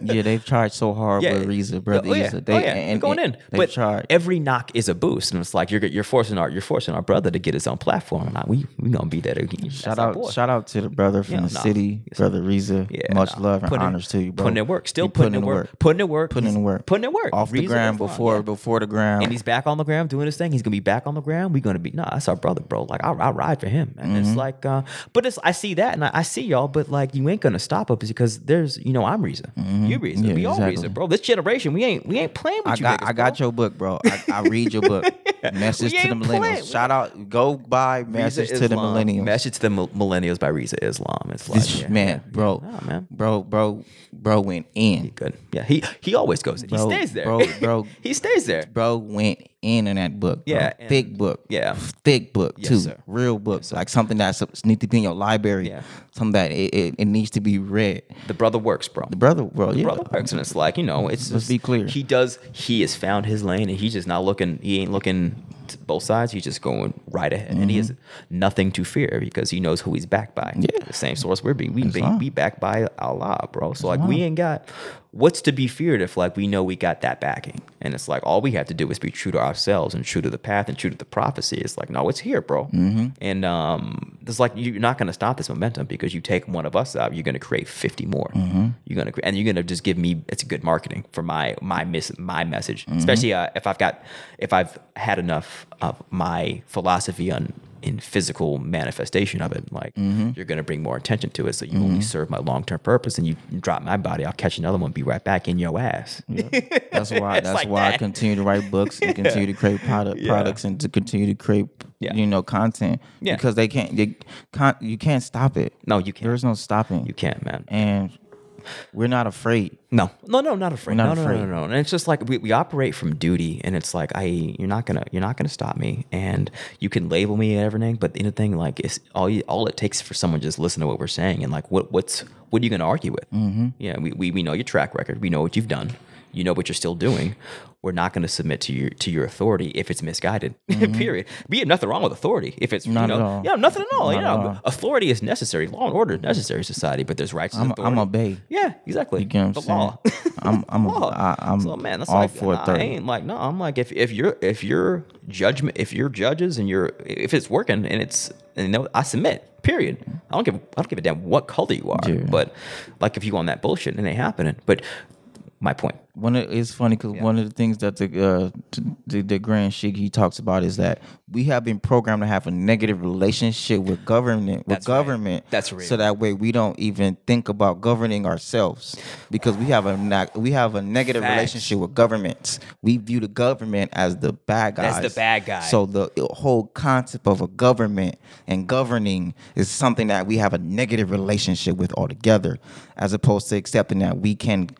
[SPEAKER 2] yeah, they've tried so hard
[SPEAKER 1] Yeah.
[SPEAKER 2] with Reza, brother.
[SPEAKER 1] Oh, yeah.
[SPEAKER 2] Reza.
[SPEAKER 1] oh, yeah.
[SPEAKER 2] and-
[SPEAKER 1] going
[SPEAKER 2] and
[SPEAKER 1] in.
[SPEAKER 2] They've
[SPEAKER 1] but
[SPEAKER 2] tried.
[SPEAKER 1] every knock is a boost. And it's like, you're, you're forcing our, you're forcing our brother to get his own platform. And I, we, we going to be there to
[SPEAKER 2] Shout out, shout out to the brother from
[SPEAKER 1] Yeah,
[SPEAKER 2] the
[SPEAKER 1] nah.
[SPEAKER 2] city, brother Reza. Much
[SPEAKER 1] nah.
[SPEAKER 2] love and
[SPEAKER 1] Putting in-
[SPEAKER 2] honors to you, bro.
[SPEAKER 1] Putting in work. Still
[SPEAKER 2] You
[SPEAKER 1] putting, in work. Putting in work.
[SPEAKER 2] Putting
[SPEAKER 1] He's
[SPEAKER 2] in work.
[SPEAKER 1] Putting in work.
[SPEAKER 2] Off the
[SPEAKER 1] Reason
[SPEAKER 2] ground
[SPEAKER 1] was fine.
[SPEAKER 2] before
[SPEAKER 1] Yeah.
[SPEAKER 2] before the ground.
[SPEAKER 1] And he's back on the ground doing his thing. He's gonna be back on the ground. We're gonna be nah. That's our brother, bro. Like I, I ride for him. And
[SPEAKER 2] Mm-hmm.
[SPEAKER 1] it's like, uh, but it's I see that and I, I see y'all. But like you ain't gonna stop us because there's you know I'm Reza, you Reza,
[SPEAKER 2] Mm-hmm. Yeah,
[SPEAKER 1] we all
[SPEAKER 2] exactly.
[SPEAKER 1] Reza, bro. This generation we ain't we ain't playing with
[SPEAKER 2] I
[SPEAKER 1] you.
[SPEAKER 2] got
[SPEAKER 1] niggas,
[SPEAKER 2] I got
[SPEAKER 1] bro.
[SPEAKER 2] your book, bro. I, I read your book. Message
[SPEAKER 1] We
[SPEAKER 2] to the
[SPEAKER 1] ain't
[SPEAKER 2] millennials.
[SPEAKER 1] playing.
[SPEAKER 2] Shout out. Go buy
[SPEAKER 1] Reza
[SPEAKER 2] message to the
[SPEAKER 1] Islam.
[SPEAKER 2] millennials.
[SPEAKER 1] Message to the mil- millennials by Reza Islam. It's like
[SPEAKER 2] This
[SPEAKER 1] yeah,
[SPEAKER 2] man,
[SPEAKER 1] yeah,
[SPEAKER 2] bro,
[SPEAKER 1] yeah. Nah, man.
[SPEAKER 2] bro, bro, bro went in.
[SPEAKER 1] Good. Yeah. He he always goes.
[SPEAKER 2] Bro,
[SPEAKER 1] he stays there.
[SPEAKER 2] bro, bro.
[SPEAKER 1] he stays there.
[SPEAKER 2] Bro went in in that book. bro.
[SPEAKER 1] Yeah, and-
[SPEAKER 2] thick book.
[SPEAKER 1] Yeah.
[SPEAKER 2] thick book too.
[SPEAKER 1] sir.
[SPEAKER 2] Real book, like something that's needs to be in your library.
[SPEAKER 1] Yeah.
[SPEAKER 2] something that it, it, it needs to be read.
[SPEAKER 1] The brother works, bro.
[SPEAKER 2] The brother, bro, yeah,
[SPEAKER 1] brother works, and it's like you know, it's
[SPEAKER 2] Let's
[SPEAKER 1] just-
[SPEAKER 2] be clear.
[SPEAKER 1] He does. He has found his lane, and he's just not looking. He ain't looking to both sides. He's just going right ahead, and he has nothing to fear because he knows who he's backed by.
[SPEAKER 2] Mm-hmm. Yeah.
[SPEAKER 1] the same source we're being. We be,
[SPEAKER 2] Islam.
[SPEAKER 1] we backed by Allah, bro. So like we ain't got what's to be feared if like we know we got that backing, and it's like all we have to do is be true to ourselves and true to the path and true to the prophecy. It's like no, it's here, bro. And um, it's like you're not gonna stop this momentum because you take one of us out, you're gonna create 50 more. You're gonna cre- and you're gonna just give me it's good marketing for my my miss my message, especially uh, if I've got if I've had enough of my philosophy on in physical manifestation of it. Like you're gonna bring more attention to it, so you only serve my long term purpose, and you drop my body, I'll catch another one, be right back in your ass.
[SPEAKER 2] That's why. that's
[SPEAKER 1] like
[SPEAKER 2] why I
[SPEAKER 1] that.
[SPEAKER 2] continue to write books and continue to create product products and to continue to create
[SPEAKER 1] Yeah.
[SPEAKER 2] you know content
[SPEAKER 1] Yeah.
[SPEAKER 2] because they can't. They can't. You can't stop it.
[SPEAKER 1] No, you can't.
[SPEAKER 2] There's no stopping.
[SPEAKER 1] you can't, man.
[SPEAKER 2] And we're not afraid.
[SPEAKER 1] No, no, no, not afraid.
[SPEAKER 2] We're
[SPEAKER 1] No,
[SPEAKER 2] not
[SPEAKER 1] no,
[SPEAKER 2] afraid.
[SPEAKER 1] no, no, no. And it's just like we, we operate from duty, and it's like I, you're not gonna, you're not gonna stop me, and you can label me and everything, but the thing, like, it's all, you, all it takes for someone to just listen to what we're saying, and like, what, what's, what are you gonna argue with? Mm-hmm. Yeah, we, we, we know your track record, we know what you've done, you know what you're still doing. We're not gonna submit to your to your authority if it's misguided. Period. Be it nothing wrong with authority if it's
[SPEAKER 2] Mm-hmm. Not
[SPEAKER 1] you
[SPEAKER 2] at
[SPEAKER 1] know,
[SPEAKER 2] all.
[SPEAKER 1] yeah, nothing at all.
[SPEAKER 2] Not
[SPEAKER 1] you
[SPEAKER 2] at
[SPEAKER 1] know,
[SPEAKER 2] all.
[SPEAKER 1] authority is necessary. Law and order is necessary in society, but there's rights. and
[SPEAKER 2] I'm.
[SPEAKER 1] authority.
[SPEAKER 2] I'm obey.
[SPEAKER 1] Yeah, exactly.
[SPEAKER 2] You get what
[SPEAKER 1] the
[SPEAKER 2] I'm saying?
[SPEAKER 1] law.
[SPEAKER 2] I'm. I'm. A,
[SPEAKER 1] law.
[SPEAKER 2] I, I'm
[SPEAKER 1] so man, that's
[SPEAKER 2] all
[SPEAKER 1] like,
[SPEAKER 2] for
[SPEAKER 1] nah, I
[SPEAKER 2] thirty.
[SPEAKER 1] ain't like no. I'm like if if you're if your judgment if your judges and your if it's working and it's and you know I submit. Period. I don't give I don't give a damn what color you are.
[SPEAKER 2] Yeah.
[SPEAKER 1] But like if you on that bullshit, it ain't happening. But my point.
[SPEAKER 2] One of, it's funny because one of the things that the, uh, t- the the Grand Sheik he talks about is that we have been programmed to have a negative relationship with government, with
[SPEAKER 1] That's right.
[SPEAKER 2] government.
[SPEAKER 1] That's real.
[SPEAKER 2] So that way we don't even think about governing ourselves because we have a neg- we have a negative
[SPEAKER 1] Facts.
[SPEAKER 2] relationship with governments. We view the government as the bad guys.
[SPEAKER 1] That's the bad guy.
[SPEAKER 2] So the whole concept of a government and governing is something that we have a negative relationship with altogether, as opposed to accepting that we can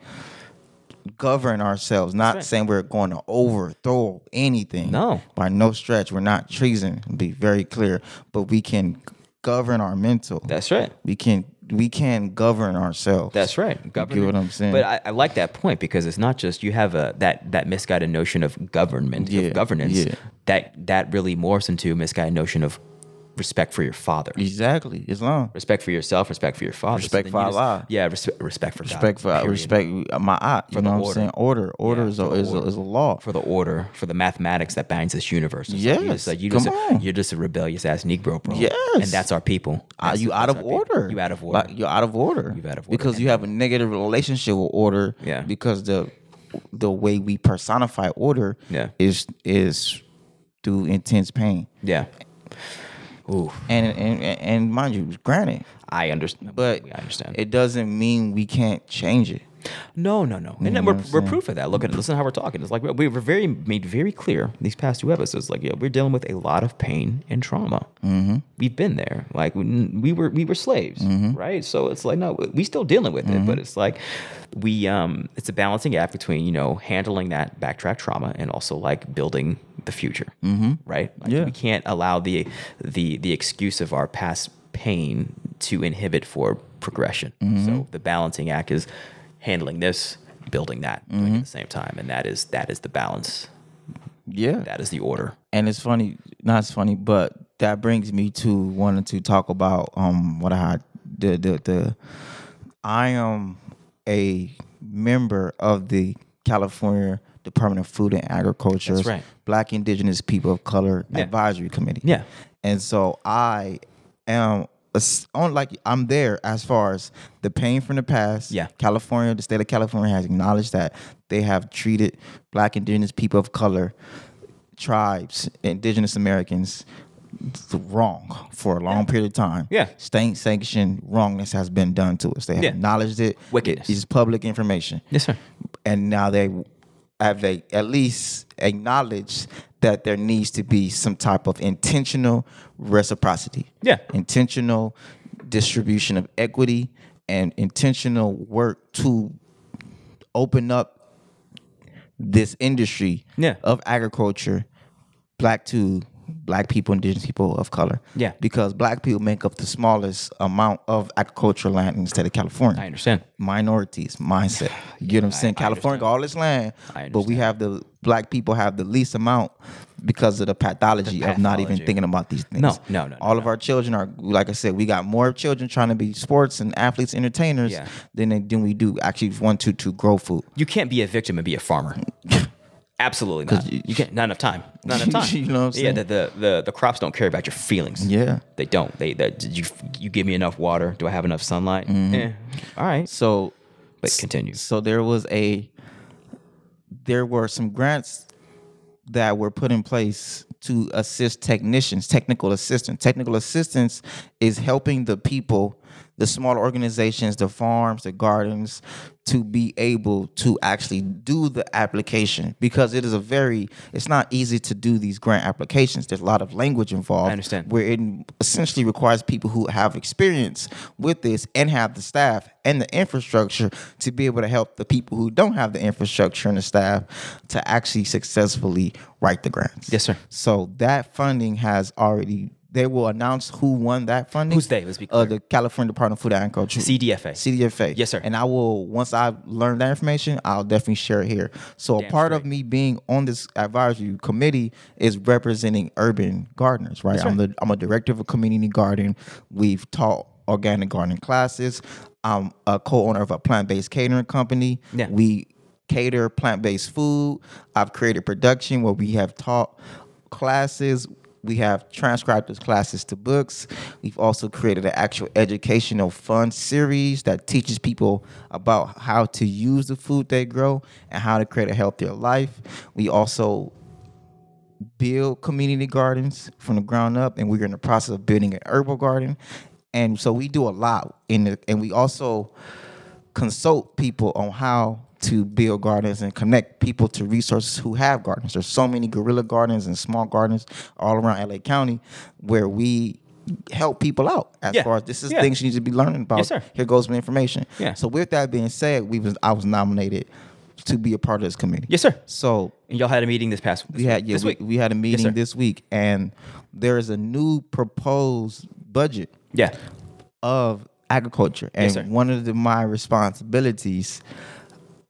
[SPEAKER 2] govern ourselves. Not
[SPEAKER 1] right.
[SPEAKER 2] saying we're going to overthrow anything.
[SPEAKER 1] No.
[SPEAKER 2] by no stretch. We're not treason. Be very clear, but we can govern our mental.
[SPEAKER 1] That's right.
[SPEAKER 2] we can we can govern ourselves.
[SPEAKER 1] That's right. Government.
[SPEAKER 2] what I'm saying?
[SPEAKER 1] But I, I like that point because it's not just you have a that that misguided notion of government
[SPEAKER 2] Yeah,
[SPEAKER 1] of governance
[SPEAKER 2] yeah.
[SPEAKER 1] that that really morphs into a misguided notion of respect for your father.
[SPEAKER 2] exactly Islam.
[SPEAKER 1] respect for yourself, respect for your father, So
[SPEAKER 2] Respect
[SPEAKER 1] then
[SPEAKER 2] for
[SPEAKER 1] you just-
[SPEAKER 2] Allah.
[SPEAKER 1] Yeah, respect, respect for God,
[SPEAKER 2] Respect for uh,
[SPEAKER 1] period.
[SPEAKER 2] respect my eye. You
[SPEAKER 1] the
[SPEAKER 2] know what
[SPEAKER 1] order.
[SPEAKER 2] I'm saying? Order, order
[SPEAKER 1] Yeah,
[SPEAKER 2] is, a,
[SPEAKER 1] for the
[SPEAKER 2] is, a,
[SPEAKER 1] order.
[SPEAKER 2] is a law.
[SPEAKER 1] for the order, for the mathematics that binds this universe. It's like, you
[SPEAKER 2] Yes,
[SPEAKER 1] just, like, you
[SPEAKER 2] come
[SPEAKER 1] just,
[SPEAKER 2] on.
[SPEAKER 1] you're just a rebellious ass Negro, bro.
[SPEAKER 2] Yes.
[SPEAKER 1] and that's our people.
[SPEAKER 2] Uh,
[SPEAKER 1] That's-
[SPEAKER 2] you out
[SPEAKER 1] that's
[SPEAKER 2] of
[SPEAKER 1] our people.
[SPEAKER 2] order.
[SPEAKER 1] You out of order.
[SPEAKER 2] Like, you're out of order.
[SPEAKER 1] You're out of order.
[SPEAKER 2] Because you have a negative relationship with order.
[SPEAKER 1] Yeah.
[SPEAKER 2] Because the the way we personify order
[SPEAKER 1] Yeah.
[SPEAKER 2] is is through intense pain.
[SPEAKER 1] yeah. Ooh,
[SPEAKER 2] And and and- and mind you, granted,
[SPEAKER 1] I understand.
[SPEAKER 2] but
[SPEAKER 1] I understand.
[SPEAKER 2] it doesn't mean we can't change it.
[SPEAKER 1] No, no, no. And then we're, we're proof of that. Look at listen to how we're talking. It's like we were very made very clear these past two episodes. Like yeah, we're dealing with a lot of pain and trauma.
[SPEAKER 2] Mm.
[SPEAKER 1] Mm-hmm. We've been there. Like we, we were we were slaves, right? So it's like no, we still dealing with it. But it's like we um, it's a balancing act between you know handling that backtrack trauma and also like building the future, mm-hmm. right? Like,
[SPEAKER 2] Yeah.
[SPEAKER 1] we can't allow the the the excuse of our past pain to inhibit for progression. So the balancing act is handling this, building that doing it at the same time, and that is that is the balance.
[SPEAKER 2] Yeah.
[SPEAKER 1] That is the order.
[SPEAKER 2] and it's funny, not it's funny, but that brings me to wanting to talk about um what I the the the I am a member of the California Department of Food and Agriculture
[SPEAKER 1] That's right.
[SPEAKER 2] Black Indigenous People of Color
[SPEAKER 1] Yeah.
[SPEAKER 2] Advisory Committee.
[SPEAKER 1] Yeah.
[SPEAKER 2] And so I am a s- on like I'm there as far as the pain from the past.
[SPEAKER 1] Yeah.
[SPEAKER 2] California, the state of California has acknowledged that they have treated black indigenous people of color, tribes, indigenous Americans wrong for a long period of time.
[SPEAKER 1] Yeah.
[SPEAKER 2] State sanctioned wrongness has been done to us. They have
[SPEAKER 1] Yeah.
[SPEAKER 2] acknowledged it.
[SPEAKER 1] Wickedness.
[SPEAKER 2] It's public information
[SPEAKER 1] Yes, sir.
[SPEAKER 2] and now they have they at least acknowledged that there needs to be some type of intentional reciprocity.
[SPEAKER 1] Yeah.
[SPEAKER 2] Intentional distribution of equity and intentional work to open up this industry
[SPEAKER 1] Yeah.
[SPEAKER 2] of agriculture black to black people, indigenous people of color.
[SPEAKER 1] Yeah.
[SPEAKER 2] Because black people make up the smallest amount of agricultural land in the state of California
[SPEAKER 1] I understand.
[SPEAKER 2] minorities mindset. You get what I'm saying? California got all this land,
[SPEAKER 1] I
[SPEAKER 2] but we have the black people have the least amount because of the pathology, of not even
[SPEAKER 1] pathology.
[SPEAKER 2] thinking about these things.
[SPEAKER 1] No, no, no, no,
[SPEAKER 2] All of our children are, like I said, we got more children trying to be sports and athletes, entertainers
[SPEAKER 1] Yeah.
[SPEAKER 2] than they, than we do actually want to to grow food.
[SPEAKER 1] You can't be a victim and be a farmer. Absolutely not. You, can't. Not enough time. Not enough time.
[SPEAKER 2] You know what I'm
[SPEAKER 1] Yeah.
[SPEAKER 2] saying?
[SPEAKER 1] The, the the the crops don't care about your feelings.
[SPEAKER 2] Yeah.
[SPEAKER 1] They don't. They that you you give me enough water. Do I have enough sunlight?
[SPEAKER 2] Mm-hmm.
[SPEAKER 1] Eh. All right.
[SPEAKER 2] So
[SPEAKER 1] But continue.
[SPEAKER 2] So there was a there were some grants that were put in place to assist technicians, technical assistance. Technical assistance is helping the people, the small organizations, the farms, the gardens, to be able to actually do the application because it is a very, it's not easy to do these grant applications. There's a lot of language involved.
[SPEAKER 1] I understand.
[SPEAKER 2] Where it essentially requires people who have experience with this and have the staff and the infrastructure to be able to help the people who don't have the infrastructure and the staff to actually successfully write the grants.
[SPEAKER 1] Yes, sir.
[SPEAKER 2] So that funding has already. They will announce who won that funding.
[SPEAKER 1] Who's they? Let's be
[SPEAKER 2] Uh, the California Department of Food and Agriculture.
[SPEAKER 1] CDFA.
[SPEAKER 2] CDFA.
[SPEAKER 1] Yes, sir.
[SPEAKER 2] And I will once I learn that information, I'll definitely share it here. So a part of me being on this advisory committee is representing urban gardeners, right? I'm the I'm a director of a community garden. We've taught organic gardening classes. I'm a co-owner of a plant-based catering company.
[SPEAKER 1] Yeah.
[SPEAKER 2] We cater plant-based food. I've created production where we have taught classes. We have transcribed those classes to books. We've also created an actual educational fund series that teaches people about how to use the food they grow and how to create a healthier life. We also build community gardens from the ground up, and we're in the process of building an herbal garden. And so we do a lot, in the, and we also consult people on how to build gardens and connect people to resources who have gardens. There's so many guerrilla gardens and small gardens all around LA County where we help people out as
[SPEAKER 1] Yeah.
[SPEAKER 2] far as this is
[SPEAKER 1] Yeah.
[SPEAKER 2] things you need to be learning about.
[SPEAKER 1] Yes, sir.
[SPEAKER 2] Here goes some information.
[SPEAKER 1] Yeah.
[SPEAKER 2] So with that being said, we was I was nominated to be a part of this committee.
[SPEAKER 1] Yes, sir.
[SPEAKER 2] So
[SPEAKER 1] And y'all had a meeting this past this
[SPEAKER 2] we had
[SPEAKER 1] week,
[SPEAKER 2] yeah,
[SPEAKER 1] this
[SPEAKER 2] we,
[SPEAKER 1] week.
[SPEAKER 2] we had a meeting
[SPEAKER 1] sir.
[SPEAKER 2] this week and there is a new proposed budget
[SPEAKER 1] yeah.
[SPEAKER 2] of agriculture. And
[SPEAKER 1] Yes, sir.
[SPEAKER 2] one of the, my responsibilities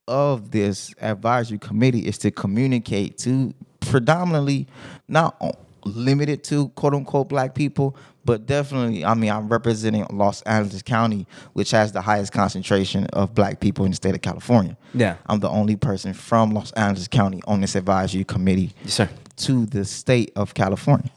[SPEAKER 2] of this advisory committee is to communicate to predominantly not o- limited to quote unquote black people, but definitely, I mean, I'm representing Los Angeles County, which has the highest concentration of black people in the state of California.
[SPEAKER 1] Yeah.
[SPEAKER 2] I'm the only person from Los Angeles County on this advisory committee
[SPEAKER 1] Yes, sir.
[SPEAKER 2] to the state of California.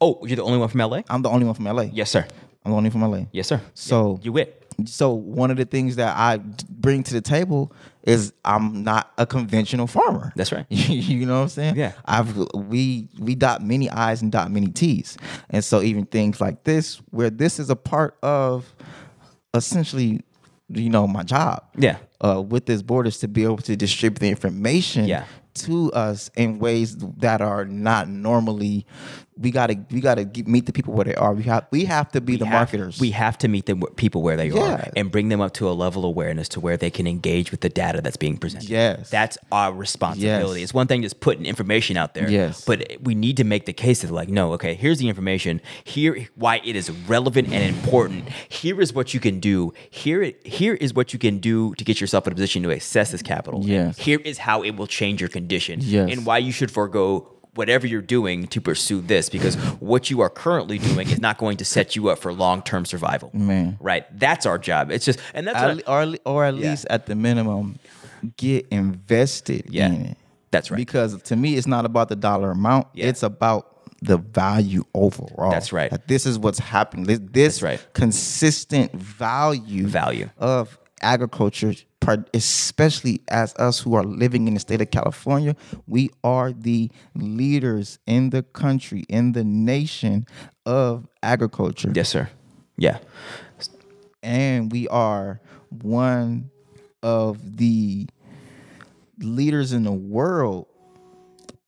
[SPEAKER 1] Oh, you're the only one from LA.
[SPEAKER 2] I'm the only one from LA.
[SPEAKER 1] Yes, sir.
[SPEAKER 2] I'm the only one from LA.
[SPEAKER 1] Yes, sir.
[SPEAKER 2] So-
[SPEAKER 1] you wit.
[SPEAKER 2] So one of the things that I d- bring to the table is I'm not a conventional farmer.
[SPEAKER 1] That's right.
[SPEAKER 2] you know what I'm saying?
[SPEAKER 1] Yeah.
[SPEAKER 2] I've we we dot many I's and dot many T's. And so even things like this, where this is a part of essentially, you know, my job.
[SPEAKER 1] Yeah.
[SPEAKER 2] Uh, with this board is to be able to distribute the information
[SPEAKER 1] Yeah.
[SPEAKER 2] to us in ways that are not normally. We gotta we gotta get, meet the people where they are. We have we have to be the
[SPEAKER 1] have-
[SPEAKER 2] marketers.
[SPEAKER 1] We have to meet the w- people where they
[SPEAKER 2] Yeah.
[SPEAKER 1] are and bring them up to a level of awareness to where they can engage with the data that's being presented.
[SPEAKER 2] Yes.
[SPEAKER 1] That's our responsibility.
[SPEAKER 2] Yes.
[SPEAKER 1] It's one thing just putting information out there.
[SPEAKER 2] Yes.
[SPEAKER 1] But we need to make the case that like, no, okay, here's the information. Here why it is relevant and important. Here is what you can do. Here it- here is what you can do to get yourself in a position to access this capital.
[SPEAKER 2] Yes.
[SPEAKER 1] Here is how it will change your condition.
[SPEAKER 2] Yes.
[SPEAKER 1] And why you should forego whatever you're doing to pursue this because what you are currently doing is not going to set you up for long-term survival.
[SPEAKER 2] Man.
[SPEAKER 1] Right. That's our job. It's just and that's what I-
[SPEAKER 2] At le- or, at le- or at
[SPEAKER 1] Yeah.
[SPEAKER 2] least at the minimum, get invested
[SPEAKER 1] Yeah.
[SPEAKER 2] in it.
[SPEAKER 1] That's right.
[SPEAKER 2] Because to me, it's not about the dollar amount.
[SPEAKER 1] Yeah.
[SPEAKER 2] It's about the value overall.
[SPEAKER 1] That's right.
[SPEAKER 2] Like, this is what's happening. This, this
[SPEAKER 1] That's right.
[SPEAKER 2] consistent value
[SPEAKER 1] Value.
[SPEAKER 2] of agriculture, par- especially as us who are living in the state of California, we are the leaders in the country, in the nation of agriculture
[SPEAKER 1] Yes, sir. Yeah.
[SPEAKER 2] and we are one of the leaders in the world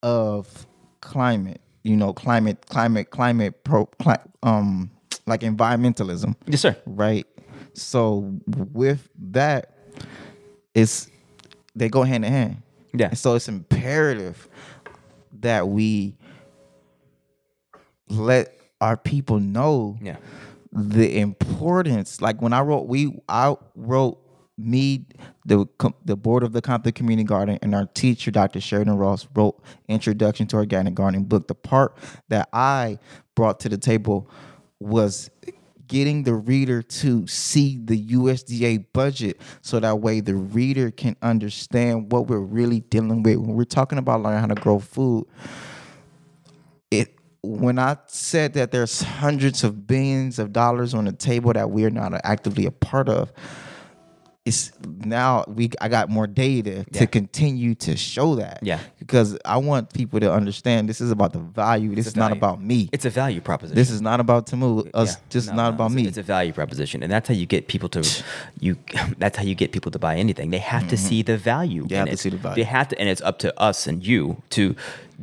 [SPEAKER 2] of climate you know climate climate climate pro cli- um like environmentalism
[SPEAKER 1] Yes, sir.
[SPEAKER 2] right so with that it's they go hand in hand
[SPEAKER 1] Yeah.
[SPEAKER 2] and so it's imperative that we let our people know
[SPEAKER 1] Yeah.
[SPEAKER 2] the importance. Like when I wrote, we I wrote me the com- the board of the Compton Community Garden and our teacher Dr. Sheridan Ross wrote Introduction to Organic Gardening book. The part that I brought to the table was getting the reader to see the USDA budget so that way the reader can understand what we're really dealing with when we're talking about learning how to grow food it when I said that there's hundreds of billions of dollars on the table that we're not actively a part of, it's now we I got more data
[SPEAKER 1] Yeah.
[SPEAKER 2] to continue to show that.
[SPEAKER 1] Yeah.
[SPEAKER 2] Because I want people to understand this is about the value. This is not
[SPEAKER 1] value.
[SPEAKER 2] about me.
[SPEAKER 1] It's a value proposition.
[SPEAKER 2] this is not about Tamu. Us
[SPEAKER 1] Yeah.
[SPEAKER 2] this
[SPEAKER 1] No,
[SPEAKER 2] is not
[SPEAKER 1] no,
[SPEAKER 2] about
[SPEAKER 1] it's a-
[SPEAKER 2] me.
[SPEAKER 1] It's a value proposition, and that's how you get people to you. That's how you get people to buy anything. They have to see the value.
[SPEAKER 2] Mm-hmm. They
[SPEAKER 1] in
[SPEAKER 2] have to
[SPEAKER 1] it.
[SPEAKER 2] see the value.
[SPEAKER 1] They have to, and it's up to us and you to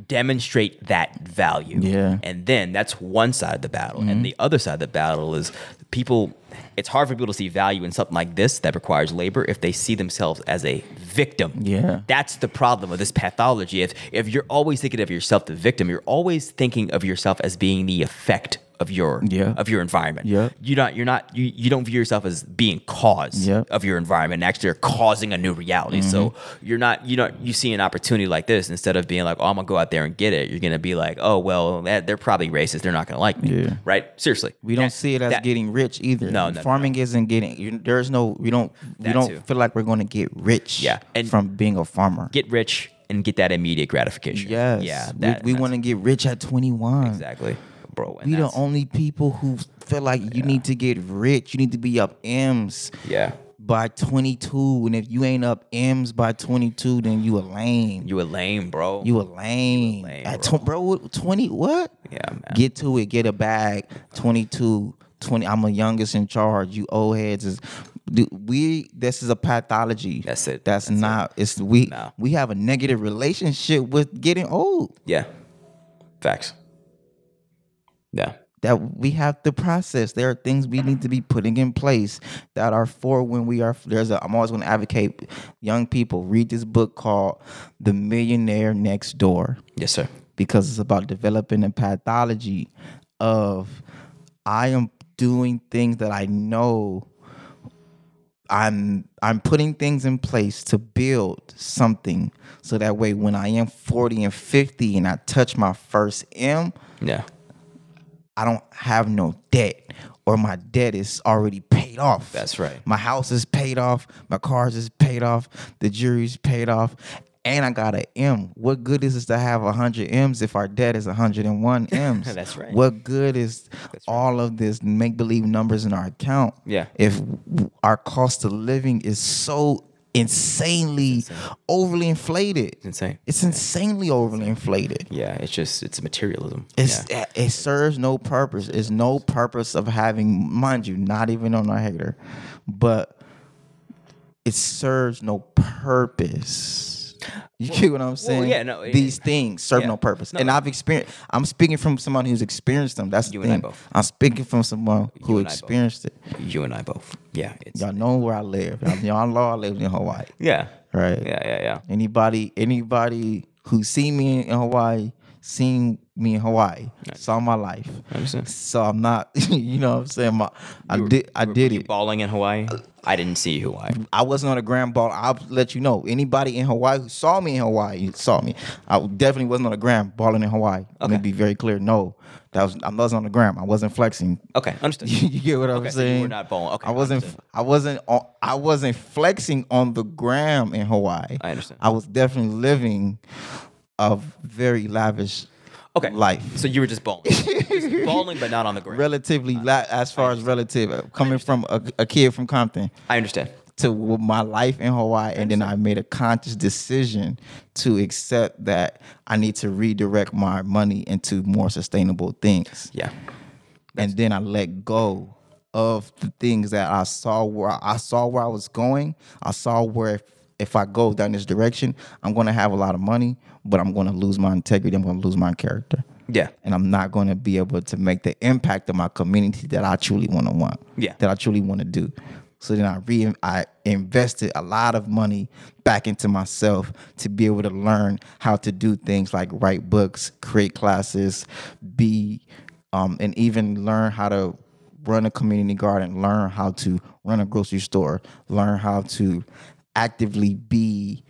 [SPEAKER 1] demonstrate that value.
[SPEAKER 2] Yeah. Mm-hmm.
[SPEAKER 1] And then that's one side of the battle, and the other side of the battle is people. It's hard for people to see value in something like this that requires labor if they see themselves as a victim.
[SPEAKER 2] Yeah.
[SPEAKER 1] That's the problem of this pathology. If if you're always thinking of yourself the victim, you're always thinking of yourself as being the effect of your
[SPEAKER 2] Yeah.
[SPEAKER 1] of your environment.
[SPEAKER 2] Yeah.
[SPEAKER 1] You not you're not you, you don't view yourself as being cause
[SPEAKER 2] Yeah.
[SPEAKER 1] of your environment. Actually you're causing a new reality. So
[SPEAKER 2] Mm-hmm.
[SPEAKER 1] you're not you know you see an opportunity like this instead of being like, Oh, I'm gonna go out there and get it, you're gonna be like, Oh well that, they're probably racist, they're not gonna like me.
[SPEAKER 2] Yeah.
[SPEAKER 1] Right? Seriously.
[SPEAKER 2] We don't
[SPEAKER 1] That-
[SPEAKER 2] see it as
[SPEAKER 1] that-
[SPEAKER 2] getting rich either.
[SPEAKER 1] No, no, no,
[SPEAKER 2] farming isn't getting. You, there's no. We don't. we
[SPEAKER 1] That
[SPEAKER 2] don't
[SPEAKER 1] too.
[SPEAKER 2] feel like we're going to get rich.
[SPEAKER 1] Yeah, and-
[SPEAKER 2] from being a farmer.
[SPEAKER 1] get rich and get that immediate gratification.
[SPEAKER 2] Yes.
[SPEAKER 1] Yeah.
[SPEAKER 2] We-
[SPEAKER 1] that-
[SPEAKER 2] we
[SPEAKER 1] that's-
[SPEAKER 2] want to get rich at 21.
[SPEAKER 1] Exactly. Bro, and
[SPEAKER 2] We the
[SPEAKER 1] that's-
[SPEAKER 2] only people who feel like you need to get rich. You need to be up M's
[SPEAKER 1] Yeah.
[SPEAKER 2] by 22. And if you ain't up M's by 22, then you a lame. You,
[SPEAKER 1] You a lame, bro.
[SPEAKER 2] a lame.
[SPEAKER 1] lame,
[SPEAKER 2] at
[SPEAKER 1] bro.
[SPEAKER 2] tw- bro, what- 20, what?
[SPEAKER 1] Yeah, man.
[SPEAKER 2] Get to it. Get a bag. 22, 20. I'm the youngest in charge. You old heads is. Dude, we this is a pathology.
[SPEAKER 1] That's it.
[SPEAKER 2] That's,
[SPEAKER 1] That's it.
[SPEAKER 2] not. It's we.
[SPEAKER 1] No.
[SPEAKER 2] We have a negative relationship with getting old.
[SPEAKER 1] Yeah. Facts. Yeah.
[SPEAKER 2] that we have to process. There are things we need to be putting in place that are for when we are. There's a. I'm always going to advocate young people read this book called The Millionaire Next Door
[SPEAKER 1] Yes, sir.
[SPEAKER 2] because it's about developing a pathology of I am doing things that I know I'm I'm putting things in place to build something so that way when I am 40 and 50 and I touch my first M
[SPEAKER 1] Yeah.
[SPEAKER 2] I don't have no debt or my debt is already paid off.
[SPEAKER 1] That's right.
[SPEAKER 2] My house is paid off, my cars is paid off, the jury's paid off, and I got an M. What good is it to have 100 M's if our debt is 101 M's?
[SPEAKER 1] That's right.
[SPEAKER 2] What good is all of this make believe numbers in our account?
[SPEAKER 1] Yeah.
[SPEAKER 2] If w- our cost of living is so insanely overly inflated. It's
[SPEAKER 1] insane.
[SPEAKER 2] It's insanely overly inflated
[SPEAKER 1] Yeah. It's just it's materialism.
[SPEAKER 2] it's eh,
[SPEAKER 1] yeah.
[SPEAKER 2] it, it serves no purpose. It's no purpose of having, mind you, not even on a hater, but it serves no purpose. You get what I'm saying?
[SPEAKER 1] yeah, no, it-
[SPEAKER 2] These things serve
[SPEAKER 1] yeah.
[SPEAKER 2] no purpose,
[SPEAKER 1] No.
[SPEAKER 2] and I've experienced. I'm speaking from someone who's experienced them. That's the
[SPEAKER 1] You and
[SPEAKER 2] thing.
[SPEAKER 1] I both.
[SPEAKER 2] I'm speaking from someone
[SPEAKER 1] You
[SPEAKER 2] who
[SPEAKER 1] and I both.
[SPEAKER 2] experienced it.
[SPEAKER 1] you and I both. Yeah. It's
[SPEAKER 2] Y'all know where I live. Y'all, y'all know I live in Hawaii,
[SPEAKER 1] yeah.
[SPEAKER 2] right?
[SPEAKER 1] Yeah. Yeah. Yeah.
[SPEAKER 2] Anybody, anybody who see me in Hawaii, seen me in Hawaii, saw my life.
[SPEAKER 1] Understand.
[SPEAKER 2] So I'm not, you know what I'm saying? My, I
[SPEAKER 1] You were-
[SPEAKER 2] did I
[SPEAKER 1] you were-
[SPEAKER 2] did
[SPEAKER 1] you
[SPEAKER 2] it.
[SPEAKER 1] Balling in Hawaii. I didn't see Hawaii.
[SPEAKER 2] I wasn't on a grand ball. I'll let you know. Anybody in Hawaii who saw me in Hawaii saw me. I definitely wasn't on a gram balling in Hawaii. Let me be very clear. No, that was I wasn't on the gram. I wasn't flexing.
[SPEAKER 1] Okay, understood.
[SPEAKER 2] you get what I'm
[SPEAKER 1] Okay, so you
[SPEAKER 2] saying?
[SPEAKER 1] were not balling. Okay,
[SPEAKER 2] I wasn't.
[SPEAKER 1] understood.
[SPEAKER 2] I wasn't. On, I wasn't flexing on the gram in Hawaii.
[SPEAKER 1] I understand.
[SPEAKER 2] I was definitely living a very lavish
[SPEAKER 1] Okay,
[SPEAKER 2] life.
[SPEAKER 1] So you were just balling, just balling, but not on the ground.
[SPEAKER 2] Relatively, la- as far as relative, uh, coming from a, a kid from Compton,
[SPEAKER 1] I understand.
[SPEAKER 2] to with my life in Hawaii, and then I made a conscious decision to accept that I need to redirect my money into more sustainable things,
[SPEAKER 1] Yeah.
[SPEAKER 2] and then I let go of the things that I saw where I saw where I was going. I saw where if, if I go down this direction, I'm going to have a lot of money, but I'm going to lose my integrity. I'm going to lose my character.
[SPEAKER 1] Yeah.
[SPEAKER 2] And I'm not going to be able to make the impact of my community that I truly want to want.
[SPEAKER 1] Yeah.
[SPEAKER 2] That I truly want to do. So then I re I invested a lot of money back into myself to be able to learn how to do things like write books, create classes, be um, and even learn how to run a community garden, learn how to run a grocery store, learn how to actively be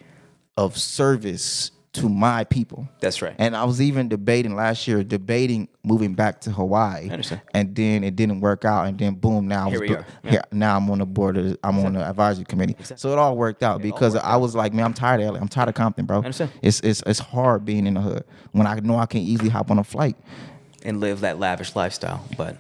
[SPEAKER 2] of service to my people.
[SPEAKER 1] That's right.
[SPEAKER 2] And I was even debating last year, debating moving back to Hawaii.
[SPEAKER 1] understand.
[SPEAKER 2] And then it didn't work out. And then boom, now I was
[SPEAKER 1] we
[SPEAKER 2] bu-
[SPEAKER 1] are.
[SPEAKER 2] here- now I'm on the board. Of, I'm on the advisory committee. So it all worked out because I was like, man, I'm tired of LA. I'm tired of Compton, bro.
[SPEAKER 1] understand.
[SPEAKER 2] It's it's it's hard being in the hood when I know I can easily hop on a flight.
[SPEAKER 1] And live that lavish lifestyle, but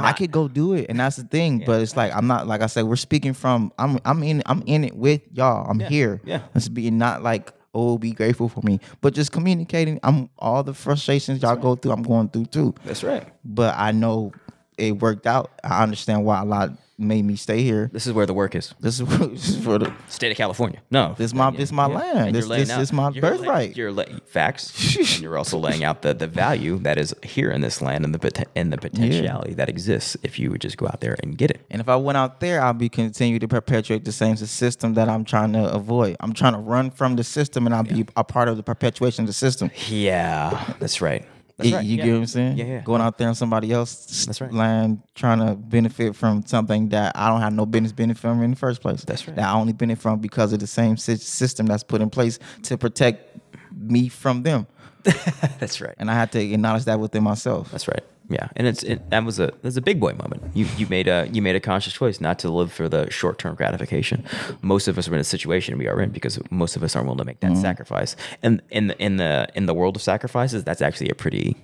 [SPEAKER 2] I could go do it, and that's the thing. But it's like I'm not like I said. We're speaking from I'm I'm in I'm in it with y'all. I'm here.
[SPEAKER 1] yeah.
[SPEAKER 2] it's being not like oh be grateful for me, but just communicating. I'm all the frustrations y'all go through. I'm going through too.
[SPEAKER 1] that's right.
[SPEAKER 2] But I know it worked out. I understand why a lot made me stay here.
[SPEAKER 1] This is where the work is.
[SPEAKER 2] This is for, this is for the
[SPEAKER 1] State of California. No,
[SPEAKER 2] this my this my
[SPEAKER 1] And
[SPEAKER 2] land. This
[SPEAKER 1] you're laying
[SPEAKER 2] this
[SPEAKER 1] out-
[SPEAKER 2] is my
[SPEAKER 1] you're lay-
[SPEAKER 2] birthright.
[SPEAKER 1] you're lay, facts. and you're also laying out the, the value that is here in this land and the poten- and the potentiality that exists if you would just go out there and get it.
[SPEAKER 2] And if I went out there, I'll be continue to perpetuate the same system that I'm trying to avoid. I'm trying to run from the system, and I'll be a part of the perpetuation of the system.
[SPEAKER 1] Yeah, that's right. That's
[SPEAKER 2] You-
[SPEAKER 1] right.
[SPEAKER 2] You
[SPEAKER 1] yeah.
[SPEAKER 2] get what I'm saying?
[SPEAKER 1] Yeah, yeah.
[SPEAKER 2] Going out there on somebody else's
[SPEAKER 1] That's right.
[SPEAKER 2] land, trying to benefit from something that I don't have no business benefit from in the first place.
[SPEAKER 1] That's right.
[SPEAKER 2] That I only benefit from because of the same sy- system that's put in place to protect me from them.
[SPEAKER 1] That's right.
[SPEAKER 2] And I had to acknowledge that within myself.
[SPEAKER 1] That's right. Yeah, and it's it, that was a that's a big boy moment. You you made a you made a conscious choice not to live for the short term gratification. Most of us are in a situation we are in because most of us aren't willing to make that
[SPEAKER 2] Mm-hmm.
[SPEAKER 1] sacrifice. And in the in the in the world of sacrifices, that's actually a pretty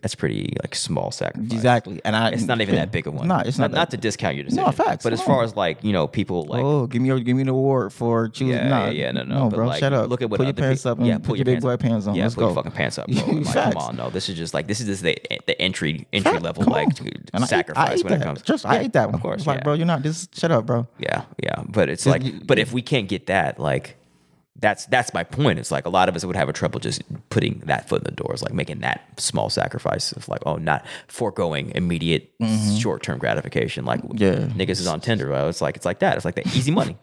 [SPEAKER 1] that's pretty like small sacrifice.
[SPEAKER 2] Exactly. And I
[SPEAKER 1] It's not even that big of one.
[SPEAKER 2] No, it's not.
[SPEAKER 1] not,
[SPEAKER 2] that-
[SPEAKER 1] to discount your decision.
[SPEAKER 2] facts.
[SPEAKER 1] But as
[SPEAKER 2] No.
[SPEAKER 1] far as like you know, people like
[SPEAKER 2] oh, give me a, give me an award for choosing.
[SPEAKER 1] yeah,
[SPEAKER 2] nah,
[SPEAKER 1] yeah, yeah, no, no, but
[SPEAKER 2] bro,
[SPEAKER 1] like,
[SPEAKER 2] shut up.
[SPEAKER 1] Look at what
[SPEAKER 2] put your
[SPEAKER 1] other
[SPEAKER 2] pants
[SPEAKER 1] peop-
[SPEAKER 2] up. And
[SPEAKER 1] yeah,
[SPEAKER 2] put,
[SPEAKER 1] pull
[SPEAKER 2] your big
[SPEAKER 1] pants
[SPEAKER 2] boy
[SPEAKER 1] up.
[SPEAKER 2] pants on.
[SPEAKER 1] Yeah,
[SPEAKER 2] Let's
[SPEAKER 1] put
[SPEAKER 2] go.
[SPEAKER 1] your fucking pants up. Bro. Like,
[SPEAKER 2] Facts.
[SPEAKER 1] come on, no, this is just like this is just the the entry entry
[SPEAKER 2] Fact,
[SPEAKER 1] level
[SPEAKER 2] come
[SPEAKER 1] like
[SPEAKER 2] on.
[SPEAKER 1] dude,
[SPEAKER 2] And I ate- I
[SPEAKER 1] sacrifice
[SPEAKER 2] ate
[SPEAKER 1] when
[SPEAKER 2] that.
[SPEAKER 1] it comes.
[SPEAKER 2] Just
[SPEAKER 1] yeah,
[SPEAKER 2] I ate that one.
[SPEAKER 1] Of course,
[SPEAKER 2] It's like,
[SPEAKER 1] yeah.
[SPEAKER 2] bro, you're not. Just shut up, bro.
[SPEAKER 1] Yeah, yeah, but it's like,
[SPEAKER 2] you-
[SPEAKER 1] but if we can't get that, like, that's that's my point. It's like a lot of us would have a trouble just putting that foot in the door. It's like making that small sacrifice of like, oh, not foregoing immediate short term gratification. Like,
[SPEAKER 2] Mm-hmm. Yeah.
[SPEAKER 1] niggas is on Tinder. Well, it's like it's like that. It's like the easy money,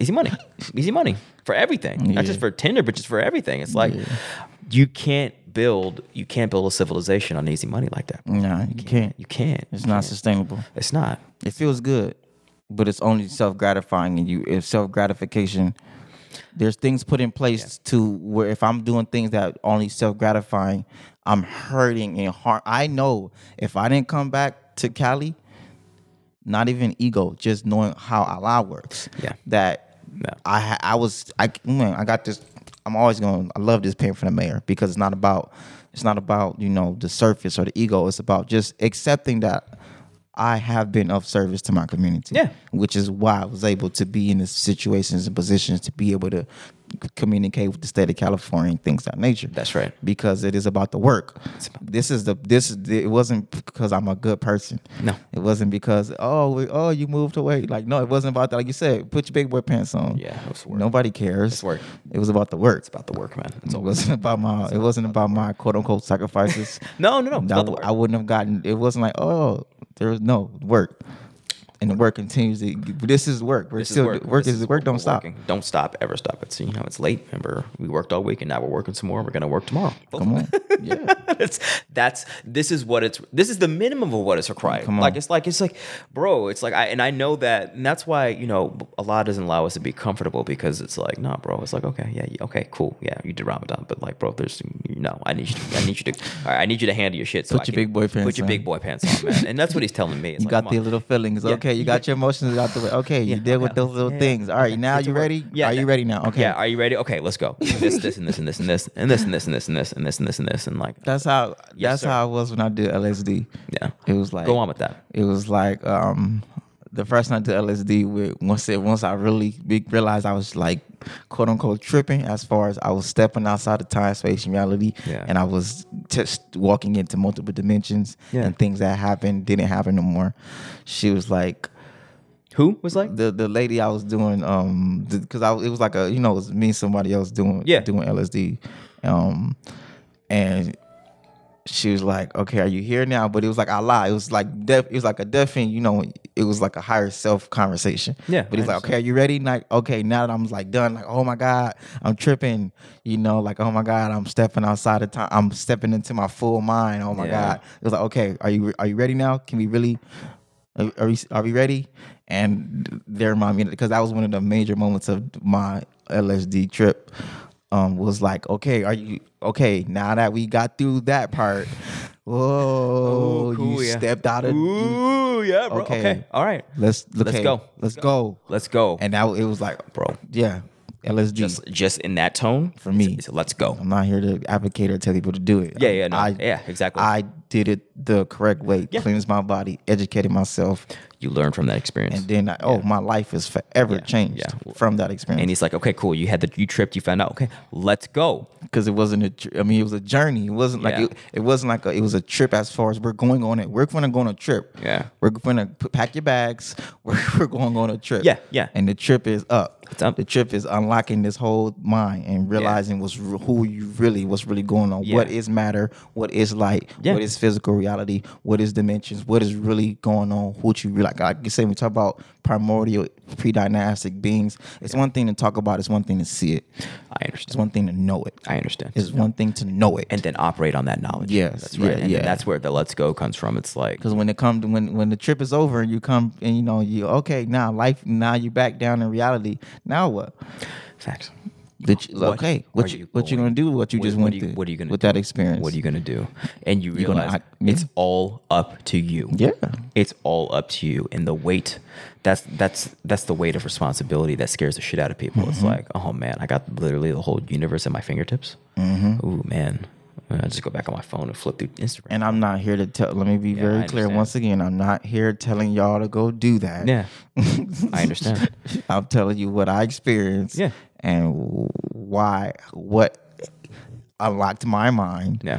[SPEAKER 1] easy money, easy money for everything. Not just for Tinder, but just for everything. It's like you can't build you can't build a civilization on easy money like that.
[SPEAKER 2] Nah, you can't.
[SPEAKER 1] You can't.
[SPEAKER 2] It's not sustainable.
[SPEAKER 1] It's not.
[SPEAKER 2] It feels good, but it's only self gratifying, and you it's self gratification. There's things put in place to where if I'm doing things that only self gratifying, I'm hurting and harm. I know if I didn't come back to Cali, not even ego, just knowing how Allah works.
[SPEAKER 1] Yeah.
[SPEAKER 2] That
[SPEAKER 1] No.
[SPEAKER 2] I ha- I was I man, I got this. I'm always going. to I love this paying for the mayor because it's not about it's not about you know the surface or the ego. It's about just accepting that I have been of service to my community.
[SPEAKER 1] Yeah.
[SPEAKER 2] which is why I was able to be in the situations and positions to be able to communicate with the state of California and things of that nature.
[SPEAKER 1] That's right.
[SPEAKER 2] Because it is about the work. this is the this is the, it wasn't because I'm a good person.
[SPEAKER 1] No.
[SPEAKER 2] It wasn't because oh we, oh you moved away. Like no, it wasn't about that. Like you said, put your big boy pants on.
[SPEAKER 1] Yeah, it was work.
[SPEAKER 2] Nobody cares.
[SPEAKER 1] It's work.
[SPEAKER 2] It was about the work.
[SPEAKER 1] It's about the work, man. It's
[SPEAKER 2] it
[SPEAKER 1] all
[SPEAKER 2] wasn't about my. It wasn't about my quote unquote sacrifices.
[SPEAKER 1] No, no, no. It's
[SPEAKER 2] I,
[SPEAKER 1] about the
[SPEAKER 2] w-
[SPEAKER 1] work.
[SPEAKER 2] I wouldn't have gotten. It wasn't like oh there was no work. and work continues. To, this is work. We're
[SPEAKER 1] This
[SPEAKER 2] still
[SPEAKER 1] work.
[SPEAKER 2] work.
[SPEAKER 1] This
[SPEAKER 2] is, work. Don't
[SPEAKER 1] we're
[SPEAKER 2] stop.
[SPEAKER 1] working. Don't stop. Ever stop. It's you know it's late. Remember we worked all week and now we're working some more. We're gonna work tomorrow.
[SPEAKER 2] Come on. Yeah.
[SPEAKER 1] that's that's this is what it's this is the minimum of what it's required. Like it's like it's like, bro, it's like I and I know that and that's why you know Allah doesn't allow us to be comfortable because it's like nah, bro. It's like okay, yeah, yeah, okay, cool, yeah, you did Ramadan, but like, bro, there's no. I need you. To, I need you to. All right, I need you to handle your shit. So
[SPEAKER 2] Put
[SPEAKER 1] I
[SPEAKER 2] your
[SPEAKER 1] can-
[SPEAKER 2] big boy pants
[SPEAKER 1] Put your
[SPEAKER 2] on.
[SPEAKER 1] big boy pants on, man. And that's what he's telling me. It's
[SPEAKER 2] You
[SPEAKER 1] like,
[SPEAKER 2] got
[SPEAKER 1] come
[SPEAKER 2] the
[SPEAKER 1] on.
[SPEAKER 2] little feelings.
[SPEAKER 1] Yeah.
[SPEAKER 2] Okay. You got your emotions out the way. Okay. You
[SPEAKER 1] Yeah,
[SPEAKER 2] deal with
[SPEAKER 1] yeah,
[SPEAKER 2] those little
[SPEAKER 1] yeah,
[SPEAKER 2] things. All right. Now you ready?
[SPEAKER 1] Yeah,
[SPEAKER 2] Are
[SPEAKER 1] yeah.
[SPEAKER 2] you ready now? Okay.
[SPEAKER 1] Yeah, are you ready? Okay, let's go. This, this, and this, and this, and this, and this, and this, and this, and this, and this, and this, and this, and like,
[SPEAKER 2] That's how.
[SPEAKER 1] Yes,
[SPEAKER 2] that's
[SPEAKER 1] sir.
[SPEAKER 2] how I was when I did LSD.
[SPEAKER 1] yeah.
[SPEAKER 2] It was like
[SPEAKER 1] Go on with that.
[SPEAKER 2] It was like um the first night to LSD with once it once I really big realized I was like quote unquote tripping as far as I was stepping outside of time, space, and reality,
[SPEAKER 1] Yeah.
[SPEAKER 2] and I was just walking into multiple dimensions
[SPEAKER 1] Yeah.
[SPEAKER 2] and things that happened didn't happen no more. She was like
[SPEAKER 1] Who was like?
[SPEAKER 2] the the lady I was doing um because I it was like a you know it was me and somebody else doing
[SPEAKER 1] Yeah.
[SPEAKER 2] doing LSD, um and she was like okay are you here now but it was like Allah it was like deaf it was like a deaf thing you know it was like a higher self conversation
[SPEAKER 1] Yeah,
[SPEAKER 2] but it was
[SPEAKER 1] I
[SPEAKER 2] like okay are you ready like okay now that I'm like done like oh my god I'm tripping you know like oh my god I'm stepping outside of time I'm stepping into my full mind oh my
[SPEAKER 1] Yeah.
[SPEAKER 2] god it was like okay are you are you ready now can we really are, are we are we ready? And they remind me because that was one of the major moments of my LSD trip. Um, was like, okay, are you okay? Now that we got through that part, whoa,
[SPEAKER 1] Ooh, Oh, cool,
[SPEAKER 2] Oh, you
[SPEAKER 1] yeah.
[SPEAKER 2] stepped out of.
[SPEAKER 1] Ooh, yeah, bro. Okay.
[SPEAKER 2] Okay.
[SPEAKER 1] All right.
[SPEAKER 2] Let's
[SPEAKER 1] Let's
[SPEAKER 2] okay,
[SPEAKER 1] go.
[SPEAKER 2] Let's go.
[SPEAKER 1] Let's go.
[SPEAKER 2] And that it was like,
[SPEAKER 1] bro,
[SPEAKER 2] yeah, LSD.
[SPEAKER 1] just just in that tone for
[SPEAKER 2] me.
[SPEAKER 1] let's go.
[SPEAKER 2] I'm not here to advocate or tell people to do it.
[SPEAKER 1] Yeah, yeah, no.
[SPEAKER 2] I,
[SPEAKER 1] Yeah, exactly.
[SPEAKER 2] I did it the correct way.
[SPEAKER 1] Yeah.
[SPEAKER 2] Cleansed my body, educated myself,
[SPEAKER 1] You learn from that experience.
[SPEAKER 2] and then I, oh, my life is forever
[SPEAKER 1] Yeah,
[SPEAKER 2] changed
[SPEAKER 1] yeah.
[SPEAKER 2] from that experience.
[SPEAKER 1] And he's like, okay, cool. You had the you tripped. You found out. Okay, let's go.
[SPEAKER 2] because it wasn't a tr- I mean it was a journey. It wasn't like
[SPEAKER 1] Yeah.
[SPEAKER 2] it, it wasn't like a, it was a trip as far as we're going on it. We're going to go on a trip.
[SPEAKER 1] Yeah.
[SPEAKER 2] We're going to p- pack your bags. We're, we're going on a trip.
[SPEAKER 1] Yeah, yeah.
[SPEAKER 2] And the trip is up.
[SPEAKER 1] It's up.
[SPEAKER 2] The trip is unlocking this whole mind and realizing what's re- who you really what's really going on.
[SPEAKER 1] Yeah.
[SPEAKER 2] What is matter? What is light?
[SPEAKER 1] Yeah.
[SPEAKER 2] What is physical reality? What is dimensions? What is really going on? What you really like I say we talk about primordial pre-dynastic beings. It's one thing to talk about, it's one thing to see it.
[SPEAKER 1] I
[SPEAKER 2] It's
[SPEAKER 1] understand.
[SPEAKER 2] one thing to know it.
[SPEAKER 1] I understand.
[SPEAKER 2] It's one thing to know it,
[SPEAKER 1] and then operate on that knowledge.
[SPEAKER 2] Yes,
[SPEAKER 1] that's right.
[SPEAKER 2] yeah,
[SPEAKER 1] and
[SPEAKER 2] yeah.
[SPEAKER 1] that's where the let's go comes from. It's like
[SPEAKER 2] because when it comes when when the trip is over and you come and you know you okay now life now you back down in reality now what?
[SPEAKER 1] facts.
[SPEAKER 2] Did you-
[SPEAKER 1] What
[SPEAKER 2] okay,
[SPEAKER 1] are
[SPEAKER 2] what you,
[SPEAKER 1] you
[SPEAKER 2] what you
[SPEAKER 1] going-
[SPEAKER 2] gonna do? with What you
[SPEAKER 1] What-
[SPEAKER 2] just
[SPEAKER 1] what
[SPEAKER 2] went
[SPEAKER 1] are you-
[SPEAKER 2] through?
[SPEAKER 1] what are you gonna
[SPEAKER 2] with
[SPEAKER 1] do?
[SPEAKER 2] that experience?
[SPEAKER 1] What are you gonna do? And you
[SPEAKER 2] gonna
[SPEAKER 1] realize
[SPEAKER 2] act- yeah.
[SPEAKER 1] it's all up to you.
[SPEAKER 2] Yeah.
[SPEAKER 1] it's all up to you. And the weight, that's that's that's the weight of responsibility that scares the shit out of people.
[SPEAKER 2] Mm-hmm.
[SPEAKER 1] It's like, oh man, I got literally the whole universe at my fingertips.
[SPEAKER 2] Mm-hmm.
[SPEAKER 1] Ooh man, I just go back on my phone and flip through Instagram.
[SPEAKER 2] And I'm not here to tell. Let me be
[SPEAKER 1] I
[SPEAKER 2] very clear
[SPEAKER 1] understand.
[SPEAKER 2] once again. I'm not here telling y'all to go do that.
[SPEAKER 1] yeah, I understand.
[SPEAKER 2] I'm telling you what I experienced.
[SPEAKER 1] Yeah.
[SPEAKER 2] and why what unlocked my mind.
[SPEAKER 1] Yeah,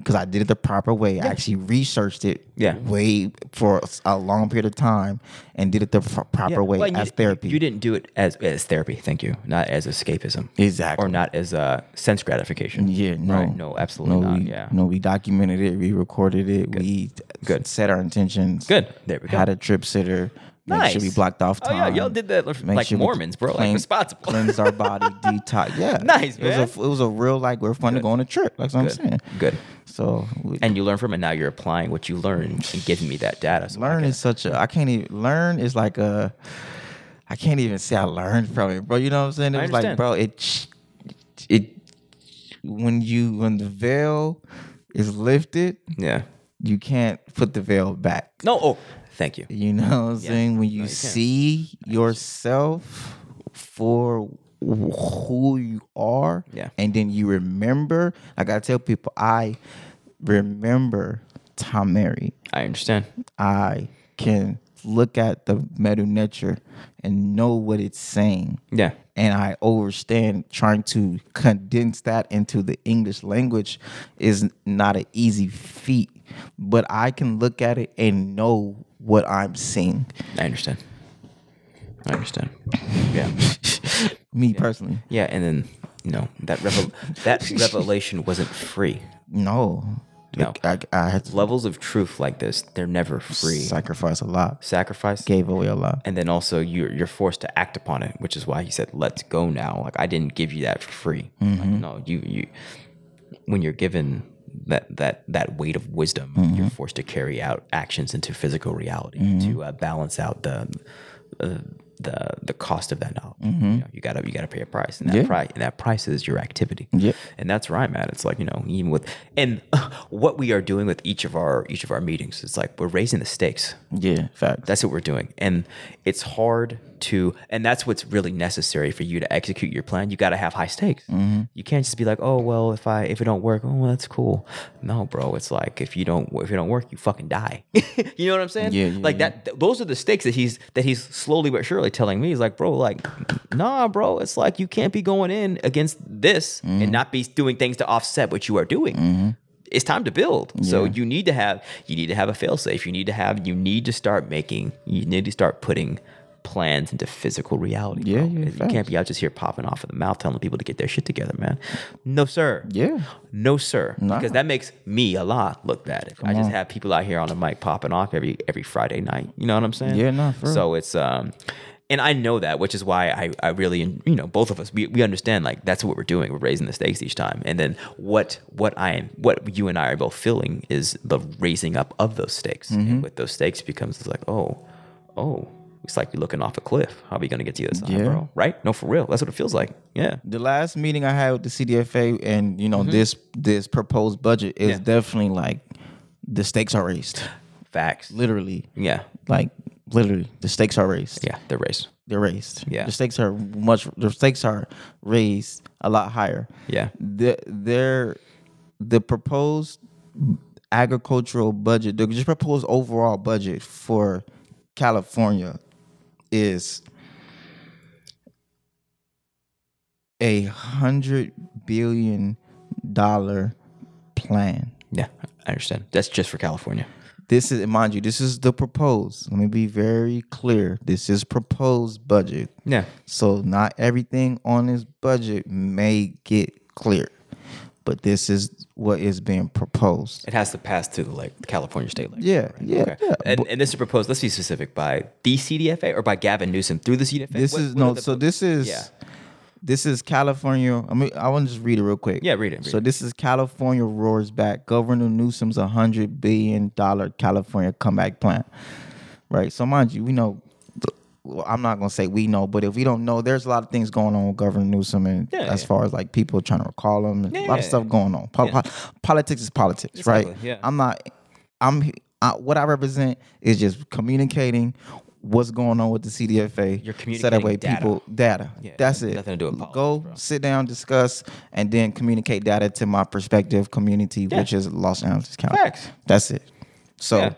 [SPEAKER 2] because I did it the proper way. I actually researched it
[SPEAKER 1] Yeah.
[SPEAKER 2] way for a long period of time and did it the f- proper
[SPEAKER 1] Yeah,
[SPEAKER 2] way
[SPEAKER 1] well, and you
[SPEAKER 2] as
[SPEAKER 1] di-
[SPEAKER 2] therapy.
[SPEAKER 1] You didn't do it as as therapy. Thank you, not as escapism.
[SPEAKER 2] Exactly.
[SPEAKER 1] or not as uh, sense gratification.
[SPEAKER 2] yeah, no,
[SPEAKER 1] Right, no, absolutely
[SPEAKER 2] no,
[SPEAKER 1] not.
[SPEAKER 2] We,
[SPEAKER 1] yeah,
[SPEAKER 2] no, we documented it, we recorded it, we
[SPEAKER 1] Good.
[SPEAKER 2] set our intentions.
[SPEAKER 1] Good. There we go.
[SPEAKER 2] Had a trip sitter. Make sure we
[SPEAKER 1] Nice.
[SPEAKER 2] blocked off
[SPEAKER 1] Oh,
[SPEAKER 2] time.
[SPEAKER 1] yeah, y'all did that like
[SPEAKER 2] we
[SPEAKER 1] Mormons, bro, like
[SPEAKER 2] clean-
[SPEAKER 1] responsible.
[SPEAKER 2] cleansed our body, detox. Yeah,
[SPEAKER 1] Nice,
[SPEAKER 2] It was, a,
[SPEAKER 1] man.
[SPEAKER 2] f- it was a real like we're fun to go on a trip. That's what
[SPEAKER 1] Good.
[SPEAKER 2] I'm saying.
[SPEAKER 1] Good.
[SPEAKER 2] So we,
[SPEAKER 1] and you learn from it. Now you're applying what you learned and giving me that data. So I
[SPEAKER 2] learn
[SPEAKER 1] can-
[SPEAKER 2] is such a I can't even learn is like a I can't even say I learned from it, bro. You know what I'm saying? It
[SPEAKER 1] I
[SPEAKER 2] was like,
[SPEAKER 1] understand.
[SPEAKER 2] bro, it ch- it when you when the veil is lifted,
[SPEAKER 1] yeah.
[SPEAKER 2] you can't put the veil back.
[SPEAKER 1] No. Oh, thank you.
[SPEAKER 2] You know what I'm saying? When you, see yourself for wh- who you are,
[SPEAKER 1] Yeah.
[SPEAKER 2] and then you remember, like I tell people, I remember Tom Mary.
[SPEAKER 1] I understand.
[SPEAKER 2] I can look at the meta nature and know what it's saying.
[SPEAKER 1] Yeah.
[SPEAKER 2] And I understand trying to condense that into the English language is not an easy feat, but I can look at it and know what I'm seeing.
[SPEAKER 1] I understand. I understand. Yeah.
[SPEAKER 2] Me personally,
[SPEAKER 1] Yeah. And then you know that revel- that revelation wasn't free.
[SPEAKER 2] no.
[SPEAKER 1] No.
[SPEAKER 2] I, I had to
[SPEAKER 1] Levels of truth like this, they're never free.
[SPEAKER 2] sacrifice a lot,
[SPEAKER 1] Sacrifice.
[SPEAKER 2] gave away a lot.
[SPEAKER 1] and then also you're you're forced to act upon it, which is why he said, "Let's go now." Like I didn't give you that for free. Like, no, you you when you're given that that that weight of wisdom, you're forced to carry out actions into physical reality to uh, balance out the. Uh, the the cost of that knowledge you, know, you gotta you gotta pay a price and that price and that price is your activity
[SPEAKER 2] Yeah.
[SPEAKER 1] and that's where I'm at. It's like you know, even with and what we are doing with each of our each of our meetings, it's like we're raising the stakes.
[SPEAKER 2] Yeah, fact.
[SPEAKER 1] That's what we're doing. And it's hard to, and that's what's really necessary for you to execute your plan. You got to have high stakes.
[SPEAKER 2] Mm-hmm.
[SPEAKER 1] You can't just be like, oh, well, if I, if it don't work, oh, well, that's cool. No, bro. It's like, if you don't, if it don't work, you fucking die. you know what I'm saying?
[SPEAKER 2] Yeah, yeah,
[SPEAKER 1] like that, th- those are the stakes that he's, that he's slowly but surely telling me. He's like, bro, like, nah, bro. It's like, you can't be going in against this
[SPEAKER 2] Mm-hmm.
[SPEAKER 1] and not be doing things to offset what you are doing it's time to build. So you need to have you need to have a failsafe. You need to have you need to start making you need to start putting plans into physical reality.
[SPEAKER 2] Yeah,
[SPEAKER 1] bro.
[SPEAKER 2] yeah,
[SPEAKER 1] you
[SPEAKER 2] facts.
[SPEAKER 1] can't be out just here popping off of the mouth telling people to get their shit together, man. No sir.
[SPEAKER 2] Yeah.
[SPEAKER 1] No sir.
[SPEAKER 2] Nah.
[SPEAKER 1] Because that makes me a lot look bad. If I just have people out here on the mic popping off every every Friday night. You know what I'm saying?
[SPEAKER 2] Yeah, nah, for real.
[SPEAKER 1] So it's um and I know that, which is why I, I really, you know, both of us, we, we understand like that's what we're doing. We're raising the stakes each time. And then what, what I am, what you and I are both feeling is the raising up of those stakes.
[SPEAKER 2] Mm-hmm.
[SPEAKER 1] And with those stakes becomes it's like, oh, oh, it's like you're looking off a cliff. How are we going to get to the other side,
[SPEAKER 2] Yeah.
[SPEAKER 1] bro? Right? No, for real. That's what it feels like. Yeah.
[SPEAKER 2] the last meeting I had with the CDFA and you know this this proposed budget
[SPEAKER 1] Mm-hmm.
[SPEAKER 2] is
[SPEAKER 1] Yeah.
[SPEAKER 2] definitely like the stakes are raised.
[SPEAKER 1] Facts.
[SPEAKER 2] Literally.
[SPEAKER 1] Yeah.
[SPEAKER 2] Like literally the stakes are raised.
[SPEAKER 1] Yeah. The race.
[SPEAKER 2] They're raised.
[SPEAKER 1] Yeah.
[SPEAKER 2] The stakes are much the stakes are raised a lot higher.
[SPEAKER 1] Yeah.
[SPEAKER 2] The their the proposed agricultural budget, the just proposed overall budget for California is a hundred billion dollar plan.
[SPEAKER 1] Yeah. I understand. That's just for California.
[SPEAKER 2] This is mind you, this is the proposed. Let me be very clear. This is proposed budget.
[SPEAKER 1] Yeah.
[SPEAKER 2] So not everything on this budget may get clear. But this is what is being proposed.
[SPEAKER 1] It has to pass through the like California state legislature.
[SPEAKER 2] Yeah, yeah,
[SPEAKER 1] Okay.
[SPEAKER 2] yeah.
[SPEAKER 1] And, and this is proposed, let's be specific, by the CDFA or by Gavin Newsom through the CDFA?
[SPEAKER 2] This
[SPEAKER 1] is
[SPEAKER 2] is no. so this is
[SPEAKER 1] Yeah.
[SPEAKER 2] this is California. I mean, I want to just read it real quick.
[SPEAKER 1] Yeah, read it, read
[SPEAKER 2] so
[SPEAKER 1] it.
[SPEAKER 2] this is California roars back. Governor Newsom's hundred billion dollar California comeback plan. Right. So mind you, we know. well, I'm not gonna say we know, but if we don't know, there's a lot of things going on with Governor Newsom, and
[SPEAKER 1] Yeah,
[SPEAKER 2] as
[SPEAKER 1] yeah.
[SPEAKER 2] far as like people trying to recall him, and a lot
[SPEAKER 1] yeah,
[SPEAKER 2] of stuff going on. Po- po- politics is politics, right?
[SPEAKER 1] Exactly, yeah.
[SPEAKER 2] I'm not. I'm. I, what I represent is just communicating what's going on with the CDFA.
[SPEAKER 1] You're
[SPEAKER 2] So that
[SPEAKER 1] communicating
[SPEAKER 2] way,
[SPEAKER 1] data.
[SPEAKER 2] people data.
[SPEAKER 1] Yeah,
[SPEAKER 2] That's
[SPEAKER 1] nothing-
[SPEAKER 2] it.
[SPEAKER 1] nothing to do with politics,
[SPEAKER 2] Go
[SPEAKER 1] bro.
[SPEAKER 2] sit down, discuss, and then communicate data to my prospective community,
[SPEAKER 1] Yeah.
[SPEAKER 2] which is Los Angeles County.
[SPEAKER 1] Facts.
[SPEAKER 2] That's it. So,
[SPEAKER 1] Yeah.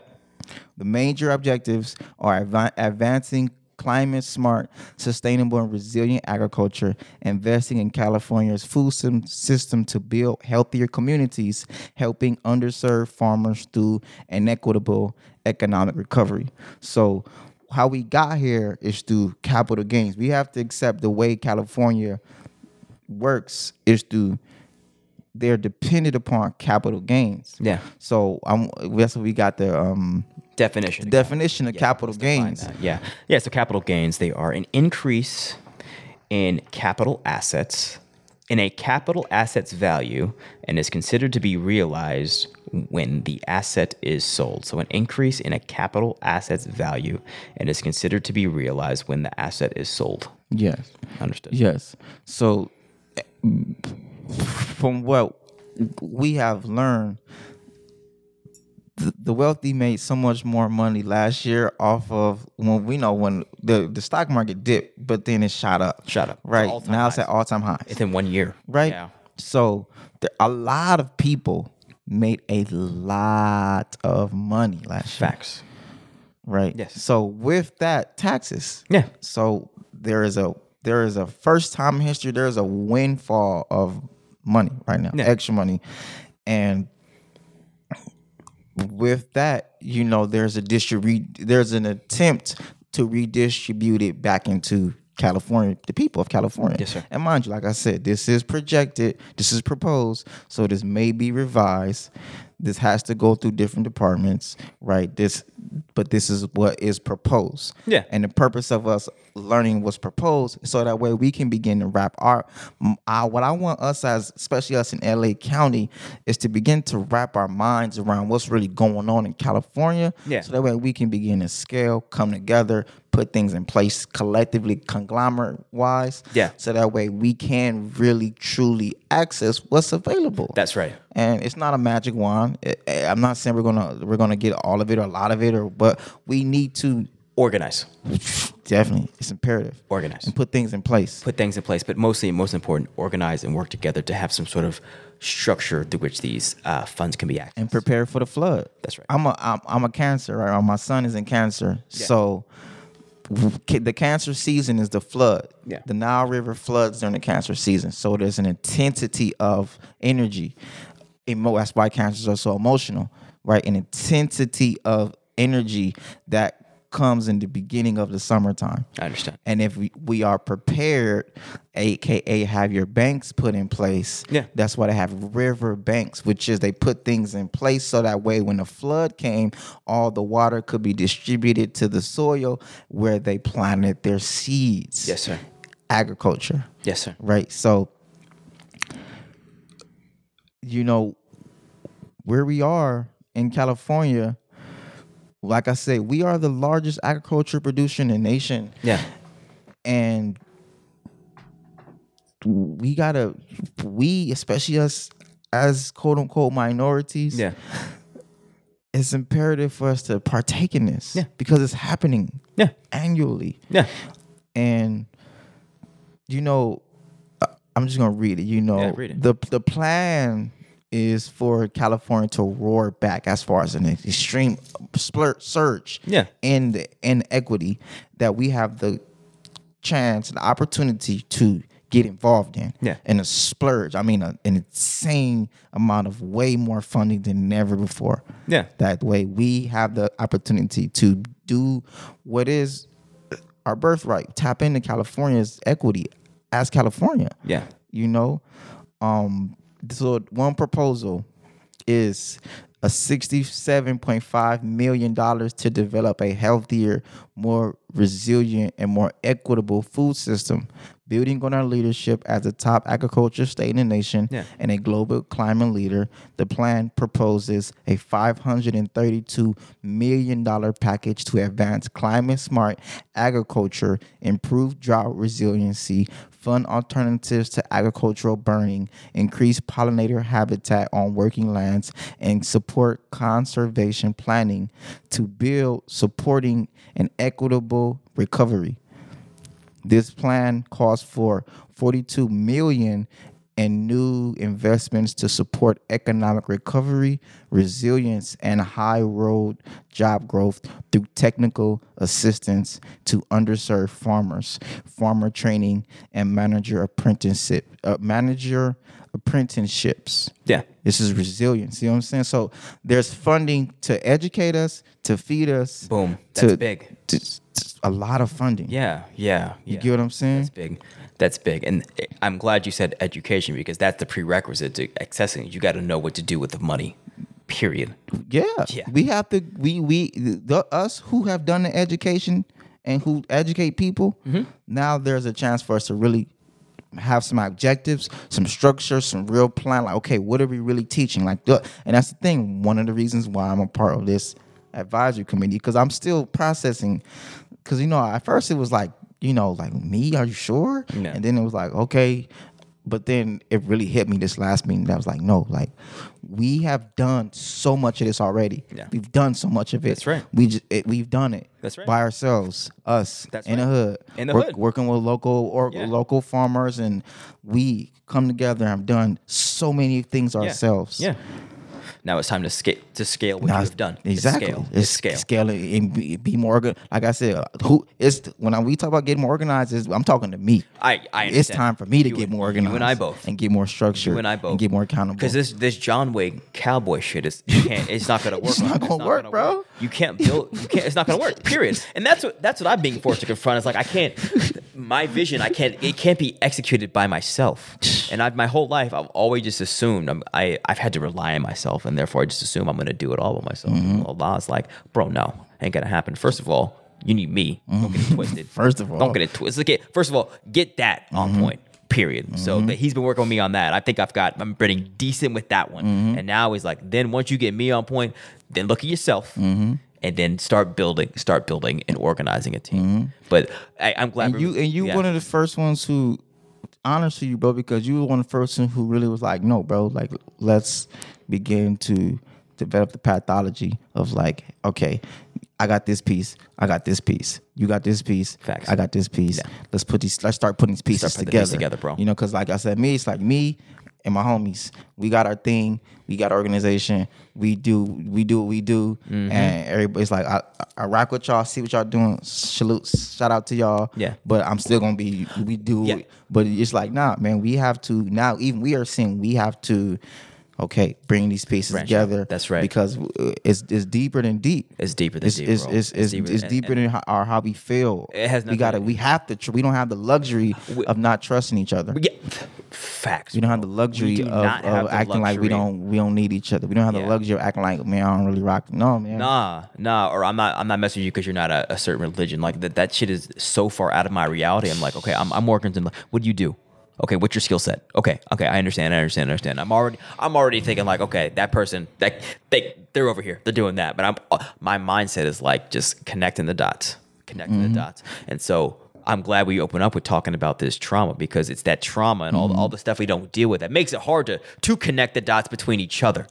[SPEAKER 2] the major objectives are adva- advancing climate smart, sustainable, and resilient agriculture, investing in California's food sym- system to build healthier communities, helping underserved farmers through an equitable economic recovery. So, how we got here is through capital gains. We have to accept the way California works is through they're dependent upon capital gains.
[SPEAKER 1] Yeah.
[SPEAKER 2] So I'm that's what we got the um
[SPEAKER 1] Definition. of
[SPEAKER 2] definition of capital
[SPEAKER 1] define
[SPEAKER 2] gains.
[SPEAKER 1] that. Uh, Yeah. Yeah. So capital gains, they are an increase in capital assets in a capital asset's value and is considered to be realized when the asset is sold. So an increase in a capital asset's value and is considered to be realized when the asset is sold.
[SPEAKER 2] Yes.
[SPEAKER 1] Understood.
[SPEAKER 2] Yes. So from what we have learned th- the wealthy made so much more money last year off of when we know when the, the stock market dipped, but then it shot up.
[SPEAKER 1] Shot up.
[SPEAKER 2] Right.
[SPEAKER 1] To all-time
[SPEAKER 2] Now it's at all time highs.
[SPEAKER 1] It's in one year.
[SPEAKER 2] right?
[SPEAKER 1] Yeah.
[SPEAKER 2] So there, a lot of people made a lot of money last year,
[SPEAKER 1] Facts.
[SPEAKER 2] right?
[SPEAKER 1] Yes.
[SPEAKER 2] So with that, taxes.
[SPEAKER 1] Yeah.
[SPEAKER 2] So there is a there is a first time in history there is a windfall of money right now,
[SPEAKER 1] Yeah.
[SPEAKER 2] extra money, and with that, you know, there's a distribute there's an attempt to redistribute it back into California, the people of California.
[SPEAKER 1] Yes, sir.
[SPEAKER 2] And mind you, like I said, this is projected, this is proposed, so this may be revised. This has to go through different departments, right? This, but this is what is proposed.
[SPEAKER 3] Yeah.
[SPEAKER 2] And the purpose of us learning what's proposed, so that way we can begin to wrap our, m- I, what I want us as, especially us in LA County, is to begin to wrap our minds around what's really going on in California.
[SPEAKER 3] Yeah.
[SPEAKER 2] So that way we can begin to scale, come together, put things in place collectively, conglomerate wise.
[SPEAKER 3] Yeah.
[SPEAKER 2] So that way we can really truly access what's available.
[SPEAKER 3] That's right.
[SPEAKER 2] And it's not a magic wand. I- I- I'm not saying we're gonna we're gonna get all of it or a lot of it or but we need to
[SPEAKER 3] Organize,
[SPEAKER 2] definitely it's imperative.
[SPEAKER 3] Organize.
[SPEAKER 2] and put things in place.
[SPEAKER 3] put things in place, but mostly, and most important, organize and work together to have some sort of structure through which these uh, funds can be acted.
[SPEAKER 2] and prepare for the flood.
[SPEAKER 3] That's right.
[SPEAKER 2] I'm a I'm, I'm a cancer, right? Or My son is in cancer, so w- ca- the cancer season is the flood.
[SPEAKER 3] Yeah.
[SPEAKER 2] The Nile River floods during the cancer season, so there's an intensity of energy. Emo- that's why cancers are so emotional, right? An intensity of energy that comes in the beginning of the summertime.
[SPEAKER 3] I understand.
[SPEAKER 2] And if we, we are prepared, aka have your banks put in place.
[SPEAKER 3] Yeah.
[SPEAKER 2] That's why they have river banks, which is they put things in place so that way when the flood came, all the water could be distributed to the soil where they planted their seeds.
[SPEAKER 3] Yes, sir.
[SPEAKER 2] Agriculture.
[SPEAKER 3] Yes, sir.
[SPEAKER 2] Right. So you know where we are in California, like I said, we are the largest agriculture producer in the nation
[SPEAKER 3] Yeah.
[SPEAKER 2] and we gotta we especially us as quote unquote minorities
[SPEAKER 3] Yeah.
[SPEAKER 2] it's imperative for us to partake in this
[SPEAKER 3] Yeah.
[SPEAKER 2] because it's happening
[SPEAKER 3] Yeah.
[SPEAKER 2] annually
[SPEAKER 3] Yeah.
[SPEAKER 2] and you know I- i'm just gonna read it you know
[SPEAKER 3] Yeah, read it.
[SPEAKER 2] the the plan is for california to roar back as far as an extreme splur- surge
[SPEAKER 3] Yeah.
[SPEAKER 2] in the inequity that we have the chance, the opportunity to get involved in.
[SPEAKER 3] Yeah.
[SPEAKER 2] And a splurge. I mean, a, an insane amount of way more funding than ever before.
[SPEAKER 3] Yeah.
[SPEAKER 2] That way we have the opportunity to do what is our birthright, tap into California's equity as California.
[SPEAKER 3] Yeah.
[SPEAKER 2] You know? Um, so one proposal is a $67.5 million to develop a healthier, more resilient, and more equitable food system, building on our leadership as a top agriculture state in the nation
[SPEAKER 3] Yeah.
[SPEAKER 2] and a global climate leader. The plan proposes a $532 million package to advance climate smart agriculture, improve drought resiliency, fund alternatives to agricultural burning, increase pollinator habitat on working lands, and support conservation planning to build supporting an equitable recovery. This plan calls for 42 million in new investments to support economic recovery, resilience, and high road job growth through technical assistance to underserved farmers, farmer training, and manager apprenticeship, uh, manager apprenticeships.
[SPEAKER 3] Yeah.
[SPEAKER 2] This is resilience. You know what I'm saying? So there's funding to educate us, to feed us.
[SPEAKER 3] Boom.
[SPEAKER 2] to-
[SPEAKER 3] That's big.
[SPEAKER 2] to- to- a lot of funding.
[SPEAKER 3] Yeah. Yeah.
[SPEAKER 2] You get what I'm saying?
[SPEAKER 3] That's big. That's big. And eh, I'm glad you said education because that's the prerequisite to accessing. it. You got to know what to do with the money. Period.
[SPEAKER 2] Yeah.
[SPEAKER 3] Yeah.
[SPEAKER 2] We have to we we the, us who have done the education and who educate people, now there's a chance for us to really have some objectives, some structure, some real plan. Like, okay, what are we really teaching? Like the, and that's the thing, one of the reasons why I'm a part of this advisory committee, because I'm still processing because you know, at first it was like, you know, like me, are you sure?
[SPEAKER 3] No.
[SPEAKER 2] And then it was like, okay. But then it really hit me this last meeting that I was like, no, like we have done so much of this already.
[SPEAKER 3] Yeah.
[SPEAKER 2] We've done so much of it.
[SPEAKER 3] That's right.
[SPEAKER 2] We just it, we've done it.
[SPEAKER 3] That's right.
[SPEAKER 2] By ourselves, us
[SPEAKER 3] That's
[SPEAKER 2] in
[SPEAKER 3] right.
[SPEAKER 2] the hood,
[SPEAKER 3] In the hood.
[SPEAKER 2] working with local or
[SPEAKER 3] Yeah.
[SPEAKER 2] local farmers, and we come together and have done so many things
[SPEAKER 3] Yeah.
[SPEAKER 2] ourselves.
[SPEAKER 3] Yeah. Now it's time to scale to scale what
[SPEAKER 2] Now,
[SPEAKER 3] you've done. It's
[SPEAKER 2] Exactly.
[SPEAKER 3] Scale. It's,
[SPEAKER 2] It's
[SPEAKER 3] scale.
[SPEAKER 2] Scale it and be, be more organ. Like I said, who it's when I, we talk about getting more organized, is I'm talking to me.
[SPEAKER 3] I, I
[SPEAKER 2] it's
[SPEAKER 3] understand.
[SPEAKER 2] time for me to
[SPEAKER 3] You
[SPEAKER 2] get
[SPEAKER 3] and-
[SPEAKER 2] more organized.
[SPEAKER 3] You and I both.
[SPEAKER 2] and get more structured.
[SPEAKER 3] You and I both.
[SPEAKER 2] and get more accountable.
[SPEAKER 3] Because this this John Wayne cowboy shit is you can't, it's not gonna work.
[SPEAKER 2] It's
[SPEAKER 3] on-
[SPEAKER 2] not gonna work, bro.
[SPEAKER 3] You can't build. You can't. It's not gonna work. Period. And that's what that's what I'm being forced to confront. It's like I can't.
[SPEAKER 1] my vision, I can't. It can't be executed by myself. And I've my whole life, I've always just assumed I'm, I I've had to rely on myself, and therefore I just assume I'm going to do it all by myself.
[SPEAKER 2] Mm-hmm.
[SPEAKER 1] Allah's like, bro, no, ain't gonna happen. First of all, you need me. Don't get it twisted.
[SPEAKER 2] Mm-hmm. First of all.
[SPEAKER 1] don't get it twisted. Okay, first of all, get that on
[SPEAKER 2] Mm-hmm.
[SPEAKER 1] point. Period. So that he's been working with me on that. I think I've got. I'm pretty decent with that one.
[SPEAKER 2] Mm-hmm.
[SPEAKER 1] And now he's like, then once you get me on point, then look at yourself.
[SPEAKER 2] Mm-hmm.
[SPEAKER 1] And then start building, start building and organizing a team. But I, I'm glad
[SPEAKER 2] Mm-hmm. And you and you one of the first ones who honest with you, bro, because you were one of the first ones who really was like, no, bro, like let's begin to develop the pathology of like, okay, I got this piece, I got this piece, you got this piece,
[SPEAKER 1] Facts.
[SPEAKER 2] I got this piece. Let's put these, let's start putting these pieces
[SPEAKER 1] putting the
[SPEAKER 2] together,
[SPEAKER 1] piece together, bro.
[SPEAKER 2] You know, because like I said, me, it's like me and my homies. We got our thing, we got our organization, we do, we do what we do,
[SPEAKER 1] Mm-hmm.
[SPEAKER 2] and everybody's like, I, I rock with y'all, see what y'all doing, salute, shout out to y'all,
[SPEAKER 1] Yeah.
[SPEAKER 2] but I'm still gonna be we do
[SPEAKER 1] Yeah.
[SPEAKER 2] it. But it's like, nah, man, we have to now even we are seeing we have to okay, bring these pieces
[SPEAKER 1] Branch out.
[SPEAKER 2] together.
[SPEAKER 1] That's right.
[SPEAKER 2] Because uh, it's it's deeper than deep.
[SPEAKER 1] It's deeper than
[SPEAKER 2] it's,
[SPEAKER 1] deep,
[SPEAKER 2] It's,
[SPEAKER 1] bro.
[SPEAKER 2] it's,
[SPEAKER 1] It's
[SPEAKER 2] it's,
[SPEAKER 1] deeper
[SPEAKER 2] it's
[SPEAKER 1] than-
[SPEAKER 2] deeper than ho- our how we feel.
[SPEAKER 1] It has
[SPEAKER 2] we
[SPEAKER 1] nothing- Uh,
[SPEAKER 2] got to we have to tr- we don't have the luxury
[SPEAKER 1] We-
[SPEAKER 2] of not trusting each other.
[SPEAKER 1] We get facts.
[SPEAKER 2] We don't have the
[SPEAKER 1] bro.
[SPEAKER 2] luxury
[SPEAKER 1] We do
[SPEAKER 2] of,
[SPEAKER 1] not have
[SPEAKER 2] of
[SPEAKER 1] the
[SPEAKER 2] acting like
[SPEAKER 1] luxury.
[SPEAKER 2] we don't we don't need each other. We don't have the
[SPEAKER 1] Yeah.
[SPEAKER 2] luxury of acting like man, I don't really rock. No, man.
[SPEAKER 1] Nah, nah. Or I'm not. I'm not messing with you because you're not a, a certain religion. Like that. That shit is so far out of my reality. I'm like, okay, I'm, I'm working. To, what do you do? Okay, what's your skill set? Okay, okay, I understand. I understand. I understand. I'm already. I'm already thinking like, okay, that person. That they they're over here. They're doing that. But I'm. Uh, my mindset is like just connecting the dots. Connecting the dots. And so. I'm glad we open up with talking about this trauma because it's that trauma and all, all the stuff we don't deal with that makes it hard to to connect the dots between each other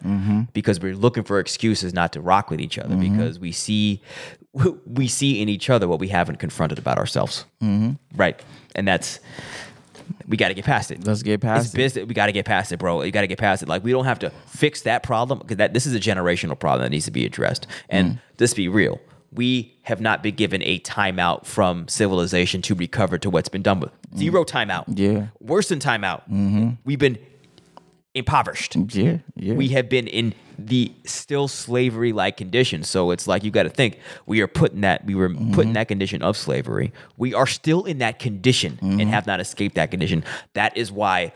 [SPEAKER 1] because we're looking for excuses not to rock with each other because we see we see in each other what we haven't confronted about ourselves right and that's we got to get past it
[SPEAKER 2] Let's get past
[SPEAKER 1] it's
[SPEAKER 2] it.
[SPEAKER 1] business we got to get past it bro you got to get past it like we don't have to fix that problem because that this is a generational problem that needs to be addressed and
[SPEAKER 2] Mm.
[SPEAKER 1] let's be real we have not been given a timeout from civilization to recover to what's been done with zero timeout
[SPEAKER 2] Mm. Yeah. Mm-hmm.
[SPEAKER 1] worse than timeout we've been impoverished
[SPEAKER 2] Yeah, yeah.
[SPEAKER 1] we have been in the still slavery like condition. So it's like you got to think we are putting that we were
[SPEAKER 2] Mm-hmm.
[SPEAKER 1] put in that condition of slavery. We are still in that condition
[SPEAKER 2] Mm-hmm.
[SPEAKER 1] and have not escaped that condition. That is why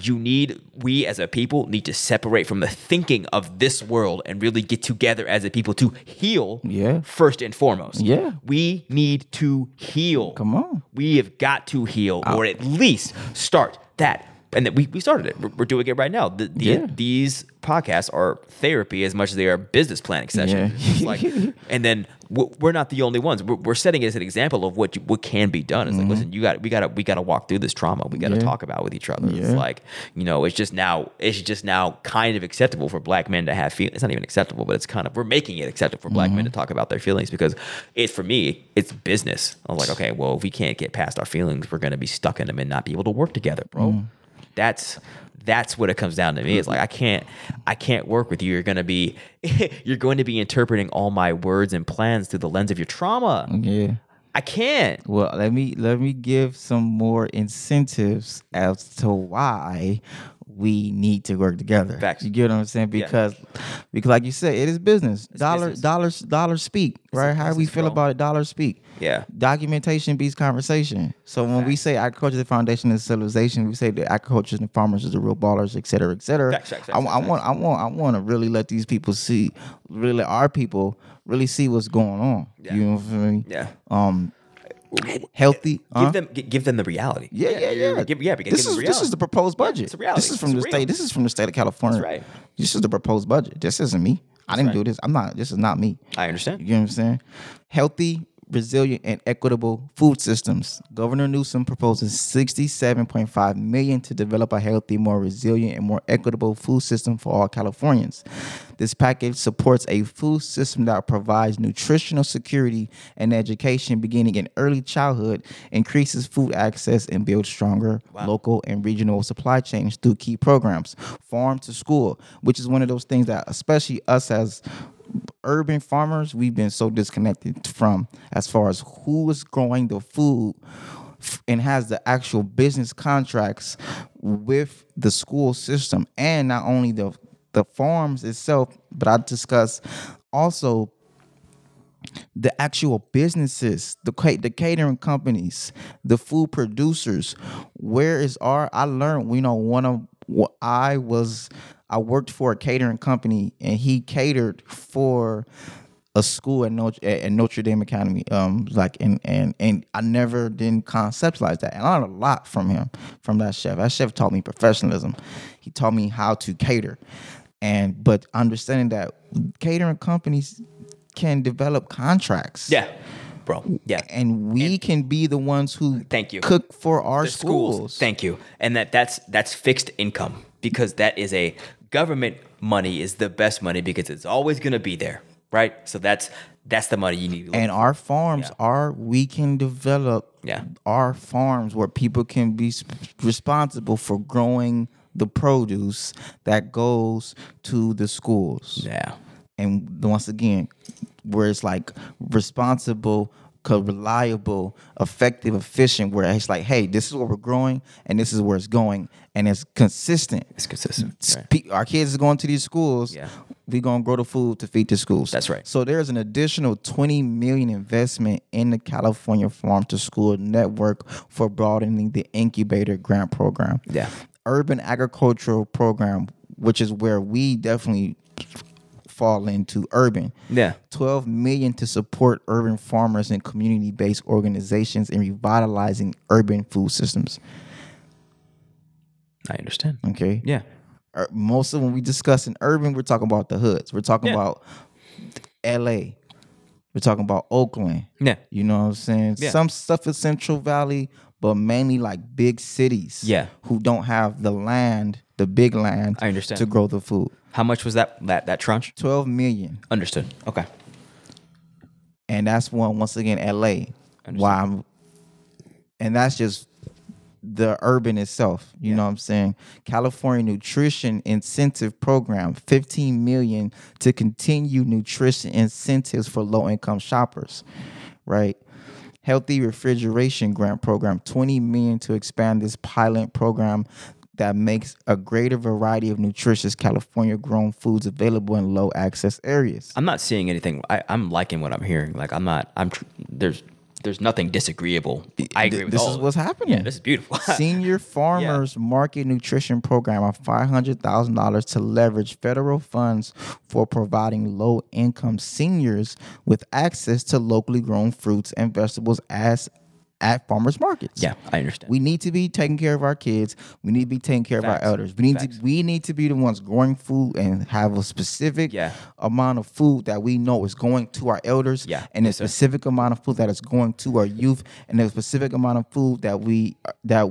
[SPEAKER 1] you need we as a people need to separate from the thinking of this world and really get together as a people to heal
[SPEAKER 2] Yeah.
[SPEAKER 1] first and foremost.
[SPEAKER 2] Yeah.
[SPEAKER 1] We need to heal.
[SPEAKER 2] Come on.
[SPEAKER 1] We have got to heal
[SPEAKER 2] Oh.
[SPEAKER 1] or at least start that. And that we, we started it. We're, we're doing it right now. The, the,
[SPEAKER 2] Yeah.
[SPEAKER 1] These podcasts are therapy as much as they are business planning sessions.
[SPEAKER 2] Yeah.
[SPEAKER 1] It's like, and then we're we're not the only ones. We're, we're setting it as an example of what you, what can be done. It's like, listen, you got we got to we got to walk through this trauma. We got to
[SPEAKER 2] Mm-hmm. Yeah.
[SPEAKER 1] talk about it with each other. It's
[SPEAKER 2] Yeah.
[SPEAKER 1] like you know, it's just now it's just now kind of acceptable for black men to have feelings. It's not even acceptable, but it's kind of we're making it acceptable for black men to talk about their feelings because it's for me it's business. I'm like, okay, well, if we can't get past our feelings, we're gonna be stuck in them and not be able to work together, bro. That's that's what it comes down to me. It's like I can't I can't work with you. You're gonna be you're going to be interpreting all my words and plans through the lens of your trauma.
[SPEAKER 2] yeah.
[SPEAKER 1] I can't.
[SPEAKER 2] Well, let me let me give some more incentives as to why we need to work together.
[SPEAKER 1] Facts.
[SPEAKER 2] You get what I'm saying? Because because like you said, it is business. dollar
[SPEAKER 1] business.
[SPEAKER 2] dollars dollars speak, right? How we
[SPEAKER 1] business,
[SPEAKER 2] feel
[SPEAKER 1] bro.
[SPEAKER 2] about it, dollars speak.
[SPEAKER 1] Yeah.
[SPEAKER 2] Documentation beats conversation. So when we say agriculture, the foundation of civilization, we say that agriculture and farmers are the real ballers, et cetera, et cetera.
[SPEAKER 1] Facts, facts,
[SPEAKER 2] I,
[SPEAKER 1] facts,
[SPEAKER 2] I want I want I want to really let these people see, really our people really see what's going on.
[SPEAKER 1] Yeah.
[SPEAKER 2] You know what I mean?
[SPEAKER 1] Yeah.
[SPEAKER 2] Um, healthy. huh?
[SPEAKER 1] Give them gi- give them the reality.
[SPEAKER 2] Yeah, yeah, yeah.
[SPEAKER 1] Give, yeah, because
[SPEAKER 2] this
[SPEAKER 1] give them the
[SPEAKER 2] is this is
[SPEAKER 1] reality.
[SPEAKER 2] the proposed budget.
[SPEAKER 1] it's a reality.
[SPEAKER 2] This is from
[SPEAKER 1] It's
[SPEAKER 2] the
[SPEAKER 1] real.
[SPEAKER 2] state. This is from the state of California.
[SPEAKER 1] That's right.
[SPEAKER 2] This is the proposed budget. This isn't me. I didn't do this. I'm not. This is not me.
[SPEAKER 1] I understand.
[SPEAKER 2] You know what I'm saying? Healthy, resilient, and equitable food systems. Governor Newsom proposes 67.5 million to develop a healthy, more resilient, and more equitable food system for all Californians. This package supports a food system that provides nutritional security and education beginning in early childhood, increases food access, and builds stronger local and regional supply chains through key programs. Farm to school, which is one of those things that especially us as urban farmers we've been so disconnected from as far as who is growing the food f- and has the actual business contracts with the school system and not only the the farms itself but i discuss also the actual businesses, the ca- the catering companies, the food producers. Where is our? I learned, you know, one of what I was, I worked for a catering company, and he catered for a school at Notre, at at Notre Dame Academy. Um, like and and and I never didn't conceptualize that, and I learned a lot from him, from that chef. That chef taught me professionalism. He taught me how to cater, and but understanding that catering companies can develop contracts.
[SPEAKER 1] Yeah, bro. Yeah,
[SPEAKER 2] And we can be the ones who
[SPEAKER 1] Thank you.
[SPEAKER 2] cook for our
[SPEAKER 1] the schools.
[SPEAKER 2] schools.
[SPEAKER 1] Thank you. And that that's that's fixed income because that is a government money is the best money because it's always going to be there, right? So that's that's the money you need. to look
[SPEAKER 2] and our farms
[SPEAKER 1] Yeah.
[SPEAKER 2] are we can develop
[SPEAKER 1] Yeah.
[SPEAKER 2] our farms where people can be s- responsible for growing the produce that goes to the schools.
[SPEAKER 1] Yeah.
[SPEAKER 2] and once again, where it's like responsible, co- reliable, effective, efficient, where it's like, hey, this is what we're growing and this is where it's going, and it's consistent.
[SPEAKER 1] It's
[SPEAKER 2] Mm,
[SPEAKER 1] consistent. Right.
[SPEAKER 2] Spe- Our kids are going to these schools.
[SPEAKER 1] Yeah.
[SPEAKER 2] We're gonna grow the food to feed the schools.
[SPEAKER 1] That's right.
[SPEAKER 2] So there's an additional 20 million investment in the California Farm to School Network for broadening the incubator grant program.
[SPEAKER 1] Yeah.
[SPEAKER 2] Urban agricultural program, which is where we definitely fall into urban.
[SPEAKER 1] Yeah.
[SPEAKER 2] 12 million to support urban farmers and community-based organizations in revitalizing urban food systems.
[SPEAKER 1] I understand.
[SPEAKER 2] Okay.
[SPEAKER 1] Yeah.
[SPEAKER 2] Ur- Er, most of when we discuss in urban, we're talking about the hoods. We're talking
[SPEAKER 1] Yeah.
[SPEAKER 2] about L.A. We're talking about Oakland.
[SPEAKER 1] Yeah.
[SPEAKER 2] You know what I'm saying?
[SPEAKER 1] Yeah.
[SPEAKER 2] Some stuff in Central Valley, but mainly like big cities.
[SPEAKER 1] Yeah.
[SPEAKER 2] Who don't have the land, the big land.
[SPEAKER 1] I understand.
[SPEAKER 2] To grow the food,
[SPEAKER 1] How much was that that that tranche?
[SPEAKER 2] twelve million,
[SPEAKER 1] Understood. Okay.
[SPEAKER 2] and that's one once again L.A. Why I'm, and that's just the urban itself. You know what I'm saying? California Nutrition Incentive Program, 15 million to continue nutrition incentives for low income shoppers, right? Healthy Refrigeration Grant Program, 20 million to expand this pilot program that makes a greater variety of nutritious California grown foods available in low access areas.
[SPEAKER 1] I'm not seeing anything. I, I'm liking what I'm hearing. Like I'm not. I'm tr- there's there's nothing disagreeable. I agree
[SPEAKER 2] Th-
[SPEAKER 1] with
[SPEAKER 2] this
[SPEAKER 1] all
[SPEAKER 2] is
[SPEAKER 1] of
[SPEAKER 2] what's
[SPEAKER 1] it.
[SPEAKER 2] happening.
[SPEAKER 1] Yeah, this is beautiful.
[SPEAKER 2] Senior Farmers Market Nutrition Program of five hundred thousand dollars to leverage federal funds for providing low income seniors with access to locally grown fruits and vegetables as at farmers markets.
[SPEAKER 1] yeah, I understand.
[SPEAKER 2] We need to be taking care of our kids. We need to be taking care of
[SPEAKER 1] Facts.
[SPEAKER 2] our elders. We need
[SPEAKER 1] Facts.
[SPEAKER 2] to we need to be the ones growing food and have a specific
[SPEAKER 1] Yeah.
[SPEAKER 2] amount of food that we know is going to our elders
[SPEAKER 1] Yeah.
[SPEAKER 2] and a specific amount of food that is going to our youth and a specific amount of food that we that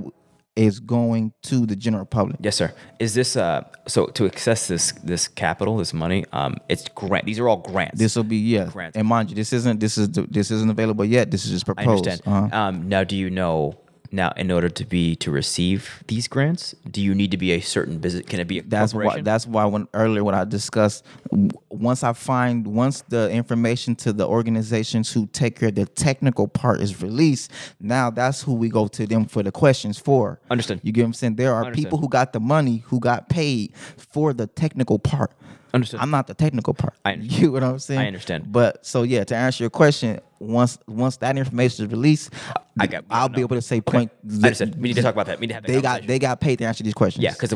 [SPEAKER 2] is going to the general public.
[SPEAKER 1] Yes, sir. Is this uh so to access this this capital, this money? Um, it's grant. These are all grants.
[SPEAKER 2] This will be yeah.
[SPEAKER 1] Grant.
[SPEAKER 2] And mind you, this isn't this is the, this isn't available yet. This is just
[SPEAKER 1] I
[SPEAKER 2] proposed.
[SPEAKER 1] understand.
[SPEAKER 2] Uh-huh.
[SPEAKER 1] Um, now, do you know now in order to be to receive these grants, do you need to be a certain business? Can it be a
[SPEAKER 2] That's why.
[SPEAKER 1] corporation?
[SPEAKER 2] That's why when earlier when I discussed, w- once I find once the information to the organizations who take care of the technical part is released, now that's who we go to them for the questions for.
[SPEAKER 1] Understood.
[SPEAKER 2] You get what I'm saying? There are
[SPEAKER 1] Understood.
[SPEAKER 2] people who got the money who got paid for the technical part.
[SPEAKER 1] Understood.
[SPEAKER 2] I'm not the technical part.
[SPEAKER 1] I understand.
[SPEAKER 2] you get what I'm saying?
[SPEAKER 1] I understand.
[SPEAKER 2] But so yeah, to answer your question, once once that information is released,
[SPEAKER 1] I got-
[SPEAKER 2] I'll be
[SPEAKER 1] no.
[SPEAKER 2] able to say
[SPEAKER 1] Okay.
[SPEAKER 2] point.
[SPEAKER 1] I understand. We need to talk about that. We need to have that
[SPEAKER 2] They got
[SPEAKER 1] conversation.
[SPEAKER 2] they got paid to answer these questions.
[SPEAKER 1] Yeah, because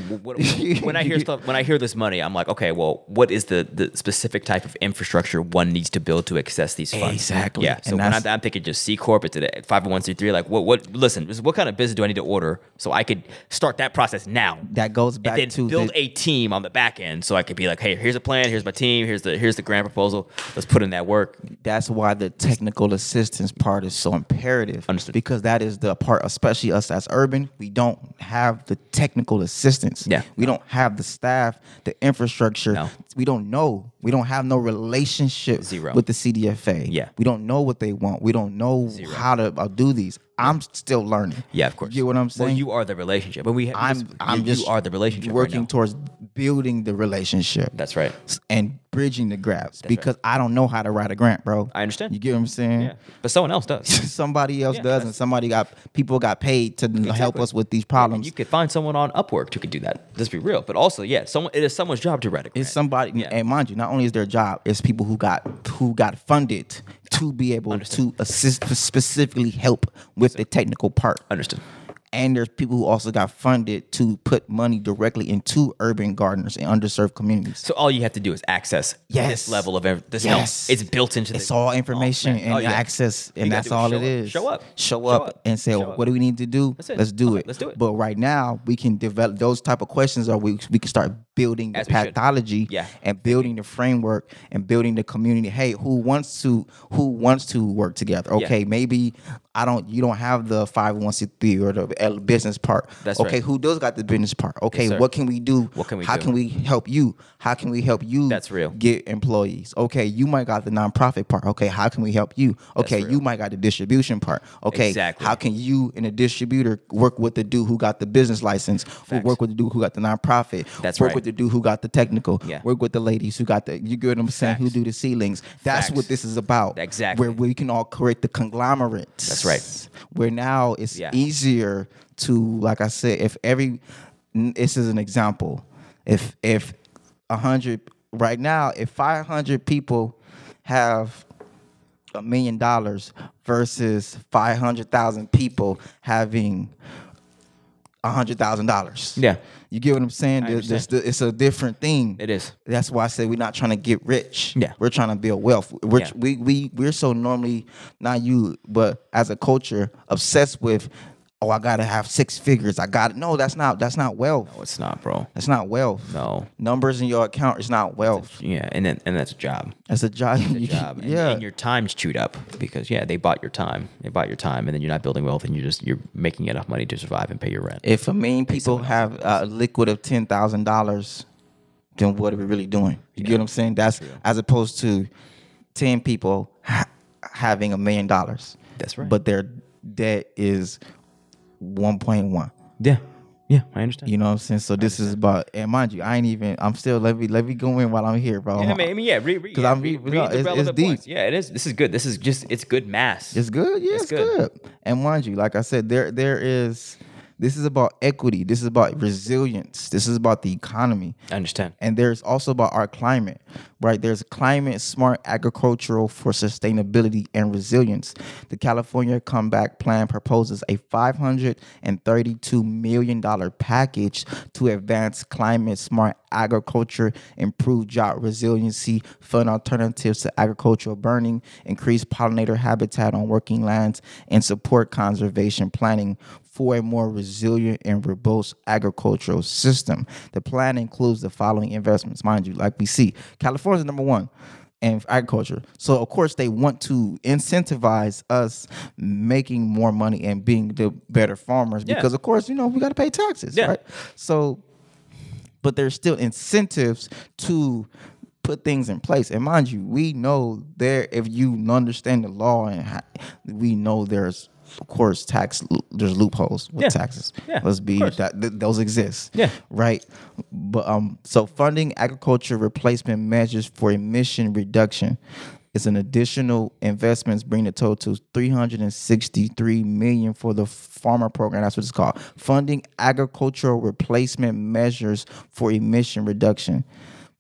[SPEAKER 1] when I hear stuff, when I hear this money, I'm like, okay, well, what is the, the specific type of infrastructure one needs to build to access these funds?
[SPEAKER 2] Exactly.
[SPEAKER 1] Yeah. So
[SPEAKER 2] And
[SPEAKER 1] when I'm,
[SPEAKER 2] that's-
[SPEAKER 1] I'm thinking just C corp, it's a 501c3. Like, what? What? Listen, this- what kind of business do I need to order so I could start that process now?
[SPEAKER 2] that goes back
[SPEAKER 1] and then
[SPEAKER 2] to
[SPEAKER 1] build
[SPEAKER 2] the-
[SPEAKER 1] a team on the back end, so I could be like, hey, here's a plan, here's my team, here's the here's the grant proposal. Let's put in that work.
[SPEAKER 2] that's why the technical assistance part is so imperative.
[SPEAKER 1] Understood.
[SPEAKER 2] Because that is the part, especially us as urban, we don't have the technical assistance.
[SPEAKER 1] Yeah.
[SPEAKER 2] We don't have the staff, the infrastructure.
[SPEAKER 1] No.
[SPEAKER 2] We don't know. We don't have no relationship
[SPEAKER 1] Zero.
[SPEAKER 2] with the CDFA.
[SPEAKER 1] Yeah.
[SPEAKER 2] We don't know what they want. We don't know how to uh, do these. I'm still learning.
[SPEAKER 1] Yeah, of course.
[SPEAKER 2] You get what I'm saying?
[SPEAKER 1] Well, you are the relationship, but we.
[SPEAKER 2] I'm I'm
[SPEAKER 1] you,
[SPEAKER 2] just
[SPEAKER 1] you are the relationship.
[SPEAKER 2] working
[SPEAKER 1] Working right now.
[SPEAKER 2] towards building the relationship.
[SPEAKER 1] That's right.
[SPEAKER 2] s- and bridging the gaps because I don't know how to write a grant, bro.
[SPEAKER 1] I understand.
[SPEAKER 2] You get what I'm saying?
[SPEAKER 1] Yeah, but someone else does.
[SPEAKER 2] Somebody else
[SPEAKER 1] Yeah,
[SPEAKER 2] does,
[SPEAKER 1] that's-
[SPEAKER 2] and somebody got people got paid to help
[SPEAKER 1] Exactly.
[SPEAKER 2] us with these
[SPEAKER 1] And
[SPEAKER 2] problems.
[SPEAKER 1] you could find someone on Upwork who could do that. Let's be real. But also, yeah, someone it is someone's job to write a grant.
[SPEAKER 2] it's somebody,
[SPEAKER 1] Yeah.
[SPEAKER 2] and mind you, not only is their job, it's people who got who got funded to be able to assist specifically help with the technical part.
[SPEAKER 3] Understood.
[SPEAKER 2] And there's people who also got funded to put money directly into urban gardeners and underserved communities.
[SPEAKER 3] So all you have to do is access
[SPEAKER 2] Yes.
[SPEAKER 3] this level of ev- this
[SPEAKER 2] Yes.
[SPEAKER 3] help. It's built into
[SPEAKER 2] It's
[SPEAKER 3] the,
[SPEAKER 2] all information and
[SPEAKER 3] Oh, yeah.
[SPEAKER 2] access, and
[SPEAKER 3] You gotta do
[SPEAKER 2] that's
[SPEAKER 3] is
[SPEAKER 2] all
[SPEAKER 3] show
[SPEAKER 2] it
[SPEAKER 3] up.
[SPEAKER 2] is.
[SPEAKER 3] Show up.
[SPEAKER 2] show
[SPEAKER 3] Show
[SPEAKER 2] up,
[SPEAKER 3] up.
[SPEAKER 2] and say,
[SPEAKER 3] Show up.
[SPEAKER 2] what do we need to do?
[SPEAKER 3] That's it.
[SPEAKER 2] Let's do
[SPEAKER 3] Okay,
[SPEAKER 2] it.
[SPEAKER 3] let's do it.
[SPEAKER 2] But right now, we can develop those type of questions, or we we can start building the
[SPEAKER 3] As we should.
[SPEAKER 2] pathology,
[SPEAKER 3] Yeah.
[SPEAKER 2] and building the framework, and building the community. Hey, who wants to who wants to work together? Okay, maybe I don't. You don't have the five oh one c three or the L- business part.
[SPEAKER 3] That's
[SPEAKER 2] okay.
[SPEAKER 3] right.
[SPEAKER 2] Who does got the business part? Okay,
[SPEAKER 3] sir.
[SPEAKER 2] what can we do?
[SPEAKER 3] What can we
[SPEAKER 2] How
[SPEAKER 3] do?
[SPEAKER 2] can we help you? How can we help you?
[SPEAKER 3] That's real.
[SPEAKER 2] Get employees. Okay, you might got the nonprofit part. Okay, how can we help you? Okay, you might got the distribution part. Okay,
[SPEAKER 3] Exactly.
[SPEAKER 2] how can you and the distributor work with the dude who got the business license? Who work with the dude who got the nonprofit?
[SPEAKER 3] That's
[SPEAKER 2] work
[SPEAKER 3] right.
[SPEAKER 2] with the dude who got the technical.
[SPEAKER 3] Yeah.
[SPEAKER 2] Work with the ladies who got the. You get what I'm saying? Who
[SPEAKER 3] Facts.
[SPEAKER 2] do the ceilings? That's
[SPEAKER 3] Facts.
[SPEAKER 2] what this is about.
[SPEAKER 3] Exactly.
[SPEAKER 2] Where we can all create the conglomerate. That's
[SPEAKER 3] right.
[SPEAKER 2] Where now it's
[SPEAKER 3] Yeah.
[SPEAKER 2] easier to, like I said, if every n- this is an example. If if a hundred right now, if five hundred people have a million dollars versus five hundred thousand people having a hundred thousand dollars.
[SPEAKER 3] Yeah.
[SPEAKER 2] You get what I'm saying? There- there's
[SPEAKER 3] understand.
[SPEAKER 2] the- it's a different thing.
[SPEAKER 3] It is.
[SPEAKER 2] That's why I say we're not trying to get rich.
[SPEAKER 3] Yeah.
[SPEAKER 2] We're trying to build wealth. We're,
[SPEAKER 3] Yeah.
[SPEAKER 2] we, we, we're so normally, not you, but as a culture, obsessed with, oh, I got to have six figures. I got to. No, that's not, that's not wealth.
[SPEAKER 3] Oh, it's not, bro.
[SPEAKER 2] That's not wealth.
[SPEAKER 3] No.
[SPEAKER 2] Numbers in your account is not wealth.
[SPEAKER 3] Yeah, and then, and that's a job.
[SPEAKER 2] That's a job.
[SPEAKER 3] The job. And,
[SPEAKER 2] yeah.
[SPEAKER 3] and your time's chewed up because yeah, they bought your time. They bought your time, and then you're not building wealth, and you're just you're making enough money to survive and pay your rent.
[SPEAKER 2] if a million people have a liquid of ten thousand dollars, then what are we really doing? You get what I'm saying? That's as opposed to ten people ha- having a million dollars.
[SPEAKER 3] That's right.
[SPEAKER 2] But their debt is one point one.
[SPEAKER 3] yeah, yeah, I understand.
[SPEAKER 2] You know what I'm saying? So this is about and mind you, I ain't even. I'm still let me let me go in while I'm here, bro.
[SPEAKER 3] Yeah, I mean, I mean, yeah, read, read,
[SPEAKER 2] 'Cause
[SPEAKER 3] yeah,
[SPEAKER 2] I'm
[SPEAKER 3] read,
[SPEAKER 2] re-
[SPEAKER 3] read
[SPEAKER 2] no,
[SPEAKER 3] the
[SPEAKER 2] it's- it's
[SPEAKER 3] relevant
[SPEAKER 2] deep.
[SPEAKER 3] points. Yeah, it is. This is good. This is just it's good mass.
[SPEAKER 2] It's good. Yeah, it's, good.
[SPEAKER 3] good.
[SPEAKER 2] And mind you, like I said, there there is. This is about equity. This is about resilience. This is about the economy.
[SPEAKER 3] I understand.
[SPEAKER 2] and there's also about our climate right there's climate smart agricultural for sustainability and resilience the california comeback plan proposes a $532 million package to advance climate smart agriculture improve job resiliency fund alternatives to agricultural burning increase pollinator habitat on working lands and support conservation planning for a more resilient and robust agricultural system. The plan includes the following investments, mind you, like we see California's number one in agriculture. So of course they want to incentivize us making more money and being the better farmers
[SPEAKER 3] Yeah.
[SPEAKER 2] because of course, you know, we got to pay taxes,
[SPEAKER 3] Yeah.
[SPEAKER 2] right? So but there's still incentives to put things in place. And mind you, we know there if you understand the law and how, we know there's of course tax there's loopholes with
[SPEAKER 3] Yeah.
[SPEAKER 2] taxes.
[SPEAKER 3] Yeah,
[SPEAKER 2] Let's
[SPEAKER 3] of
[SPEAKER 2] be
[SPEAKER 3] course.
[SPEAKER 2] that th- those exist.
[SPEAKER 3] Yeah.
[SPEAKER 2] Right? But um so funding agriculture replacement measures for emission reduction is an additional investments bring the total to 363 million for the farmer program that's what it's called funding agricultural replacement measures for emission reduction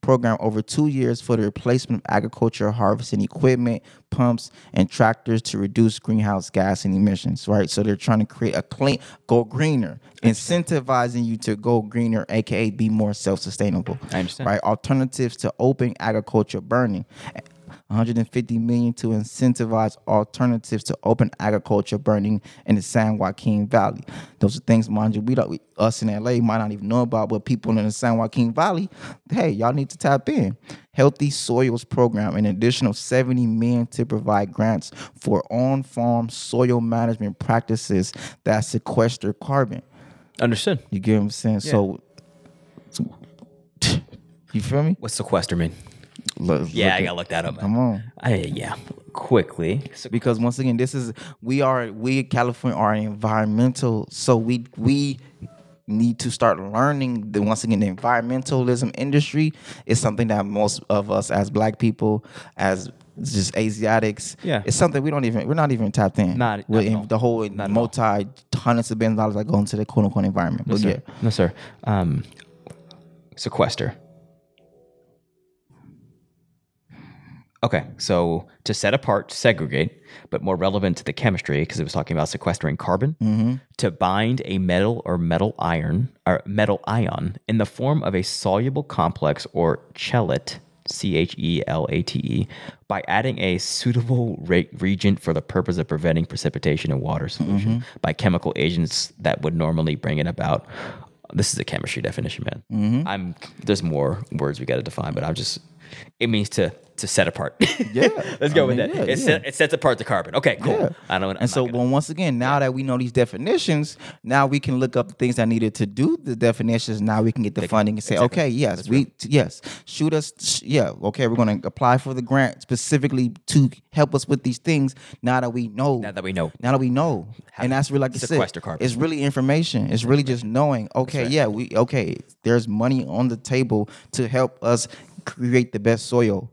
[SPEAKER 2] program over two years for the replacement of agricultural harvesting equipment, pumps, and tractors to reduce greenhouse gas and emissions, right? So they're trying to create a clean, go greener, incentivizing you to go greener, aka be more self sustainable.
[SPEAKER 3] I understand.
[SPEAKER 2] Right? Alternatives to open agriculture burning. 150 million to incentivize alternatives to open agriculture burning in the San Joaquin Valley. Those are things, mind you, we don't, we, us in LA might not even know about, but people in the San Joaquin Valley, hey, y'all need to tap in. Healthy Soils Program, an additional 70 million to provide grants for on-farm soil management practices that sequester carbon.
[SPEAKER 3] Understood.
[SPEAKER 2] You get what I'm saying? So, so- you feel me?
[SPEAKER 3] What's sequester mean?
[SPEAKER 2] Look-
[SPEAKER 3] Yeah, I
[SPEAKER 2] look-
[SPEAKER 3] gotta look that up. man.
[SPEAKER 2] Come on.
[SPEAKER 3] I, yeah, quickly.
[SPEAKER 2] because once again this is we are we california are environmental so we we need to start learning the once again the environmentalism industry is something that most of us as black people as just asiatics
[SPEAKER 3] Yeah.
[SPEAKER 2] it's something we don't even we're not even tapped in
[SPEAKER 3] Not- not
[SPEAKER 2] We're
[SPEAKER 3] at
[SPEAKER 2] in
[SPEAKER 3] all.
[SPEAKER 2] the whole multi hundreds of billion dollars that go into the quote unquote environment but yeah
[SPEAKER 3] No, sir. Um, sequester.
[SPEAKER 1] Okay, so to set apart, segregate, but more relevant to the chemistry because it was talking about sequestering carbon, to bind a metal or metal iron or metal ion in the form of a soluble complex or chelate, C H E L A T E, by adding a suitable re- reagent for the purpose of preventing precipitation in water solution by chemical agents that would normally bring it about. This is a chemistry definition, man.
[SPEAKER 2] Mm-hmm.
[SPEAKER 1] I'm there's more words we got to define, but I'm just it means to to set apart. Yeah, let's go
[SPEAKER 2] I
[SPEAKER 1] with
[SPEAKER 2] mean,
[SPEAKER 1] that.
[SPEAKER 2] yeah,
[SPEAKER 1] it, Set, it sets apart the carbon. Okay, cool.
[SPEAKER 2] Yeah.
[SPEAKER 1] I don't. I'm
[SPEAKER 2] and so,
[SPEAKER 1] not gonna-
[SPEAKER 2] well, once again, now that we know these definitions, now we can look up the things I needed to do the definitions. Now we can get the funding and say, okay, yes, we t- yes, shoot us, sh- yeah, okay, we're going to apply for the grant specifically to help us with these things. Now that we know,
[SPEAKER 1] now that we know,
[SPEAKER 2] now that we know, and that's really like I said,
[SPEAKER 1] sequester carbon.
[SPEAKER 2] it's really information. It's really just knowing. Okay, yeah, we okay. There's money on the table to help us create the best soil.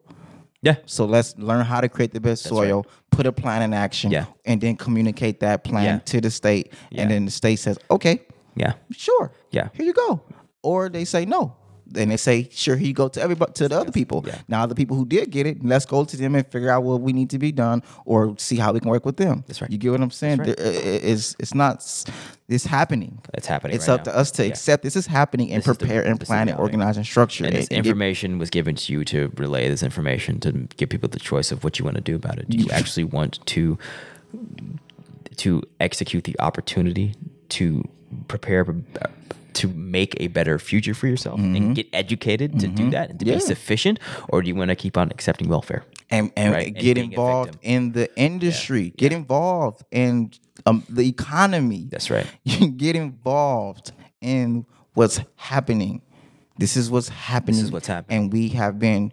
[SPEAKER 1] yeah,
[SPEAKER 2] So let's learn how to create the best soil, put a plan in action,
[SPEAKER 1] Yeah.
[SPEAKER 2] and then communicate that plan
[SPEAKER 1] Yeah.
[SPEAKER 2] to the state.
[SPEAKER 1] Yeah.
[SPEAKER 2] And then the state says, okay,
[SPEAKER 1] yeah,
[SPEAKER 2] sure,
[SPEAKER 1] Yeah.
[SPEAKER 2] here you go. Or they say no. Then they say, sure, here you go to everybody to the other people.
[SPEAKER 1] Yeah.
[SPEAKER 2] Now the people who did get it, let's go to them and figure out what we need to be done or see how we can work with them.
[SPEAKER 1] That's right.
[SPEAKER 2] You get what I'm saying?
[SPEAKER 1] That's right.
[SPEAKER 2] There- i- i- it's it's not s- it's happening.
[SPEAKER 1] It's happening
[SPEAKER 2] It's
[SPEAKER 1] right
[SPEAKER 2] up
[SPEAKER 1] now.
[SPEAKER 2] to us to
[SPEAKER 1] Yeah.
[SPEAKER 2] accept this is happening and
[SPEAKER 1] This is the-
[SPEAKER 2] prepare and
[SPEAKER 1] this is
[SPEAKER 2] plan and
[SPEAKER 1] happening.
[SPEAKER 2] organize and structure
[SPEAKER 1] and this
[SPEAKER 2] it and get
[SPEAKER 1] information was given to you to relay this information to give people the choice of what you want to do about it. Do you actually want to to execute the opportunity to prepare uh, to make a better future for yourself and get educated to do that and to
[SPEAKER 2] Mm-hmm. Yeah.
[SPEAKER 1] be sufficient, or do you want to keep on accepting welfare?
[SPEAKER 2] and and
[SPEAKER 1] Right, and
[SPEAKER 2] get
[SPEAKER 1] being a
[SPEAKER 2] involved
[SPEAKER 1] victim.
[SPEAKER 2] in the industry. Get involved in um, the economy.
[SPEAKER 1] That's right.
[SPEAKER 2] You get involved in what's happening. This is what's happening.
[SPEAKER 1] what's happening.
[SPEAKER 2] And we have been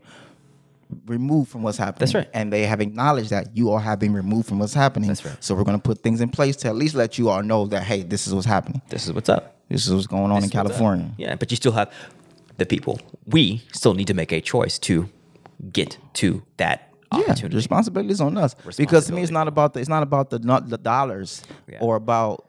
[SPEAKER 2] removed from what's happening.
[SPEAKER 1] That's right.
[SPEAKER 2] And they have acknowledged that you all have been removed from what's happening.
[SPEAKER 1] That's right.
[SPEAKER 2] So we're going to put things in place to at least let you all know that hey, this is what's happening.
[SPEAKER 1] This is what's up.
[SPEAKER 2] This is what's going on in
[SPEAKER 1] This is what's up.
[SPEAKER 2] California.
[SPEAKER 1] Yeah, but you still have the people. We still need to make a choice to get to that
[SPEAKER 2] Yeah,
[SPEAKER 1] opportunity.
[SPEAKER 2] the responsibility is on us. Because to me, it's
[SPEAKER 1] Responsibility.
[SPEAKER 2] not about the it's not about the not the dollars
[SPEAKER 1] Yeah.
[SPEAKER 2] or about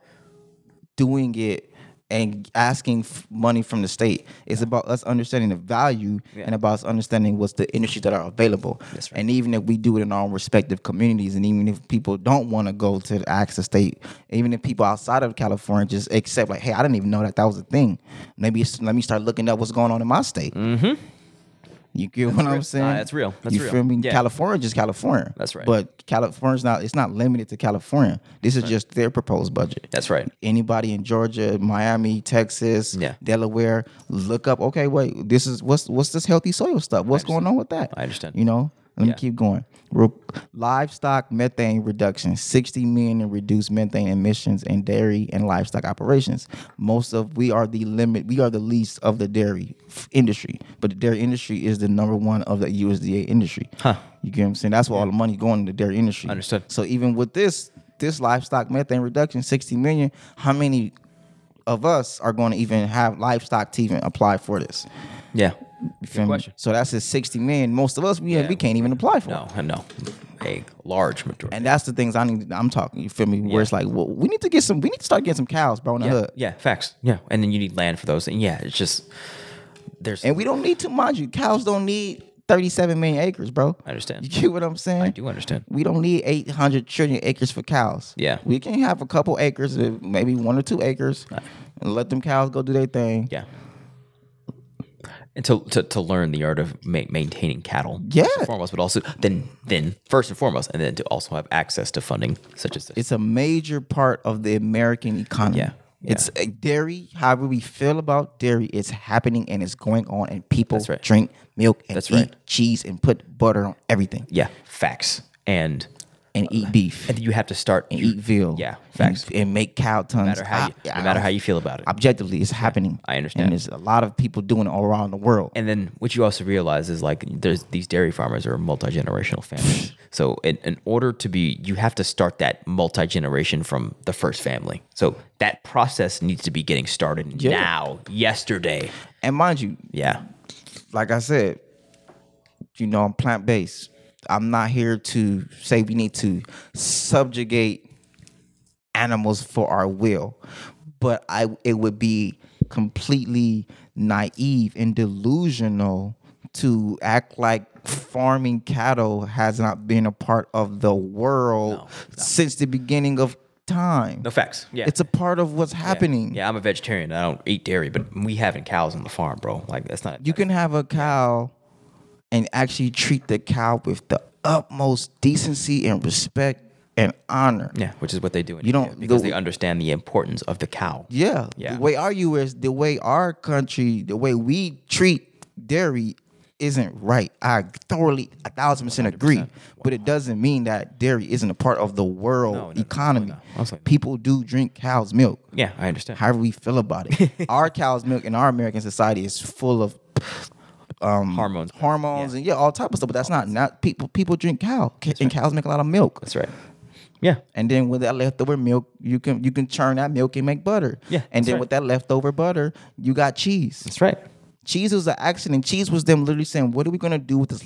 [SPEAKER 2] doing it and asking f- money from the state. It's about us understanding the value
[SPEAKER 1] Yeah.
[SPEAKER 2] and about us understanding what's the industries that are available.
[SPEAKER 1] That's right.
[SPEAKER 2] And even if we do it in our own respective communities, and even if people don't want to go to the ask the state, even if people outside of California just accept like, hey, I didn't even know that that was a thing. Maybe it's, let me start looking up what's going on in my state. Mm-hmm. You get what I'm
[SPEAKER 1] real. Nah,
[SPEAKER 2] saying?
[SPEAKER 1] that's real. That's
[SPEAKER 2] you
[SPEAKER 1] real.
[SPEAKER 2] feel me?
[SPEAKER 1] Yeah.
[SPEAKER 2] California is California.
[SPEAKER 1] That's right.
[SPEAKER 2] But California's not. It's not limited to California. This is just their proposed budget.
[SPEAKER 1] That's right.
[SPEAKER 2] Anybody in Georgia, Miami, Texas,
[SPEAKER 1] Yeah.
[SPEAKER 2] Delaware, look up. Okay, wait. This is what's what's this healthy soil stuff? What's going on with that?
[SPEAKER 1] I understand.
[SPEAKER 2] You know. Let
[SPEAKER 1] Yeah.
[SPEAKER 2] me keep going. Re- livestock methane reduction: sixty million in reduced methane emissions in dairy and livestock operations. Most of we are the limit. We are the least of the dairy f- industry, but the dairy industry is the number one of the USDA industry.
[SPEAKER 1] Huh.
[SPEAKER 2] You get what I'm saying? That's where all the money going to the dairy industry.
[SPEAKER 1] Understood.
[SPEAKER 2] So even with this this livestock methane reduction, 60 million, how many of us are going to even have livestock to even apply for this?
[SPEAKER 1] Yeah.
[SPEAKER 2] You feel me?
[SPEAKER 1] question.
[SPEAKER 2] So that's just 60 million. Most of us we we can't even apply for.
[SPEAKER 1] No, no. A large majority.
[SPEAKER 2] And that's the things I need. I'm talking. You feel me? Where it's like, well, we need to get some. We need to start getting some cows, bro, in the
[SPEAKER 1] yeah,
[SPEAKER 2] hood.
[SPEAKER 1] yeah, facts. Yeah. And then you need land for those. And yeah, it's just there's
[SPEAKER 2] And we don't need to, mind you. Cows don't need 37 million acres, bro.
[SPEAKER 1] I understand.
[SPEAKER 2] You get what I'm saying?
[SPEAKER 1] I do understand.
[SPEAKER 2] We don't need 800 trillion acres for cows.
[SPEAKER 1] Yeah.
[SPEAKER 2] We can have a couple acres, uh, maybe one or two acres, and let them cows go do their thing.
[SPEAKER 1] Yeah. And to, to, to learn the art of ma- maintaining cattle,
[SPEAKER 2] Yeah.
[SPEAKER 1] first and foremost, but also then then first and foremost, and then to also have access to funding such as this.
[SPEAKER 2] It's a major part of the American economy.
[SPEAKER 1] Yeah.
[SPEAKER 2] It's a dairy. However, we feel about dairy, it's happening and it's going on, and people
[SPEAKER 1] That's right.
[SPEAKER 2] drink milk and
[SPEAKER 1] That's
[SPEAKER 2] eat
[SPEAKER 1] right.
[SPEAKER 2] cheese and put butter on everything
[SPEAKER 1] yeah, facts. And
[SPEAKER 2] and eat
[SPEAKER 1] Uh,
[SPEAKER 2] beef
[SPEAKER 1] and
[SPEAKER 2] and
[SPEAKER 1] then you have to start you-
[SPEAKER 2] eat veal.
[SPEAKER 1] Yeah, facts.
[SPEAKER 2] facts. And, make cow tongues.
[SPEAKER 1] No matter how you,
[SPEAKER 2] I-
[SPEAKER 1] no matter
[SPEAKER 2] I-
[SPEAKER 1] how you feel about it.
[SPEAKER 2] objectively it's happening.
[SPEAKER 1] I understand.
[SPEAKER 2] And there's a lot of people doing it all around the world.
[SPEAKER 1] and then what you also realize is like there's these dairy farmers are multi generational families. so in, in order to be, you have to start that multi generation from the first family. So that process needs to be getting started
[SPEAKER 2] Yeah.
[SPEAKER 1] now, yesterday.
[SPEAKER 2] And mind you,
[SPEAKER 1] Yeah,
[SPEAKER 2] like I said, you know, I'm plant based. I'm not here to say we need to subjugate animals for our will, but I it would be completely naive and delusional to act like farming cattle has not been a part of the world
[SPEAKER 1] No, no.
[SPEAKER 2] since the beginning of time.
[SPEAKER 1] No facts. Yeah.
[SPEAKER 2] It's a part of what's happening.
[SPEAKER 1] Yeah, I'm a vegetarian. I don't eat dairy, but we having cows on the farm, bro. Like that's not.
[SPEAKER 2] You can have a cow and actually treat the cow with the utmost decency and respect and honor.
[SPEAKER 1] Yeah, which is what they do. In
[SPEAKER 2] You don't-
[SPEAKER 1] India, because
[SPEAKER 2] the-
[SPEAKER 1] they understand the importance of the cow.
[SPEAKER 2] Yeah.
[SPEAKER 1] Yeah.
[SPEAKER 2] The way our U.S., the way our country, the way we treat dairy isn't right. I thoroughly, a thousand percent agree. But it doesn't mean that dairy isn't a part of the world
[SPEAKER 1] no, no,
[SPEAKER 2] economy.
[SPEAKER 1] no. Absolutely not.
[SPEAKER 2] People do drink cow's milk.
[SPEAKER 1] Yeah, I understand.
[SPEAKER 2] However we feel about it. our cow's milk in our American society is full of um,
[SPEAKER 1] Hormones.
[SPEAKER 2] hormones,
[SPEAKER 1] Yeah.
[SPEAKER 2] and yeah, all type of stuff. But that's not not people. People drink cow, and cows make a lot of milk.
[SPEAKER 1] That's right. Yeah.
[SPEAKER 2] And then with that leftover milk, you can you can churn that milk and make butter.
[SPEAKER 1] Yeah,
[SPEAKER 2] And
[SPEAKER 1] that's
[SPEAKER 2] then
[SPEAKER 1] right.
[SPEAKER 2] with that leftover butter, you got cheese.
[SPEAKER 1] That's right.
[SPEAKER 2] Cheese was an accident. Cheese was them literally saying, "What are we gonna do with this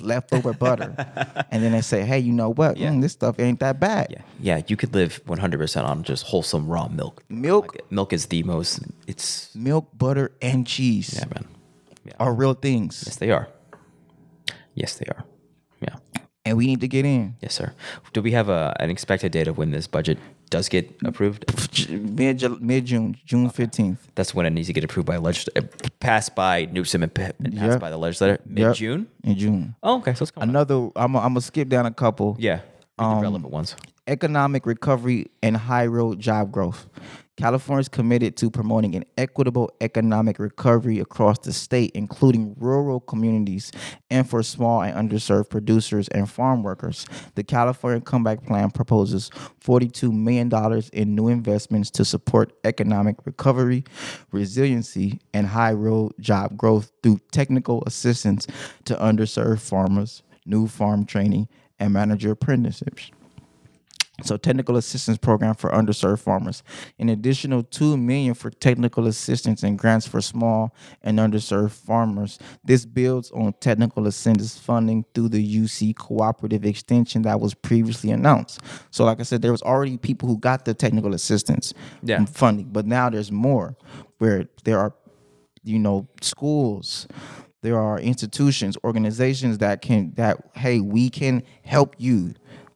[SPEAKER 2] leftover butter?" and then they say, "Hey, you know what?
[SPEAKER 1] Yeah.
[SPEAKER 2] Mm, this stuff ain't that bad.
[SPEAKER 1] Yeah. Yeah. You could live 100% on just wholesome raw milk.
[SPEAKER 2] Milk,
[SPEAKER 1] Milk is the most. It's.
[SPEAKER 2] milk, butter, and cheese
[SPEAKER 1] Yeah, man.
[SPEAKER 2] are real things,
[SPEAKER 1] Yes, they are. Yes, they are. Yeah.
[SPEAKER 2] and we need to get in."
[SPEAKER 1] Yes, sir. Do we have a, an expected date of when this budget does get approved?
[SPEAKER 2] Mid mid June, June fifteenth.
[SPEAKER 1] That's when it needs to get approved by legislature, passed by Newsom and, pa- and passed
[SPEAKER 2] Yep.
[SPEAKER 1] by the legislature mid June.
[SPEAKER 2] In June.
[SPEAKER 1] Oh, okay. So it's coming. up.
[SPEAKER 2] Another. I'm. i I'm gonna skip down a couple.
[SPEAKER 1] Yeah. Read the relevant ones.
[SPEAKER 2] economic recovery and high road job growth. California is committed to promoting an equitable economic recovery across the state, including rural communities and for small and underserved producers and farm workers. The California Comeback Plan proposes $42 million in new investments to support economic recovery, resiliency, and high road job growth through technical assistance to underserved farmers, new farm training, and manager apprenticeships so technical assistance program for underserved farmers an additional 2 million for technical assistance and grants for small and underserved farmers this builds on technical assistance funding through the uc cooperative extension that was previously announced so like i said there was already people who got the technical assistance
[SPEAKER 1] Yeah.
[SPEAKER 2] funding but now there's more where there are you know schools there are institutions organizations that can that hey we can help you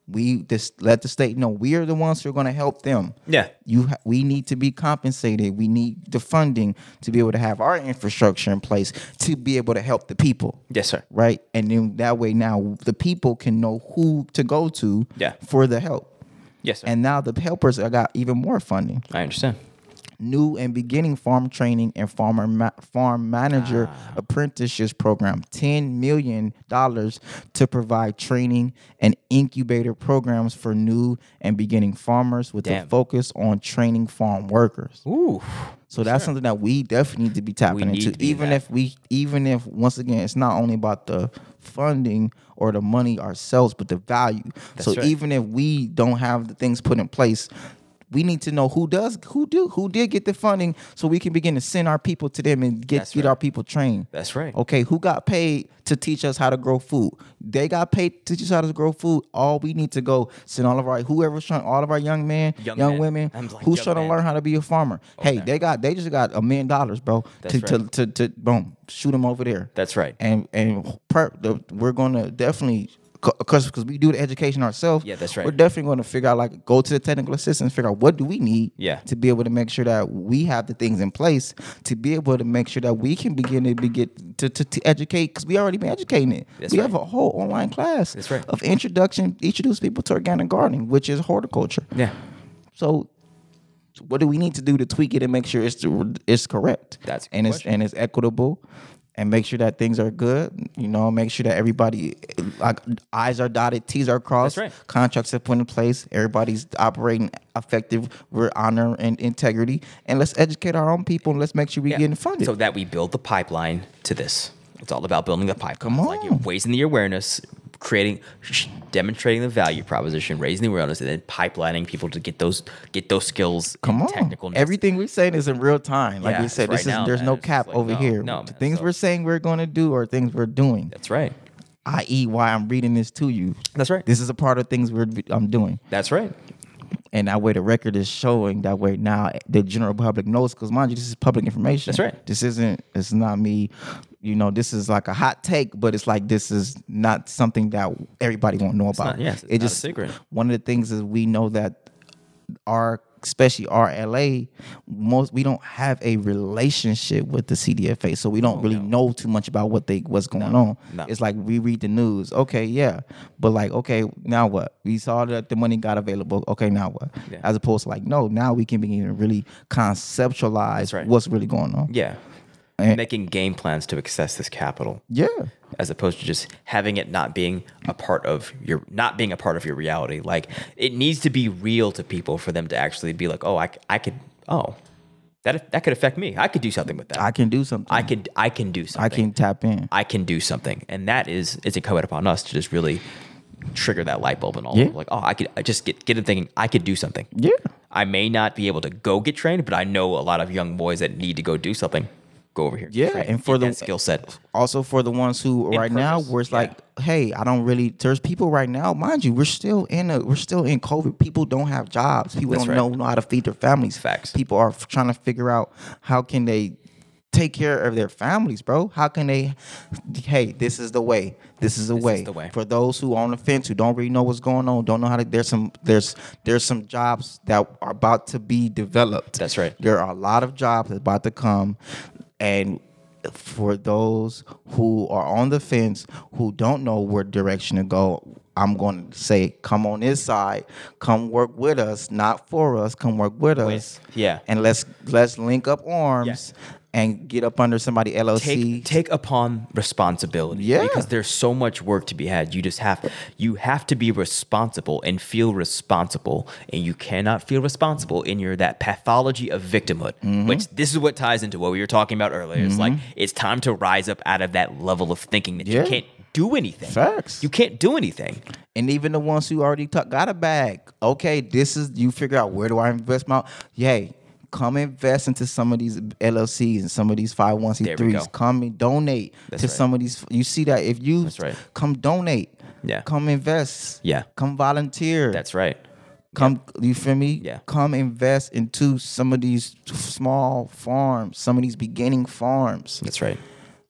[SPEAKER 2] we just let the state know we are the ones who are going to help them
[SPEAKER 1] Yeah.
[SPEAKER 2] you ha- we need to be compensated we need the funding to be able to have our infrastructure in place to be able to help the people
[SPEAKER 1] Yes, sir.
[SPEAKER 2] right and then that way now the people can know who to go to
[SPEAKER 1] Yeah.
[SPEAKER 2] for the help
[SPEAKER 1] Yes, sir.
[SPEAKER 2] and now the helpers have got even more funding
[SPEAKER 1] I understand.
[SPEAKER 2] new and beginning farm training and farmer ma- farm manager apprenticeships program 10 million dollars to provide training and incubator programs for new and beginning farmers with a
[SPEAKER 1] Damn.
[SPEAKER 2] focus on training farm workers
[SPEAKER 1] Ooh.
[SPEAKER 2] so that's something that we definitely need to be tapping
[SPEAKER 1] need
[SPEAKER 2] into
[SPEAKER 1] to be in
[SPEAKER 2] even
[SPEAKER 1] that.
[SPEAKER 2] if we even if once again it's not only about the funding or the money ourselves but the value so
[SPEAKER 1] right.
[SPEAKER 2] even if we don't have the things put in place we need to know who does who do who did get the funding so we can begin to send our people to them and get
[SPEAKER 1] That's
[SPEAKER 2] get
[SPEAKER 1] right.
[SPEAKER 2] our people trained
[SPEAKER 1] That's right.
[SPEAKER 2] okay who got paid to teach us how to grow food they got paid to teach us how to grow food all we need to go send all of our whoever's trying all of our young men young,
[SPEAKER 1] Young men.
[SPEAKER 2] women
[SPEAKER 1] I'm like,
[SPEAKER 2] who's
[SPEAKER 1] young
[SPEAKER 2] trying to
[SPEAKER 1] men.
[SPEAKER 2] learn how to be a farmer hey they got they just got a million dollars bro to,
[SPEAKER 1] That's
[SPEAKER 2] to,
[SPEAKER 1] right.
[SPEAKER 2] to to boom shoot them over there
[SPEAKER 1] That's right.
[SPEAKER 2] and and per, the, we're gonna definitely because because we do the education ourselves
[SPEAKER 1] Yeah, that's right.
[SPEAKER 2] we're definitely gonna figure out like go to the technical assistance figure out what do we need
[SPEAKER 1] Yeah.
[SPEAKER 2] to be able to make sure that we have the things in place to be able to make sure that we can begin to be get to, to, to educate because we already been educating it
[SPEAKER 1] That's
[SPEAKER 2] we
[SPEAKER 1] right.
[SPEAKER 2] have a whole online class
[SPEAKER 1] That's right.
[SPEAKER 2] of introduction introduce people to organic gardening which is horticulture
[SPEAKER 1] Yeah.
[SPEAKER 2] so, what do we need to do to tweak it and make sure it's it's correct?
[SPEAKER 1] That's a good
[SPEAKER 2] and it's
[SPEAKER 1] question.
[SPEAKER 2] and it's equitable, and make sure that things are good. You know, make sure that everybody like I's are dotted, T's are crossed,
[SPEAKER 1] right.
[SPEAKER 2] contracts are put in place, everybody's operating effective. We're honor and integrity, and let's educate our own people and let's make sure we
[SPEAKER 1] Yeah.
[SPEAKER 2] getting funded.
[SPEAKER 1] So that we build the pipeline to this. It's all about building the pipeline. Come Like you're
[SPEAKER 2] on.
[SPEAKER 1] raising the awareness, creating, sh- demonstrating the value proposition, raising the awareness, and then pipelining people to get those get those skills.
[SPEAKER 2] Come
[SPEAKER 1] and
[SPEAKER 2] on,
[SPEAKER 1] Technical. knowledge.
[SPEAKER 2] everything we're saying is in real time. Like
[SPEAKER 1] Yeah,
[SPEAKER 2] we said,
[SPEAKER 1] it's
[SPEAKER 2] this
[SPEAKER 1] right
[SPEAKER 2] is
[SPEAKER 1] now,
[SPEAKER 2] there's
[SPEAKER 1] man.
[SPEAKER 2] no
[SPEAKER 1] It's
[SPEAKER 2] cap
[SPEAKER 1] like,
[SPEAKER 2] over
[SPEAKER 1] no,
[SPEAKER 2] here.
[SPEAKER 1] no,
[SPEAKER 2] The
[SPEAKER 1] man.
[SPEAKER 2] things
[SPEAKER 1] So-
[SPEAKER 2] we're saying we're going to do are things we're doing.
[SPEAKER 1] That's right.
[SPEAKER 2] i.e., why I'm reading this to you.
[SPEAKER 1] That's right.
[SPEAKER 2] This is a part of things we're I'm doing,
[SPEAKER 1] That's right.
[SPEAKER 2] and that way the record is showing. That way now the general public knows, because mind you, this is public information.
[SPEAKER 1] That's right.
[SPEAKER 2] This isn't. It's not me you know, this is like a hot take, but it's like this is not something that everybody won't know about.
[SPEAKER 1] not- yes, it's
[SPEAKER 2] it
[SPEAKER 1] not a
[SPEAKER 2] just
[SPEAKER 1] secret.
[SPEAKER 2] one of the things is we know that our especially our LA most we don't have a relationship with the CDFA so we don't really know too much about what they what's going on
[SPEAKER 1] no.
[SPEAKER 2] it's like we read the news okay yeah but like okay now what we saw that the money got available okay now what
[SPEAKER 1] Yeah.
[SPEAKER 2] as opposed to like no now we can begin to really conceptualize
[SPEAKER 1] right.
[SPEAKER 2] what's really going on
[SPEAKER 1] Yeah.
[SPEAKER 2] And-
[SPEAKER 1] Making game plans to access this capital.
[SPEAKER 2] yeah
[SPEAKER 1] as opposed to just having it not being a part of your not being a part of your reality like it needs to be real to people for them to actually be like oh i, c- I could oh that that could affect me i could do something with that
[SPEAKER 2] I
[SPEAKER 1] i,
[SPEAKER 2] can do something
[SPEAKER 1] could i can do something
[SPEAKER 2] I can tap in
[SPEAKER 1] I can do something and that is it's incumbent upon us to just really trigger that light bulb and all
[SPEAKER 2] Yeah.
[SPEAKER 1] like oh i could I just get get them thinking i could do something
[SPEAKER 2] yeah
[SPEAKER 1] i may not be able to go get trained but i know a lot of young boys that need to go do something go over here and get
[SPEAKER 2] Yeah,
[SPEAKER 1] trained.
[SPEAKER 2] and for
[SPEAKER 1] Get
[SPEAKER 2] the-
[SPEAKER 1] that skill set
[SPEAKER 2] also for the ones who right now
[SPEAKER 1] purpose,
[SPEAKER 2] where it's
[SPEAKER 1] yeah.
[SPEAKER 2] like hey i don't really there's people right now mind you we're still in a we're still in covid people don't have jobs people
[SPEAKER 1] That's right.
[SPEAKER 2] don't know, know how to feed their families
[SPEAKER 1] Facts.
[SPEAKER 2] people are f- trying to figure out how can they take care of their families bro how can they hey this is the way this is the, way.
[SPEAKER 1] the way.
[SPEAKER 2] for those who on the fence who don't really know what's going on don't know how to there's some there's there's some jobs that are about to be developed
[SPEAKER 1] That's right.
[SPEAKER 2] there are a lot of jobs that's about to come and for those who are on the fence who don't know what direction to go i'm going to say come on this side come work with us not for us come work with us
[SPEAKER 1] yeah.
[SPEAKER 2] and let's let's link up arms and get up under somebody llc
[SPEAKER 1] take take upon responsibility
[SPEAKER 2] Yeah.
[SPEAKER 1] because there's so much work to be had you just have you have to be responsible and feel responsible and you cannot feel responsible in your that pathology of victimhood
[SPEAKER 2] Mm-hmm.
[SPEAKER 1] which this is what ties into what we were talking about earlier it's like it's time to rise up out of that level of thinking that
[SPEAKER 2] Yeah.
[SPEAKER 1] you can't do anything
[SPEAKER 2] Facts.
[SPEAKER 1] you can't do anything
[SPEAKER 2] and even the ones who already t- got a bag. Okay, this is you figure out where do I invest my yay. Come invest into some of these LLCs and some of these
[SPEAKER 1] There we go.
[SPEAKER 2] 501c3s. Come and donate
[SPEAKER 1] That's
[SPEAKER 2] to
[SPEAKER 1] right.
[SPEAKER 2] some of these. You see that if you
[SPEAKER 1] That's right.
[SPEAKER 2] come donate,
[SPEAKER 1] Yeah.
[SPEAKER 2] come invest,
[SPEAKER 1] Yeah.
[SPEAKER 2] come volunteer,
[SPEAKER 1] that's right
[SPEAKER 2] come you feel me
[SPEAKER 1] Yeah.
[SPEAKER 2] come invest into some of these small farms, some of these beginning farms
[SPEAKER 1] that's right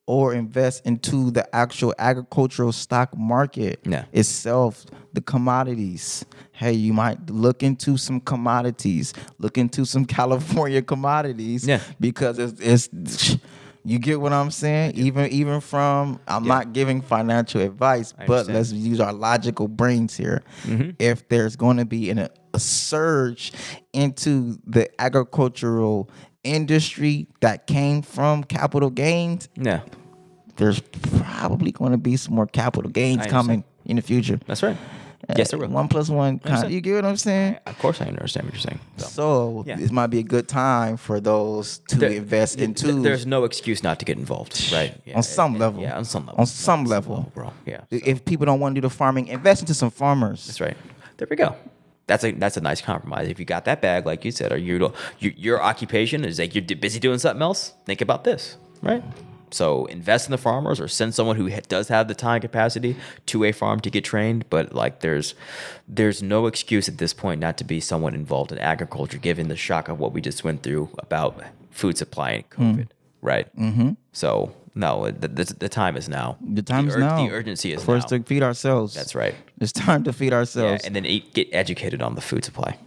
[SPEAKER 2] or invest into the actual agricultural stock market
[SPEAKER 1] Yeah.
[SPEAKER 2] itself, the commodities. Hey, you might look into some commodities, look into some California commodities,
[SPEAKER 1] Yeah.
[SPEAKER 2] because it's, it's you get what I'm saying. Even even from I'm not giving financial advice, but
[SPEAKER 1] understand. Mm-hmm.
[SPEAKER 2] let's use our logical brains here. If there's going to be an, a surge into the agricultural industry that came from capital gains
[SPEAKER 1] yeah
[SPEAKER 2] there's probably going to be some more capital gains
[SPEAKER 1] I
[SPEAKER 2] coming in the future. Uh,
[SPEAKER 1] that's right yes there will
[SPEAKER 2] One plus one, kind
[SPEAKER 1] understand.
[SPEAKER 2] you get what I'm saying?
[SPEAKER 1] of course i understand what you're saying so.
[SPEAKER 2] So
[SPEAKER 1] Yeah.
[SPEAKER 2] this might be a good time for those to
[SPEAKER 1] There-
[SPEAKER 2] invest
[SPEAKER 1] th-
[SPEAKER 2] into.
[SPEAKER 1] th- There's no excuse not to get involved, right? Yeah,
[SPEAKER 2] on some
[SPEAKER 1] yeah,
[SPEAKER 2] level.
[SPEAKER 1] Yeah, on some level.
[SPEAKER 2] On some level,
[SPEAKER 1] bro. Yeah,
[SPEAKER 2] If people don't want to do the farming, invest into some farmers.
[SPEAKER 1] that's right. There we go. That's a that's a nice compromise. If you got that bag, like you said, or you, you your occupation is like you're d- busy doing something else. Think about this, right? So invest in the farmers, or send someone who ha- does have the time capacity to a farm to get trained. But like, there's there's no excuse at this point not to be someone involved in agriculture, given the shock of what we just went through about food supply and COVID, right? Hmm. Mm-hmm. So no, the, the, the time is now.
[SPEAKER 2] The time is
[SPEAKER 1] ur-
[SPEAKER 2] now.
[SPEAKER 1] The urgency is
[SPEAKER 2] For us
[SPEAKER 1] now.
[SPEAKER 2] to feed ourselves.
[SPEAKER 1] That's right.
[SPEAKER 2] It's time to feed
[SPEAKER 1] Yeah,
[SPEAKER 2] ourselves.
[SPEAKER 1] and then eat, get educated on the food supply.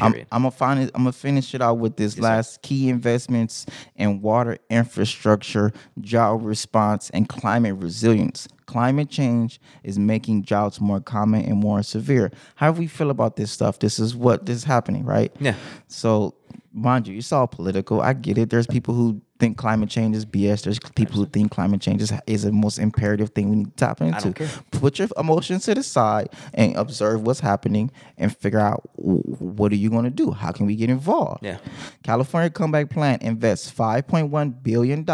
[SPEAKER 2] I'm,
[SPEAKER 1] Period.
[SPEAKER 2] I'm gonna find it, I'm gonna finish it out with this last key investments in water infrastructure, drought response, and climate resilience. Climate change is making droughts more common and more severe. How do we feel about this stuff? This is what this is happening, right?
[SPEAKER 1] Yeah.
[SPEAKER 2] So, mind you, it's all political. I get it. There's people who think climate change is BS. There's people who think climate change is, is the most imperative thing we need to tap into
[SPEAKER 1] don't
[SPEAKER 2] to.
[SPEAKER 1] care.
[SPEAKER 2] Put your emotions to the side and observe what's happening and figure out wh- what are you going to do? How can we get involved?
[SPEAKER 1] Yeah.
[SPEAKER 2] California Comeback Plan invests $5.1 billion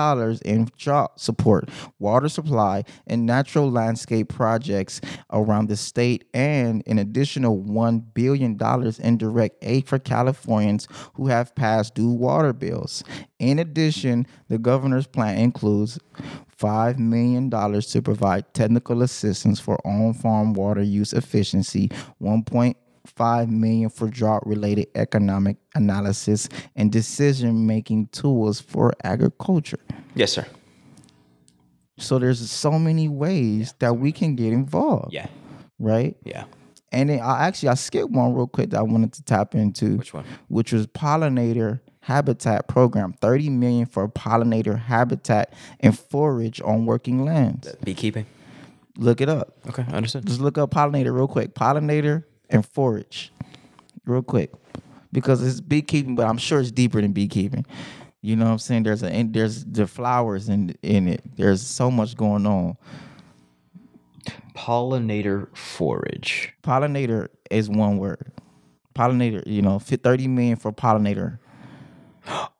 [SPEAKER 2] in drought support, water supply, and natural landscape projects around the state and an additional $1 billion in direct aid for Californians who have past due water bills. In addition, the governor's plan includes $5 million to provide technical assistance for on farm water use efficiency, 1.5 million for drought related economic analysis and decision making tools for agriculture.
[SPEAKER 1] yes, sir.
[SPEAKER 2] So there's so many ways that we can get involved.
[SPEAKER 1] Yeah.
[SPEAKER 2] Right.
[SPEAKER 1] Yeah.
[SPEAKER 2] And then I actually I skipped one real quick that I wanted to tap into.
[SPEAKER 1] Which one?
[SPEAKER 2] Which was pollinator habitat program. 30 million for pollinator habitat and forage on working lands.
[SPEAKER 1] Beekeeping.
[SPEAKER 2] Look it up.
[SPEAKER 1] Okay, I understand.
[SPEAKER 2] Just look up pollinator real quick. Pollinator and forage. Real quick. Because it's beekeeping, but I'm sure it's deeper than beekeeping. You know what I'm saying? There's a and there's the flowers in in it. There's so much going on.
[SPEAKER 1] Pollinator forage.
[SPEAKER 2] Pollinator is one word. Pollinator, you know, fit 30 million for pollinator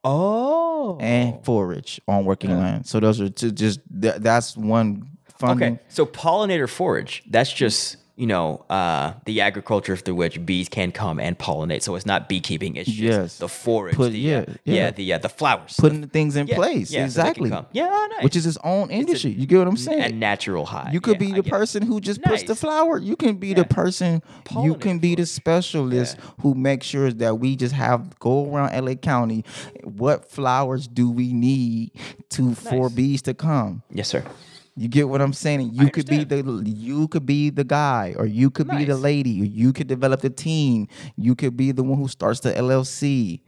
[SPEAKER 1] Oh.
[SPEAKER 2] and forage on working land. So those are two just tha- that's one funding.
[SPEAKER 1] Okay, so pollinator forage, that's just, you know, uh, the agriculture through which bees can come and pollinate. So it's not beekeeping, it's just
[SPEAKER 2] Yes.
[SPEAKER 1] the forage.
[SPEAKER 2] Put-
[SPEAKER 1] the,
[SPEAKER 2] yeah,
[SPEAKER 1] uh,
[SPEAKER 2] yeah.
[SPEAKER 1] yeah, the, uh, the flowers.
[SPEAKER 2] Putting the things in
[SPEAKER 1] Yeah,
[SPEAKER 2] place.
[SPEAKER 1] yeah, so they can
[SPEAKER 2] exactly.
[SPEAKER 1] come. Yeah, nice.
[SPEAKER 2] Which is its own industry. you get what I'm saying?
[SPEAKER 1] a natural high.
[SPEAKER 2] You could
[SPEAKER 1] Yeah, I
[SPEAKER 2] be the
[SPEAKER 1] get it.
[SPEAKER 2] person who just puts the
[SPEAKER 1] Nice.
[SPEAKER 2] flower. You can be the person. you can be the specialist who makes sure that we just have go around LA County. What flowers do we need to for
[SPEAKER 1] Nice.
[SPEAKER 2] bees to come?
[SPEAKER 1] Yes, sir.
[SPEAKER 2] You get what I'm saying? And You could be the you could be the guy, or you could be the
[SPEAKER 1] Nice.
[SPEAKER 2] lady, or you could develop the team. You could be the one who starts the LLC.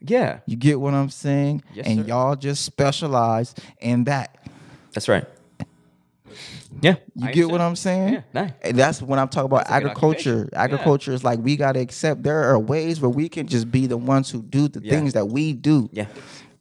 [SPEAKER 1] Yeah,
[SPEAKER 2] You get what I'm saying?
[SPEAKER 1] Yes,
[SPEAKER 2] and
[SPEAKER 1] sir.
[SPEAKER 2] y'all just specialize in that.
[SPEAKER 1] that's right. Yeah.
[SPEAKER 2] You
[SPEAKER 1] I
[SPEAKER 2] get what
[SPEAKER 1] understand.
[SPEAKER 2] I'm saying?
[SPEAKER 1] Yeah, nice.
[SPEAKER 2] And that's when I'm talking about
[SPEAKER 1] a good
[SPEAKER 2] agriculture.
[SPEAKER 1] occupation. Yeah.
[SPEAKER 2] Agriculture is like we gotta accept there are ways where we can just be the ones who do the
[SPEAKER 1] Yeah.
[SPEAKER 2] things that we do.
[SPEAKER 1] Yeah.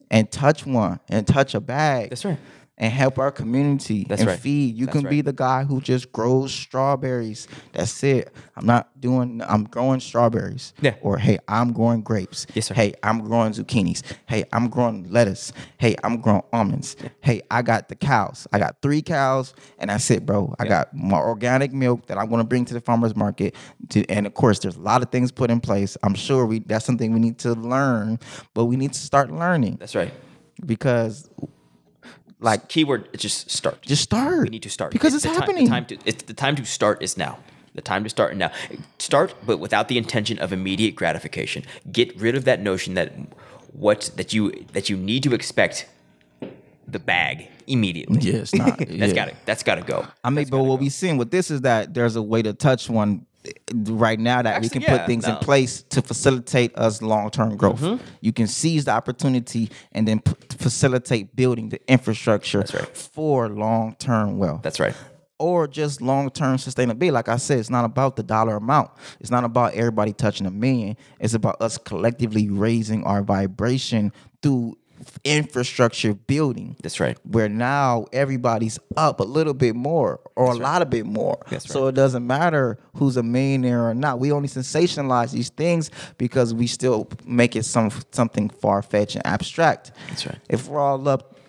[SPEAKER 2] And touch one and touch a bag.
[SPEAKER 1] That's right.
[SPEAKER 2] And help our community
[SPEAKER 1] That's
[SPEAKER 2] and
[SPEAKER 1] right.
[SPEAKER 2] feed. You
[SPEAKER 1] That's
[SPEAKER 2] can be
[SPEAKER 1] right.
[SPEAKER 2] the guy who just grows strawberries. That's it. I'm not doing. I'm growing strawberries.
[SPEAKER 1] Yeah.
[SPEAKER 2] Or hey, I'm growing grapes.
[SPEAKER 1] Yes, sir.
[SPEAKER 2] Hey, I'm growing zucchinis. Hey, I'm growing lettuce. Hey, I'm growing almonds. Hey, I got the cows. I got three cows, and that's it, bro. I got my organic milk that I'm gonna bring to the farmers market. To, and of course, there's a lot of things put in place. I'm sure we that's something we need to learn, but we need to start learning
[SPEAKER 1] That's right.
[SPEAKER 2] because, like,
[SPEAKER 1] Keyword, it's just start.
[SPEAKER 2] just start.
[SPEAKER 1] We need to start
[SPEAKER 2] because it's,
[SPEAKER 1] the
[SPEAKER 2] happening.
[SPEAKER 1] Time, the time to it's the time to start is now. The time to start now. Start, but without the intention of immediate gratification. Get rid of that notion that what that you that you need to expect the bag immediately.
[SPEAKER 2] Yeah, it's not.
[SPEAKER 1] That's
[SPEAKER 2] yeah.
[SPEAKER 1] gotta that's gotta go.
[SPEAKER 2] I mean, but what we seeing with this is that there's a way to touch one eh, right now that we
[SPEAKER 1] Actually,
[SPEAKER 2] can put
[SPEAKER 1] yeah,
[SPEAKER 2] things in
[SPEAKER 1] no. Mm-hmm.
[SPEAKER 2] place to facilitate us long-term growth. You can seize the opportunity and then p- facilitate building the infrastructure
[SPEAKER 1] right.
[SPEAKER 2] for long-term wealth.
[SPEAKER 1] That's right.
[SPEAKER 2] or just long-term sustainability. Like I said, it's not about the dollar amount. It's not about everybody touching a million. It's about us collectively raising our vibration through infrastructure building
[SPEAKER 1] That's right.
[SPEAKER 2] where now everybody's up a little bit more or a lot of bit more.
[SPEAKER 1] That's
[SPEAKER 2] So it doesn't matter who's a millionaire or not. We only sensationalize these things because we still make it some something far fetched and abstract.
[SPEAKER 1] That's right.
[SPEAKER 2] If we're all up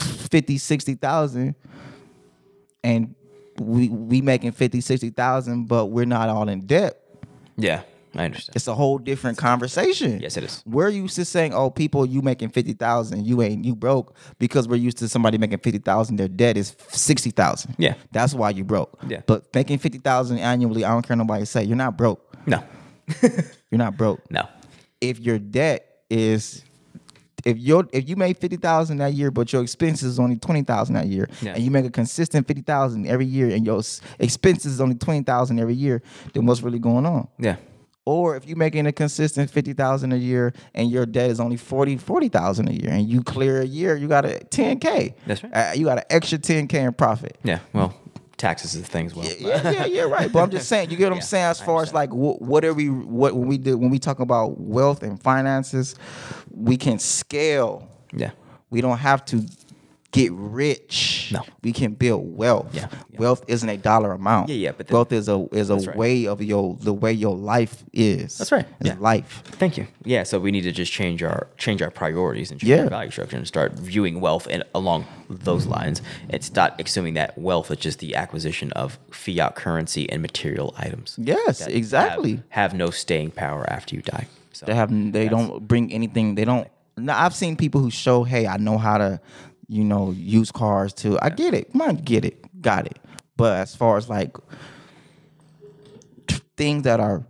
[SPEAKER 2] 50, 60,000 and we we making 50, 60,000 but we're not all in debt.
[SPEAKER 1] Yeah, I understand.
[SPEAKER 2] It's a whole different conversation.
[SPEAKER 1] Yes, it is.
[SPEAKER 2] We're used to saying, "Oh, people, you making fifty thousand, you ain't you broke," because we're used to somebody making fifty thousand, their debt is sixty thousand.
[SPEAKER 1] Yeah.
[SPEAKER 2] that's why you broke.
[SPEAKER 1] Yeah.
[SPEAKER 2] but making fifty thousand annually, I don't care nobody say you're not broke.
[SPEAKER 1] No.
[SPEAKER 2] You're not broke.
[SPEAKER 1] No.
[SPEAKER 2] If your debt is if your if you made fifty thousand that year, but your expenses is only twenty thousand that year,
[SPEAKER 1] Yeah.
[SPEAKER 2] and you make a consistent fifty thousand every year, and your s- expenses is only twenty thousand every year, then what's really going on?
[SPEAKER 1] Yeah.
[SPEAKER 2] or if you're making a consistent 50000 a year and your debt is only 40 40000 a year and you clear a year you got a 10k
[SPEAKER 1] That's right.
[SPEAKER 2] uh, you got an extra 10k in profit
[SPEAKER 1] Yeah. Well, taxes is a thing as well.
[SPEAKER 2] yeah, yeah, yeah, right. But I'm just saying, you get what I'm
[SPEAKER 1] Yeah,
[SPEAKER 2] saying. As
[SPEAKER 1] I
[SPEAKER 2] far as like, what, what are we? What when we do when we talk about wealth and finances, we can scale.
[SPEAKER 1] Yeah.
[SPEAKER 2] We don't have to get rich.
[SPEAKER 1] No.
[SPEAKER 2] we can build wealth.
[SPEAKER 1] Yeah, yeah.
[SPEAKER 2] wealth isn't a dollar amount.
[SPEAKER 1] Yeah, yeah, but the-
[SPEAKER 2] wealth is a is a
[SPEAKER 1] That's right.
[SPEAKER 2] way of your the way your life is.
[SPEAKER 1] That's right,
[SPEAKER 2] It's
[SPEAKER 1] yeah.
[SPEAKER 2] life.
[SPEAKER 1] Thank you. Yeah, so we need to just change our change our priorities and change
[SPEAKER 2] Yeah.
[SPEAKER 1] our value structure and start viewing wealth and along those lines and stop assuming that wealth is just the acquisition of fiat currency and material items.
[SPEAKER 2] Yes,
[SPEAKER 1] that
[SPEAKER 2] exactly.
[SPEAKER 1] Have, have no staying power after you die. So
[SPEAKER 2] They have they don't bring anything. They don't. Now I've seen people who show, hey, I know how to, you know, use cars to. I get it, mine get it, got it. But as far as like t- things that are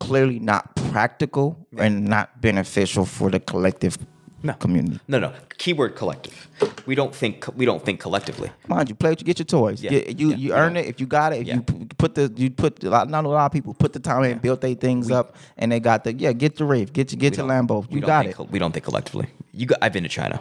[SPEAKER 2] clearly not practical and not beneficial for the collective
[SPEAKER 1] No.
[SPEAKER 2] community.
[SPEAKER 1] No, no. Keyword collective. We don't think we don't think collectively.
[SPEAKER 2] Mind you, play what you get your toys.
[SPEAKER 1] Yeah.
[SPEAKER 2] Get- you
[SPEAKER 1] Yeah.
[SPEAKER 2] you earn it if you got it. If
[SPEAKER 1] Yeah.
[SPEAKER 2] you p- put the you put a lot, not a lot of people put the time in, built their things up, and they got the yeah. Get your rave, get your get your
[SPEAKER 1] don't-
[SPEAKER 2] Lambo.
[SPEAKER 1] we
[SPEAKER 2] You
[SPEAKER 1] don't
[SPEAKER 2] got
[SPEAKER 1] think
[SPEAKER 2] it.
[SPEAKER 1] col- we don't think collectively. You got, I've been to China.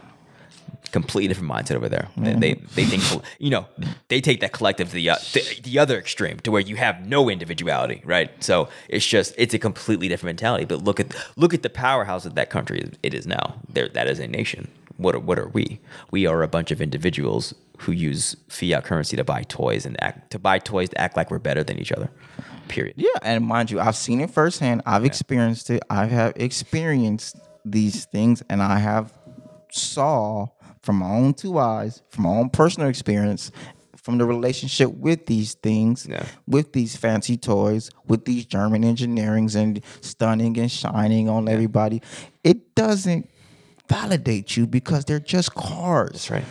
[SPEAKER 1] Completely different mindset over there. They,
[SPEAKER 2] Mm-hmm.
[SPEAKER 1] they they think col- you know they take that collective to the, uh, the the other extreme to where you have no individuality, right? So it's just it's a completely different mentality. But look at look at the powerhouse of that country it is now. There that is a nation. What are, what are we? We are a bunch of individuals who use fiat currency to buy toys and act to buy toys to act like we're better than each other. Period.
[SPEAKER 2] Yeah, and mind you, I've seen it firsthand. I've experienced it. I have experienced these things, and I have saw from my own two eyes, from my own personal experience, from the relationship with these things,
[SPEAKER 1] Yeah.
[SPEAKER 2] with these fancy toys, with these German engineerings and stunning and shining on everybody. It doesn't validate you because they're just cars.
[SPEAKER 1] That's right.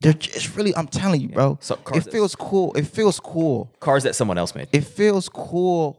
[SPEAKER 2] They're just really. I'm telling you, bro.
[SPEAKER 1] So cars
[SPEAKER 2] it
[SPEAKER 1] is-
[SPEAKER 2] feels cool. It feels cool
[SPEAKER 1] Cars that someone else made.
[SPEAKER 2] it feels cool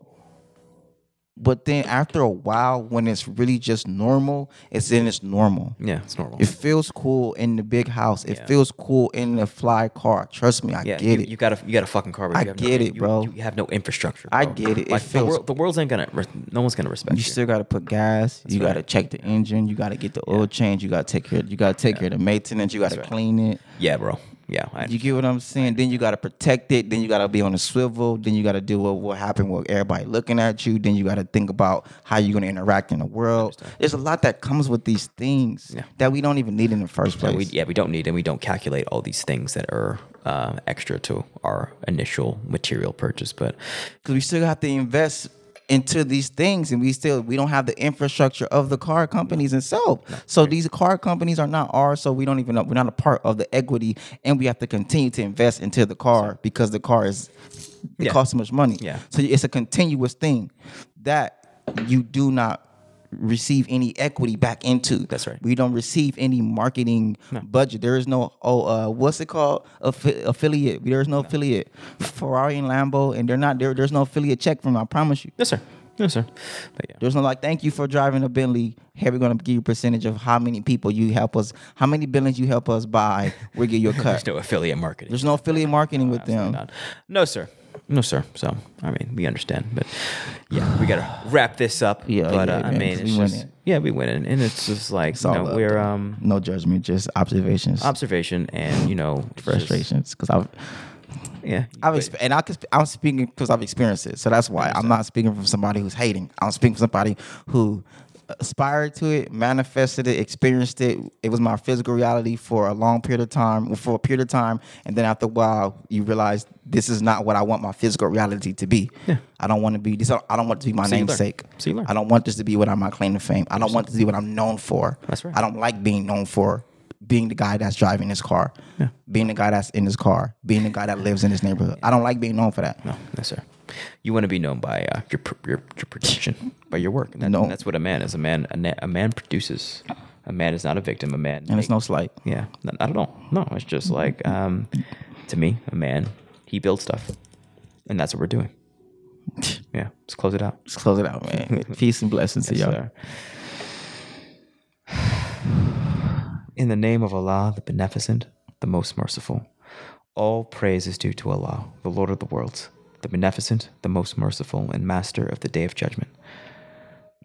[SPEAKER 2] but then after a while when it's really just normal it's then it's normal
[SPEAKER 1] Yeah, it's normal.
[SPEAKER 2] it feels cool in the big house it
[SPEAKER 1] Yeah.
[SPEAKER 2] feels cool in the fly car trust me i
[SPEAKER 1] Yeah,
[SPEAKER 2] get
[SPEAKER 1] you,
[SPEAKER 2] it
[SPEAKER 1] you got a you got a fucking car. But
[SPEAKER 2] I
[SPEAKER 1] you have no-
[SPEAKER 2] get it,
[SPEAKER 1] you-
[SPEAKER 2] bro.
[SPEAKER 1] You, have no infrastructure.
[SPEAKER 2] I
[SPEAKER 1] bro.
[SPEAKER 2] get it. It
[SPEAKER 1] Like
[SPEAKER 2] feels-
[SPEAKER 1] the, world, the world's ain't gonna. Re- no one's gonna respect
[SPEAKER 2] you
[SPEAKER 1] you.
[SPEAKER 2] still got to put gas you
[SPEAKER 1] right.
[SPEAKER 2] got to check the engine you got to get the oil change you got to take care you got to take care of the maintenance you got to
[SPEAKER 1] right.
[SPEAKER 2] clean it
[SPEAKER 1] yeah, bro. Yeah, I,
[SPEAKER 2] you get what i'm saying then you got to protect it then you got to be on a swivel then you got to deal with what happened with everybody looking at you then you got to think about how you're going to interact in the world there's a lot that comes with these things
[SPEAKER 1] Yeah.
[SPEAKER 2] that we don't even need in the first place
[SPEAKER 1] and we, yeah, we don't need and we don't calculate all these things that are uh, extra to our initial material purchase. But
[SPEAKER 2] because we still have to invest into these things and we still we don't have the infrastructure of the car companies itself so these car companies are not ours so we don't even we're not a part of the equity and we have to continue to invest into the car because the car is it
[SPEAKER 1] Yeah.
[SPEAKER 2] costs so much money
[SPEAKER 1] Yeah.
[SPEAKER 2] so it's a continuous thing that you do not receive any equity back into
[SPEAKER 1] That's right.
[SPEAKER 2] we don't receive any marketing budget there is no oh uh what's it called Affi- affiliate there's no, affiliate ferrari and lambo and they're not there there's no affiliate check from them, i promise you
[SPEAKER 1] yes, sir. Yes, sir. But yeah,
[SPEAKER 2] there's no like thank you for driving a bentley here we're going to give you a percentage of how many people you help us how many bentleys you help us buy we get your cut
[SPEAKER 1] there's no affiliate marketing.
[SPEAKER 2] there's no affiliate marketing with
[SPEAKER 1] Absolutely
[SPEAKER 2] them
[SPEAKER 1] not. No, sir. No, sir. So I mean, we understand, but yeah, we gotta wrap this up.
[SPEAKER 2] Yeah,
[SPEAKER 1] but
[SPEAKER 2] yeah,
[SPEAKER 1] uh, I
[SPEAKER 2] man,
[SPEAKER 1] mean,
[SPEAKER 2] 'cause
[SPEAKER 1] it's
[SPEAKER 2] we
[SPEAKER 1] just
[SPEAKER 2] winning.
[SPEAKER 1] yeah, we win and it's just like
[SPEAKER 2] all
[SPEAKER 1] you know,
[SPEAKER 2] love,
[SPEAKER 1] we're
[SPEAKER 2] though.
[SPEAKER 1] um
[SPEAKER 2] no judgment just observations
[SPEAKER 1] observation and you know it's just-
[SPEAKER 2] frustrations because i've
[SPEAKER 1] Yeah,
[SPEAKER 2] I've
[SPEAKER 1] but-
[SPEAKER 2] exp- and I can sp- I'm speaking because I've experienced it, so that's why I'm not speaking from somebody who's hating. I'm speaking from somebody who aspired to it, manifested it, experienced it. It was my physical reality for a long period of time, for a period of time, and then after a while, you realize this is not what I want my physical reality to be.
[SPEAKER 1] Yeah.
[SPEAKER 2] I don't want to be this. I don't want it to be my
[SPEAKER 1] So you learn.
[SPEAKER 2] namesake.
[SPEAKER 1] So you learn.
[SPEAKER 2] I don't want this to be what I'm my claim to fame. I don't want this to be what I'm known for.
[SPEAKER 1] That's right.
[SPEAKER 2] I don't like being known for being the guy that's driving this car, being the guy that's in this car, being the guy that lives in this neighborhood. I don't like being known for that.
[SPEAKER 1] no, no, sir. You want to be known by uh, your, pr- your your production, by your work. And that-
[SPEAKER 2] No.
[SPEAKER 1] and that's what a man is. A man a, na- a man produces. A man is not a victim. A man.
[SPEAKER 2] And it's no slight.
[SPEAKER 1] yeah, not, not at all. No, it's just like um, to me, a man he builds stuff, and that's what we're doing. Yeah, let's close it out.
[SPEAKER 2] Let's close it out, man. Peace and blessings to
[SPEAKER 1] Yes,
[SPEAKER 2] y'all.
[SPEAKER 1] sir. In the name of Allah, the Beneficent, the Most Merciful, all praise is due to Allah, the Lord of the worlds, the Beneficent, the Most Merciful, and Master of the Day of Judgment.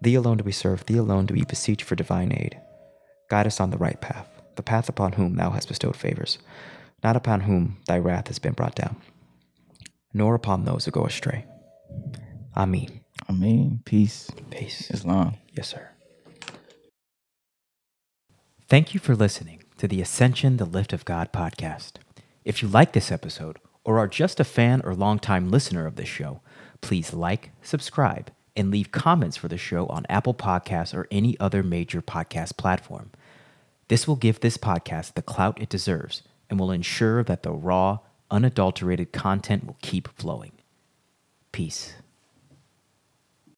[SPEAKER 1] Thee alone do we serve, Thee alone do we beseech for divine aid. Guide us on the right path, the path upon whom Thou hast bestowed favors, not upon whom Thy wrath has been brought down, nor upon those who go astray. Ameen.
[SPEAKER 2] I mean, peace.
[SPEAKER 1] Peace.
[SPEAKER 2] Islam.
[SPEAKER 1] Yes, sir.
[SPEAKER 4] Thank you for listening to the Ascension, the Lift of God podcast. If you like this episode or are just a fan or longtime listener of this show, please like, subscribe, and leave comments for the show on Apple Podcasts or any other major podcast platform. This will give this podcast the clout it deserves and will ensure that the raw, unadulterated content will keep flowing. Peace.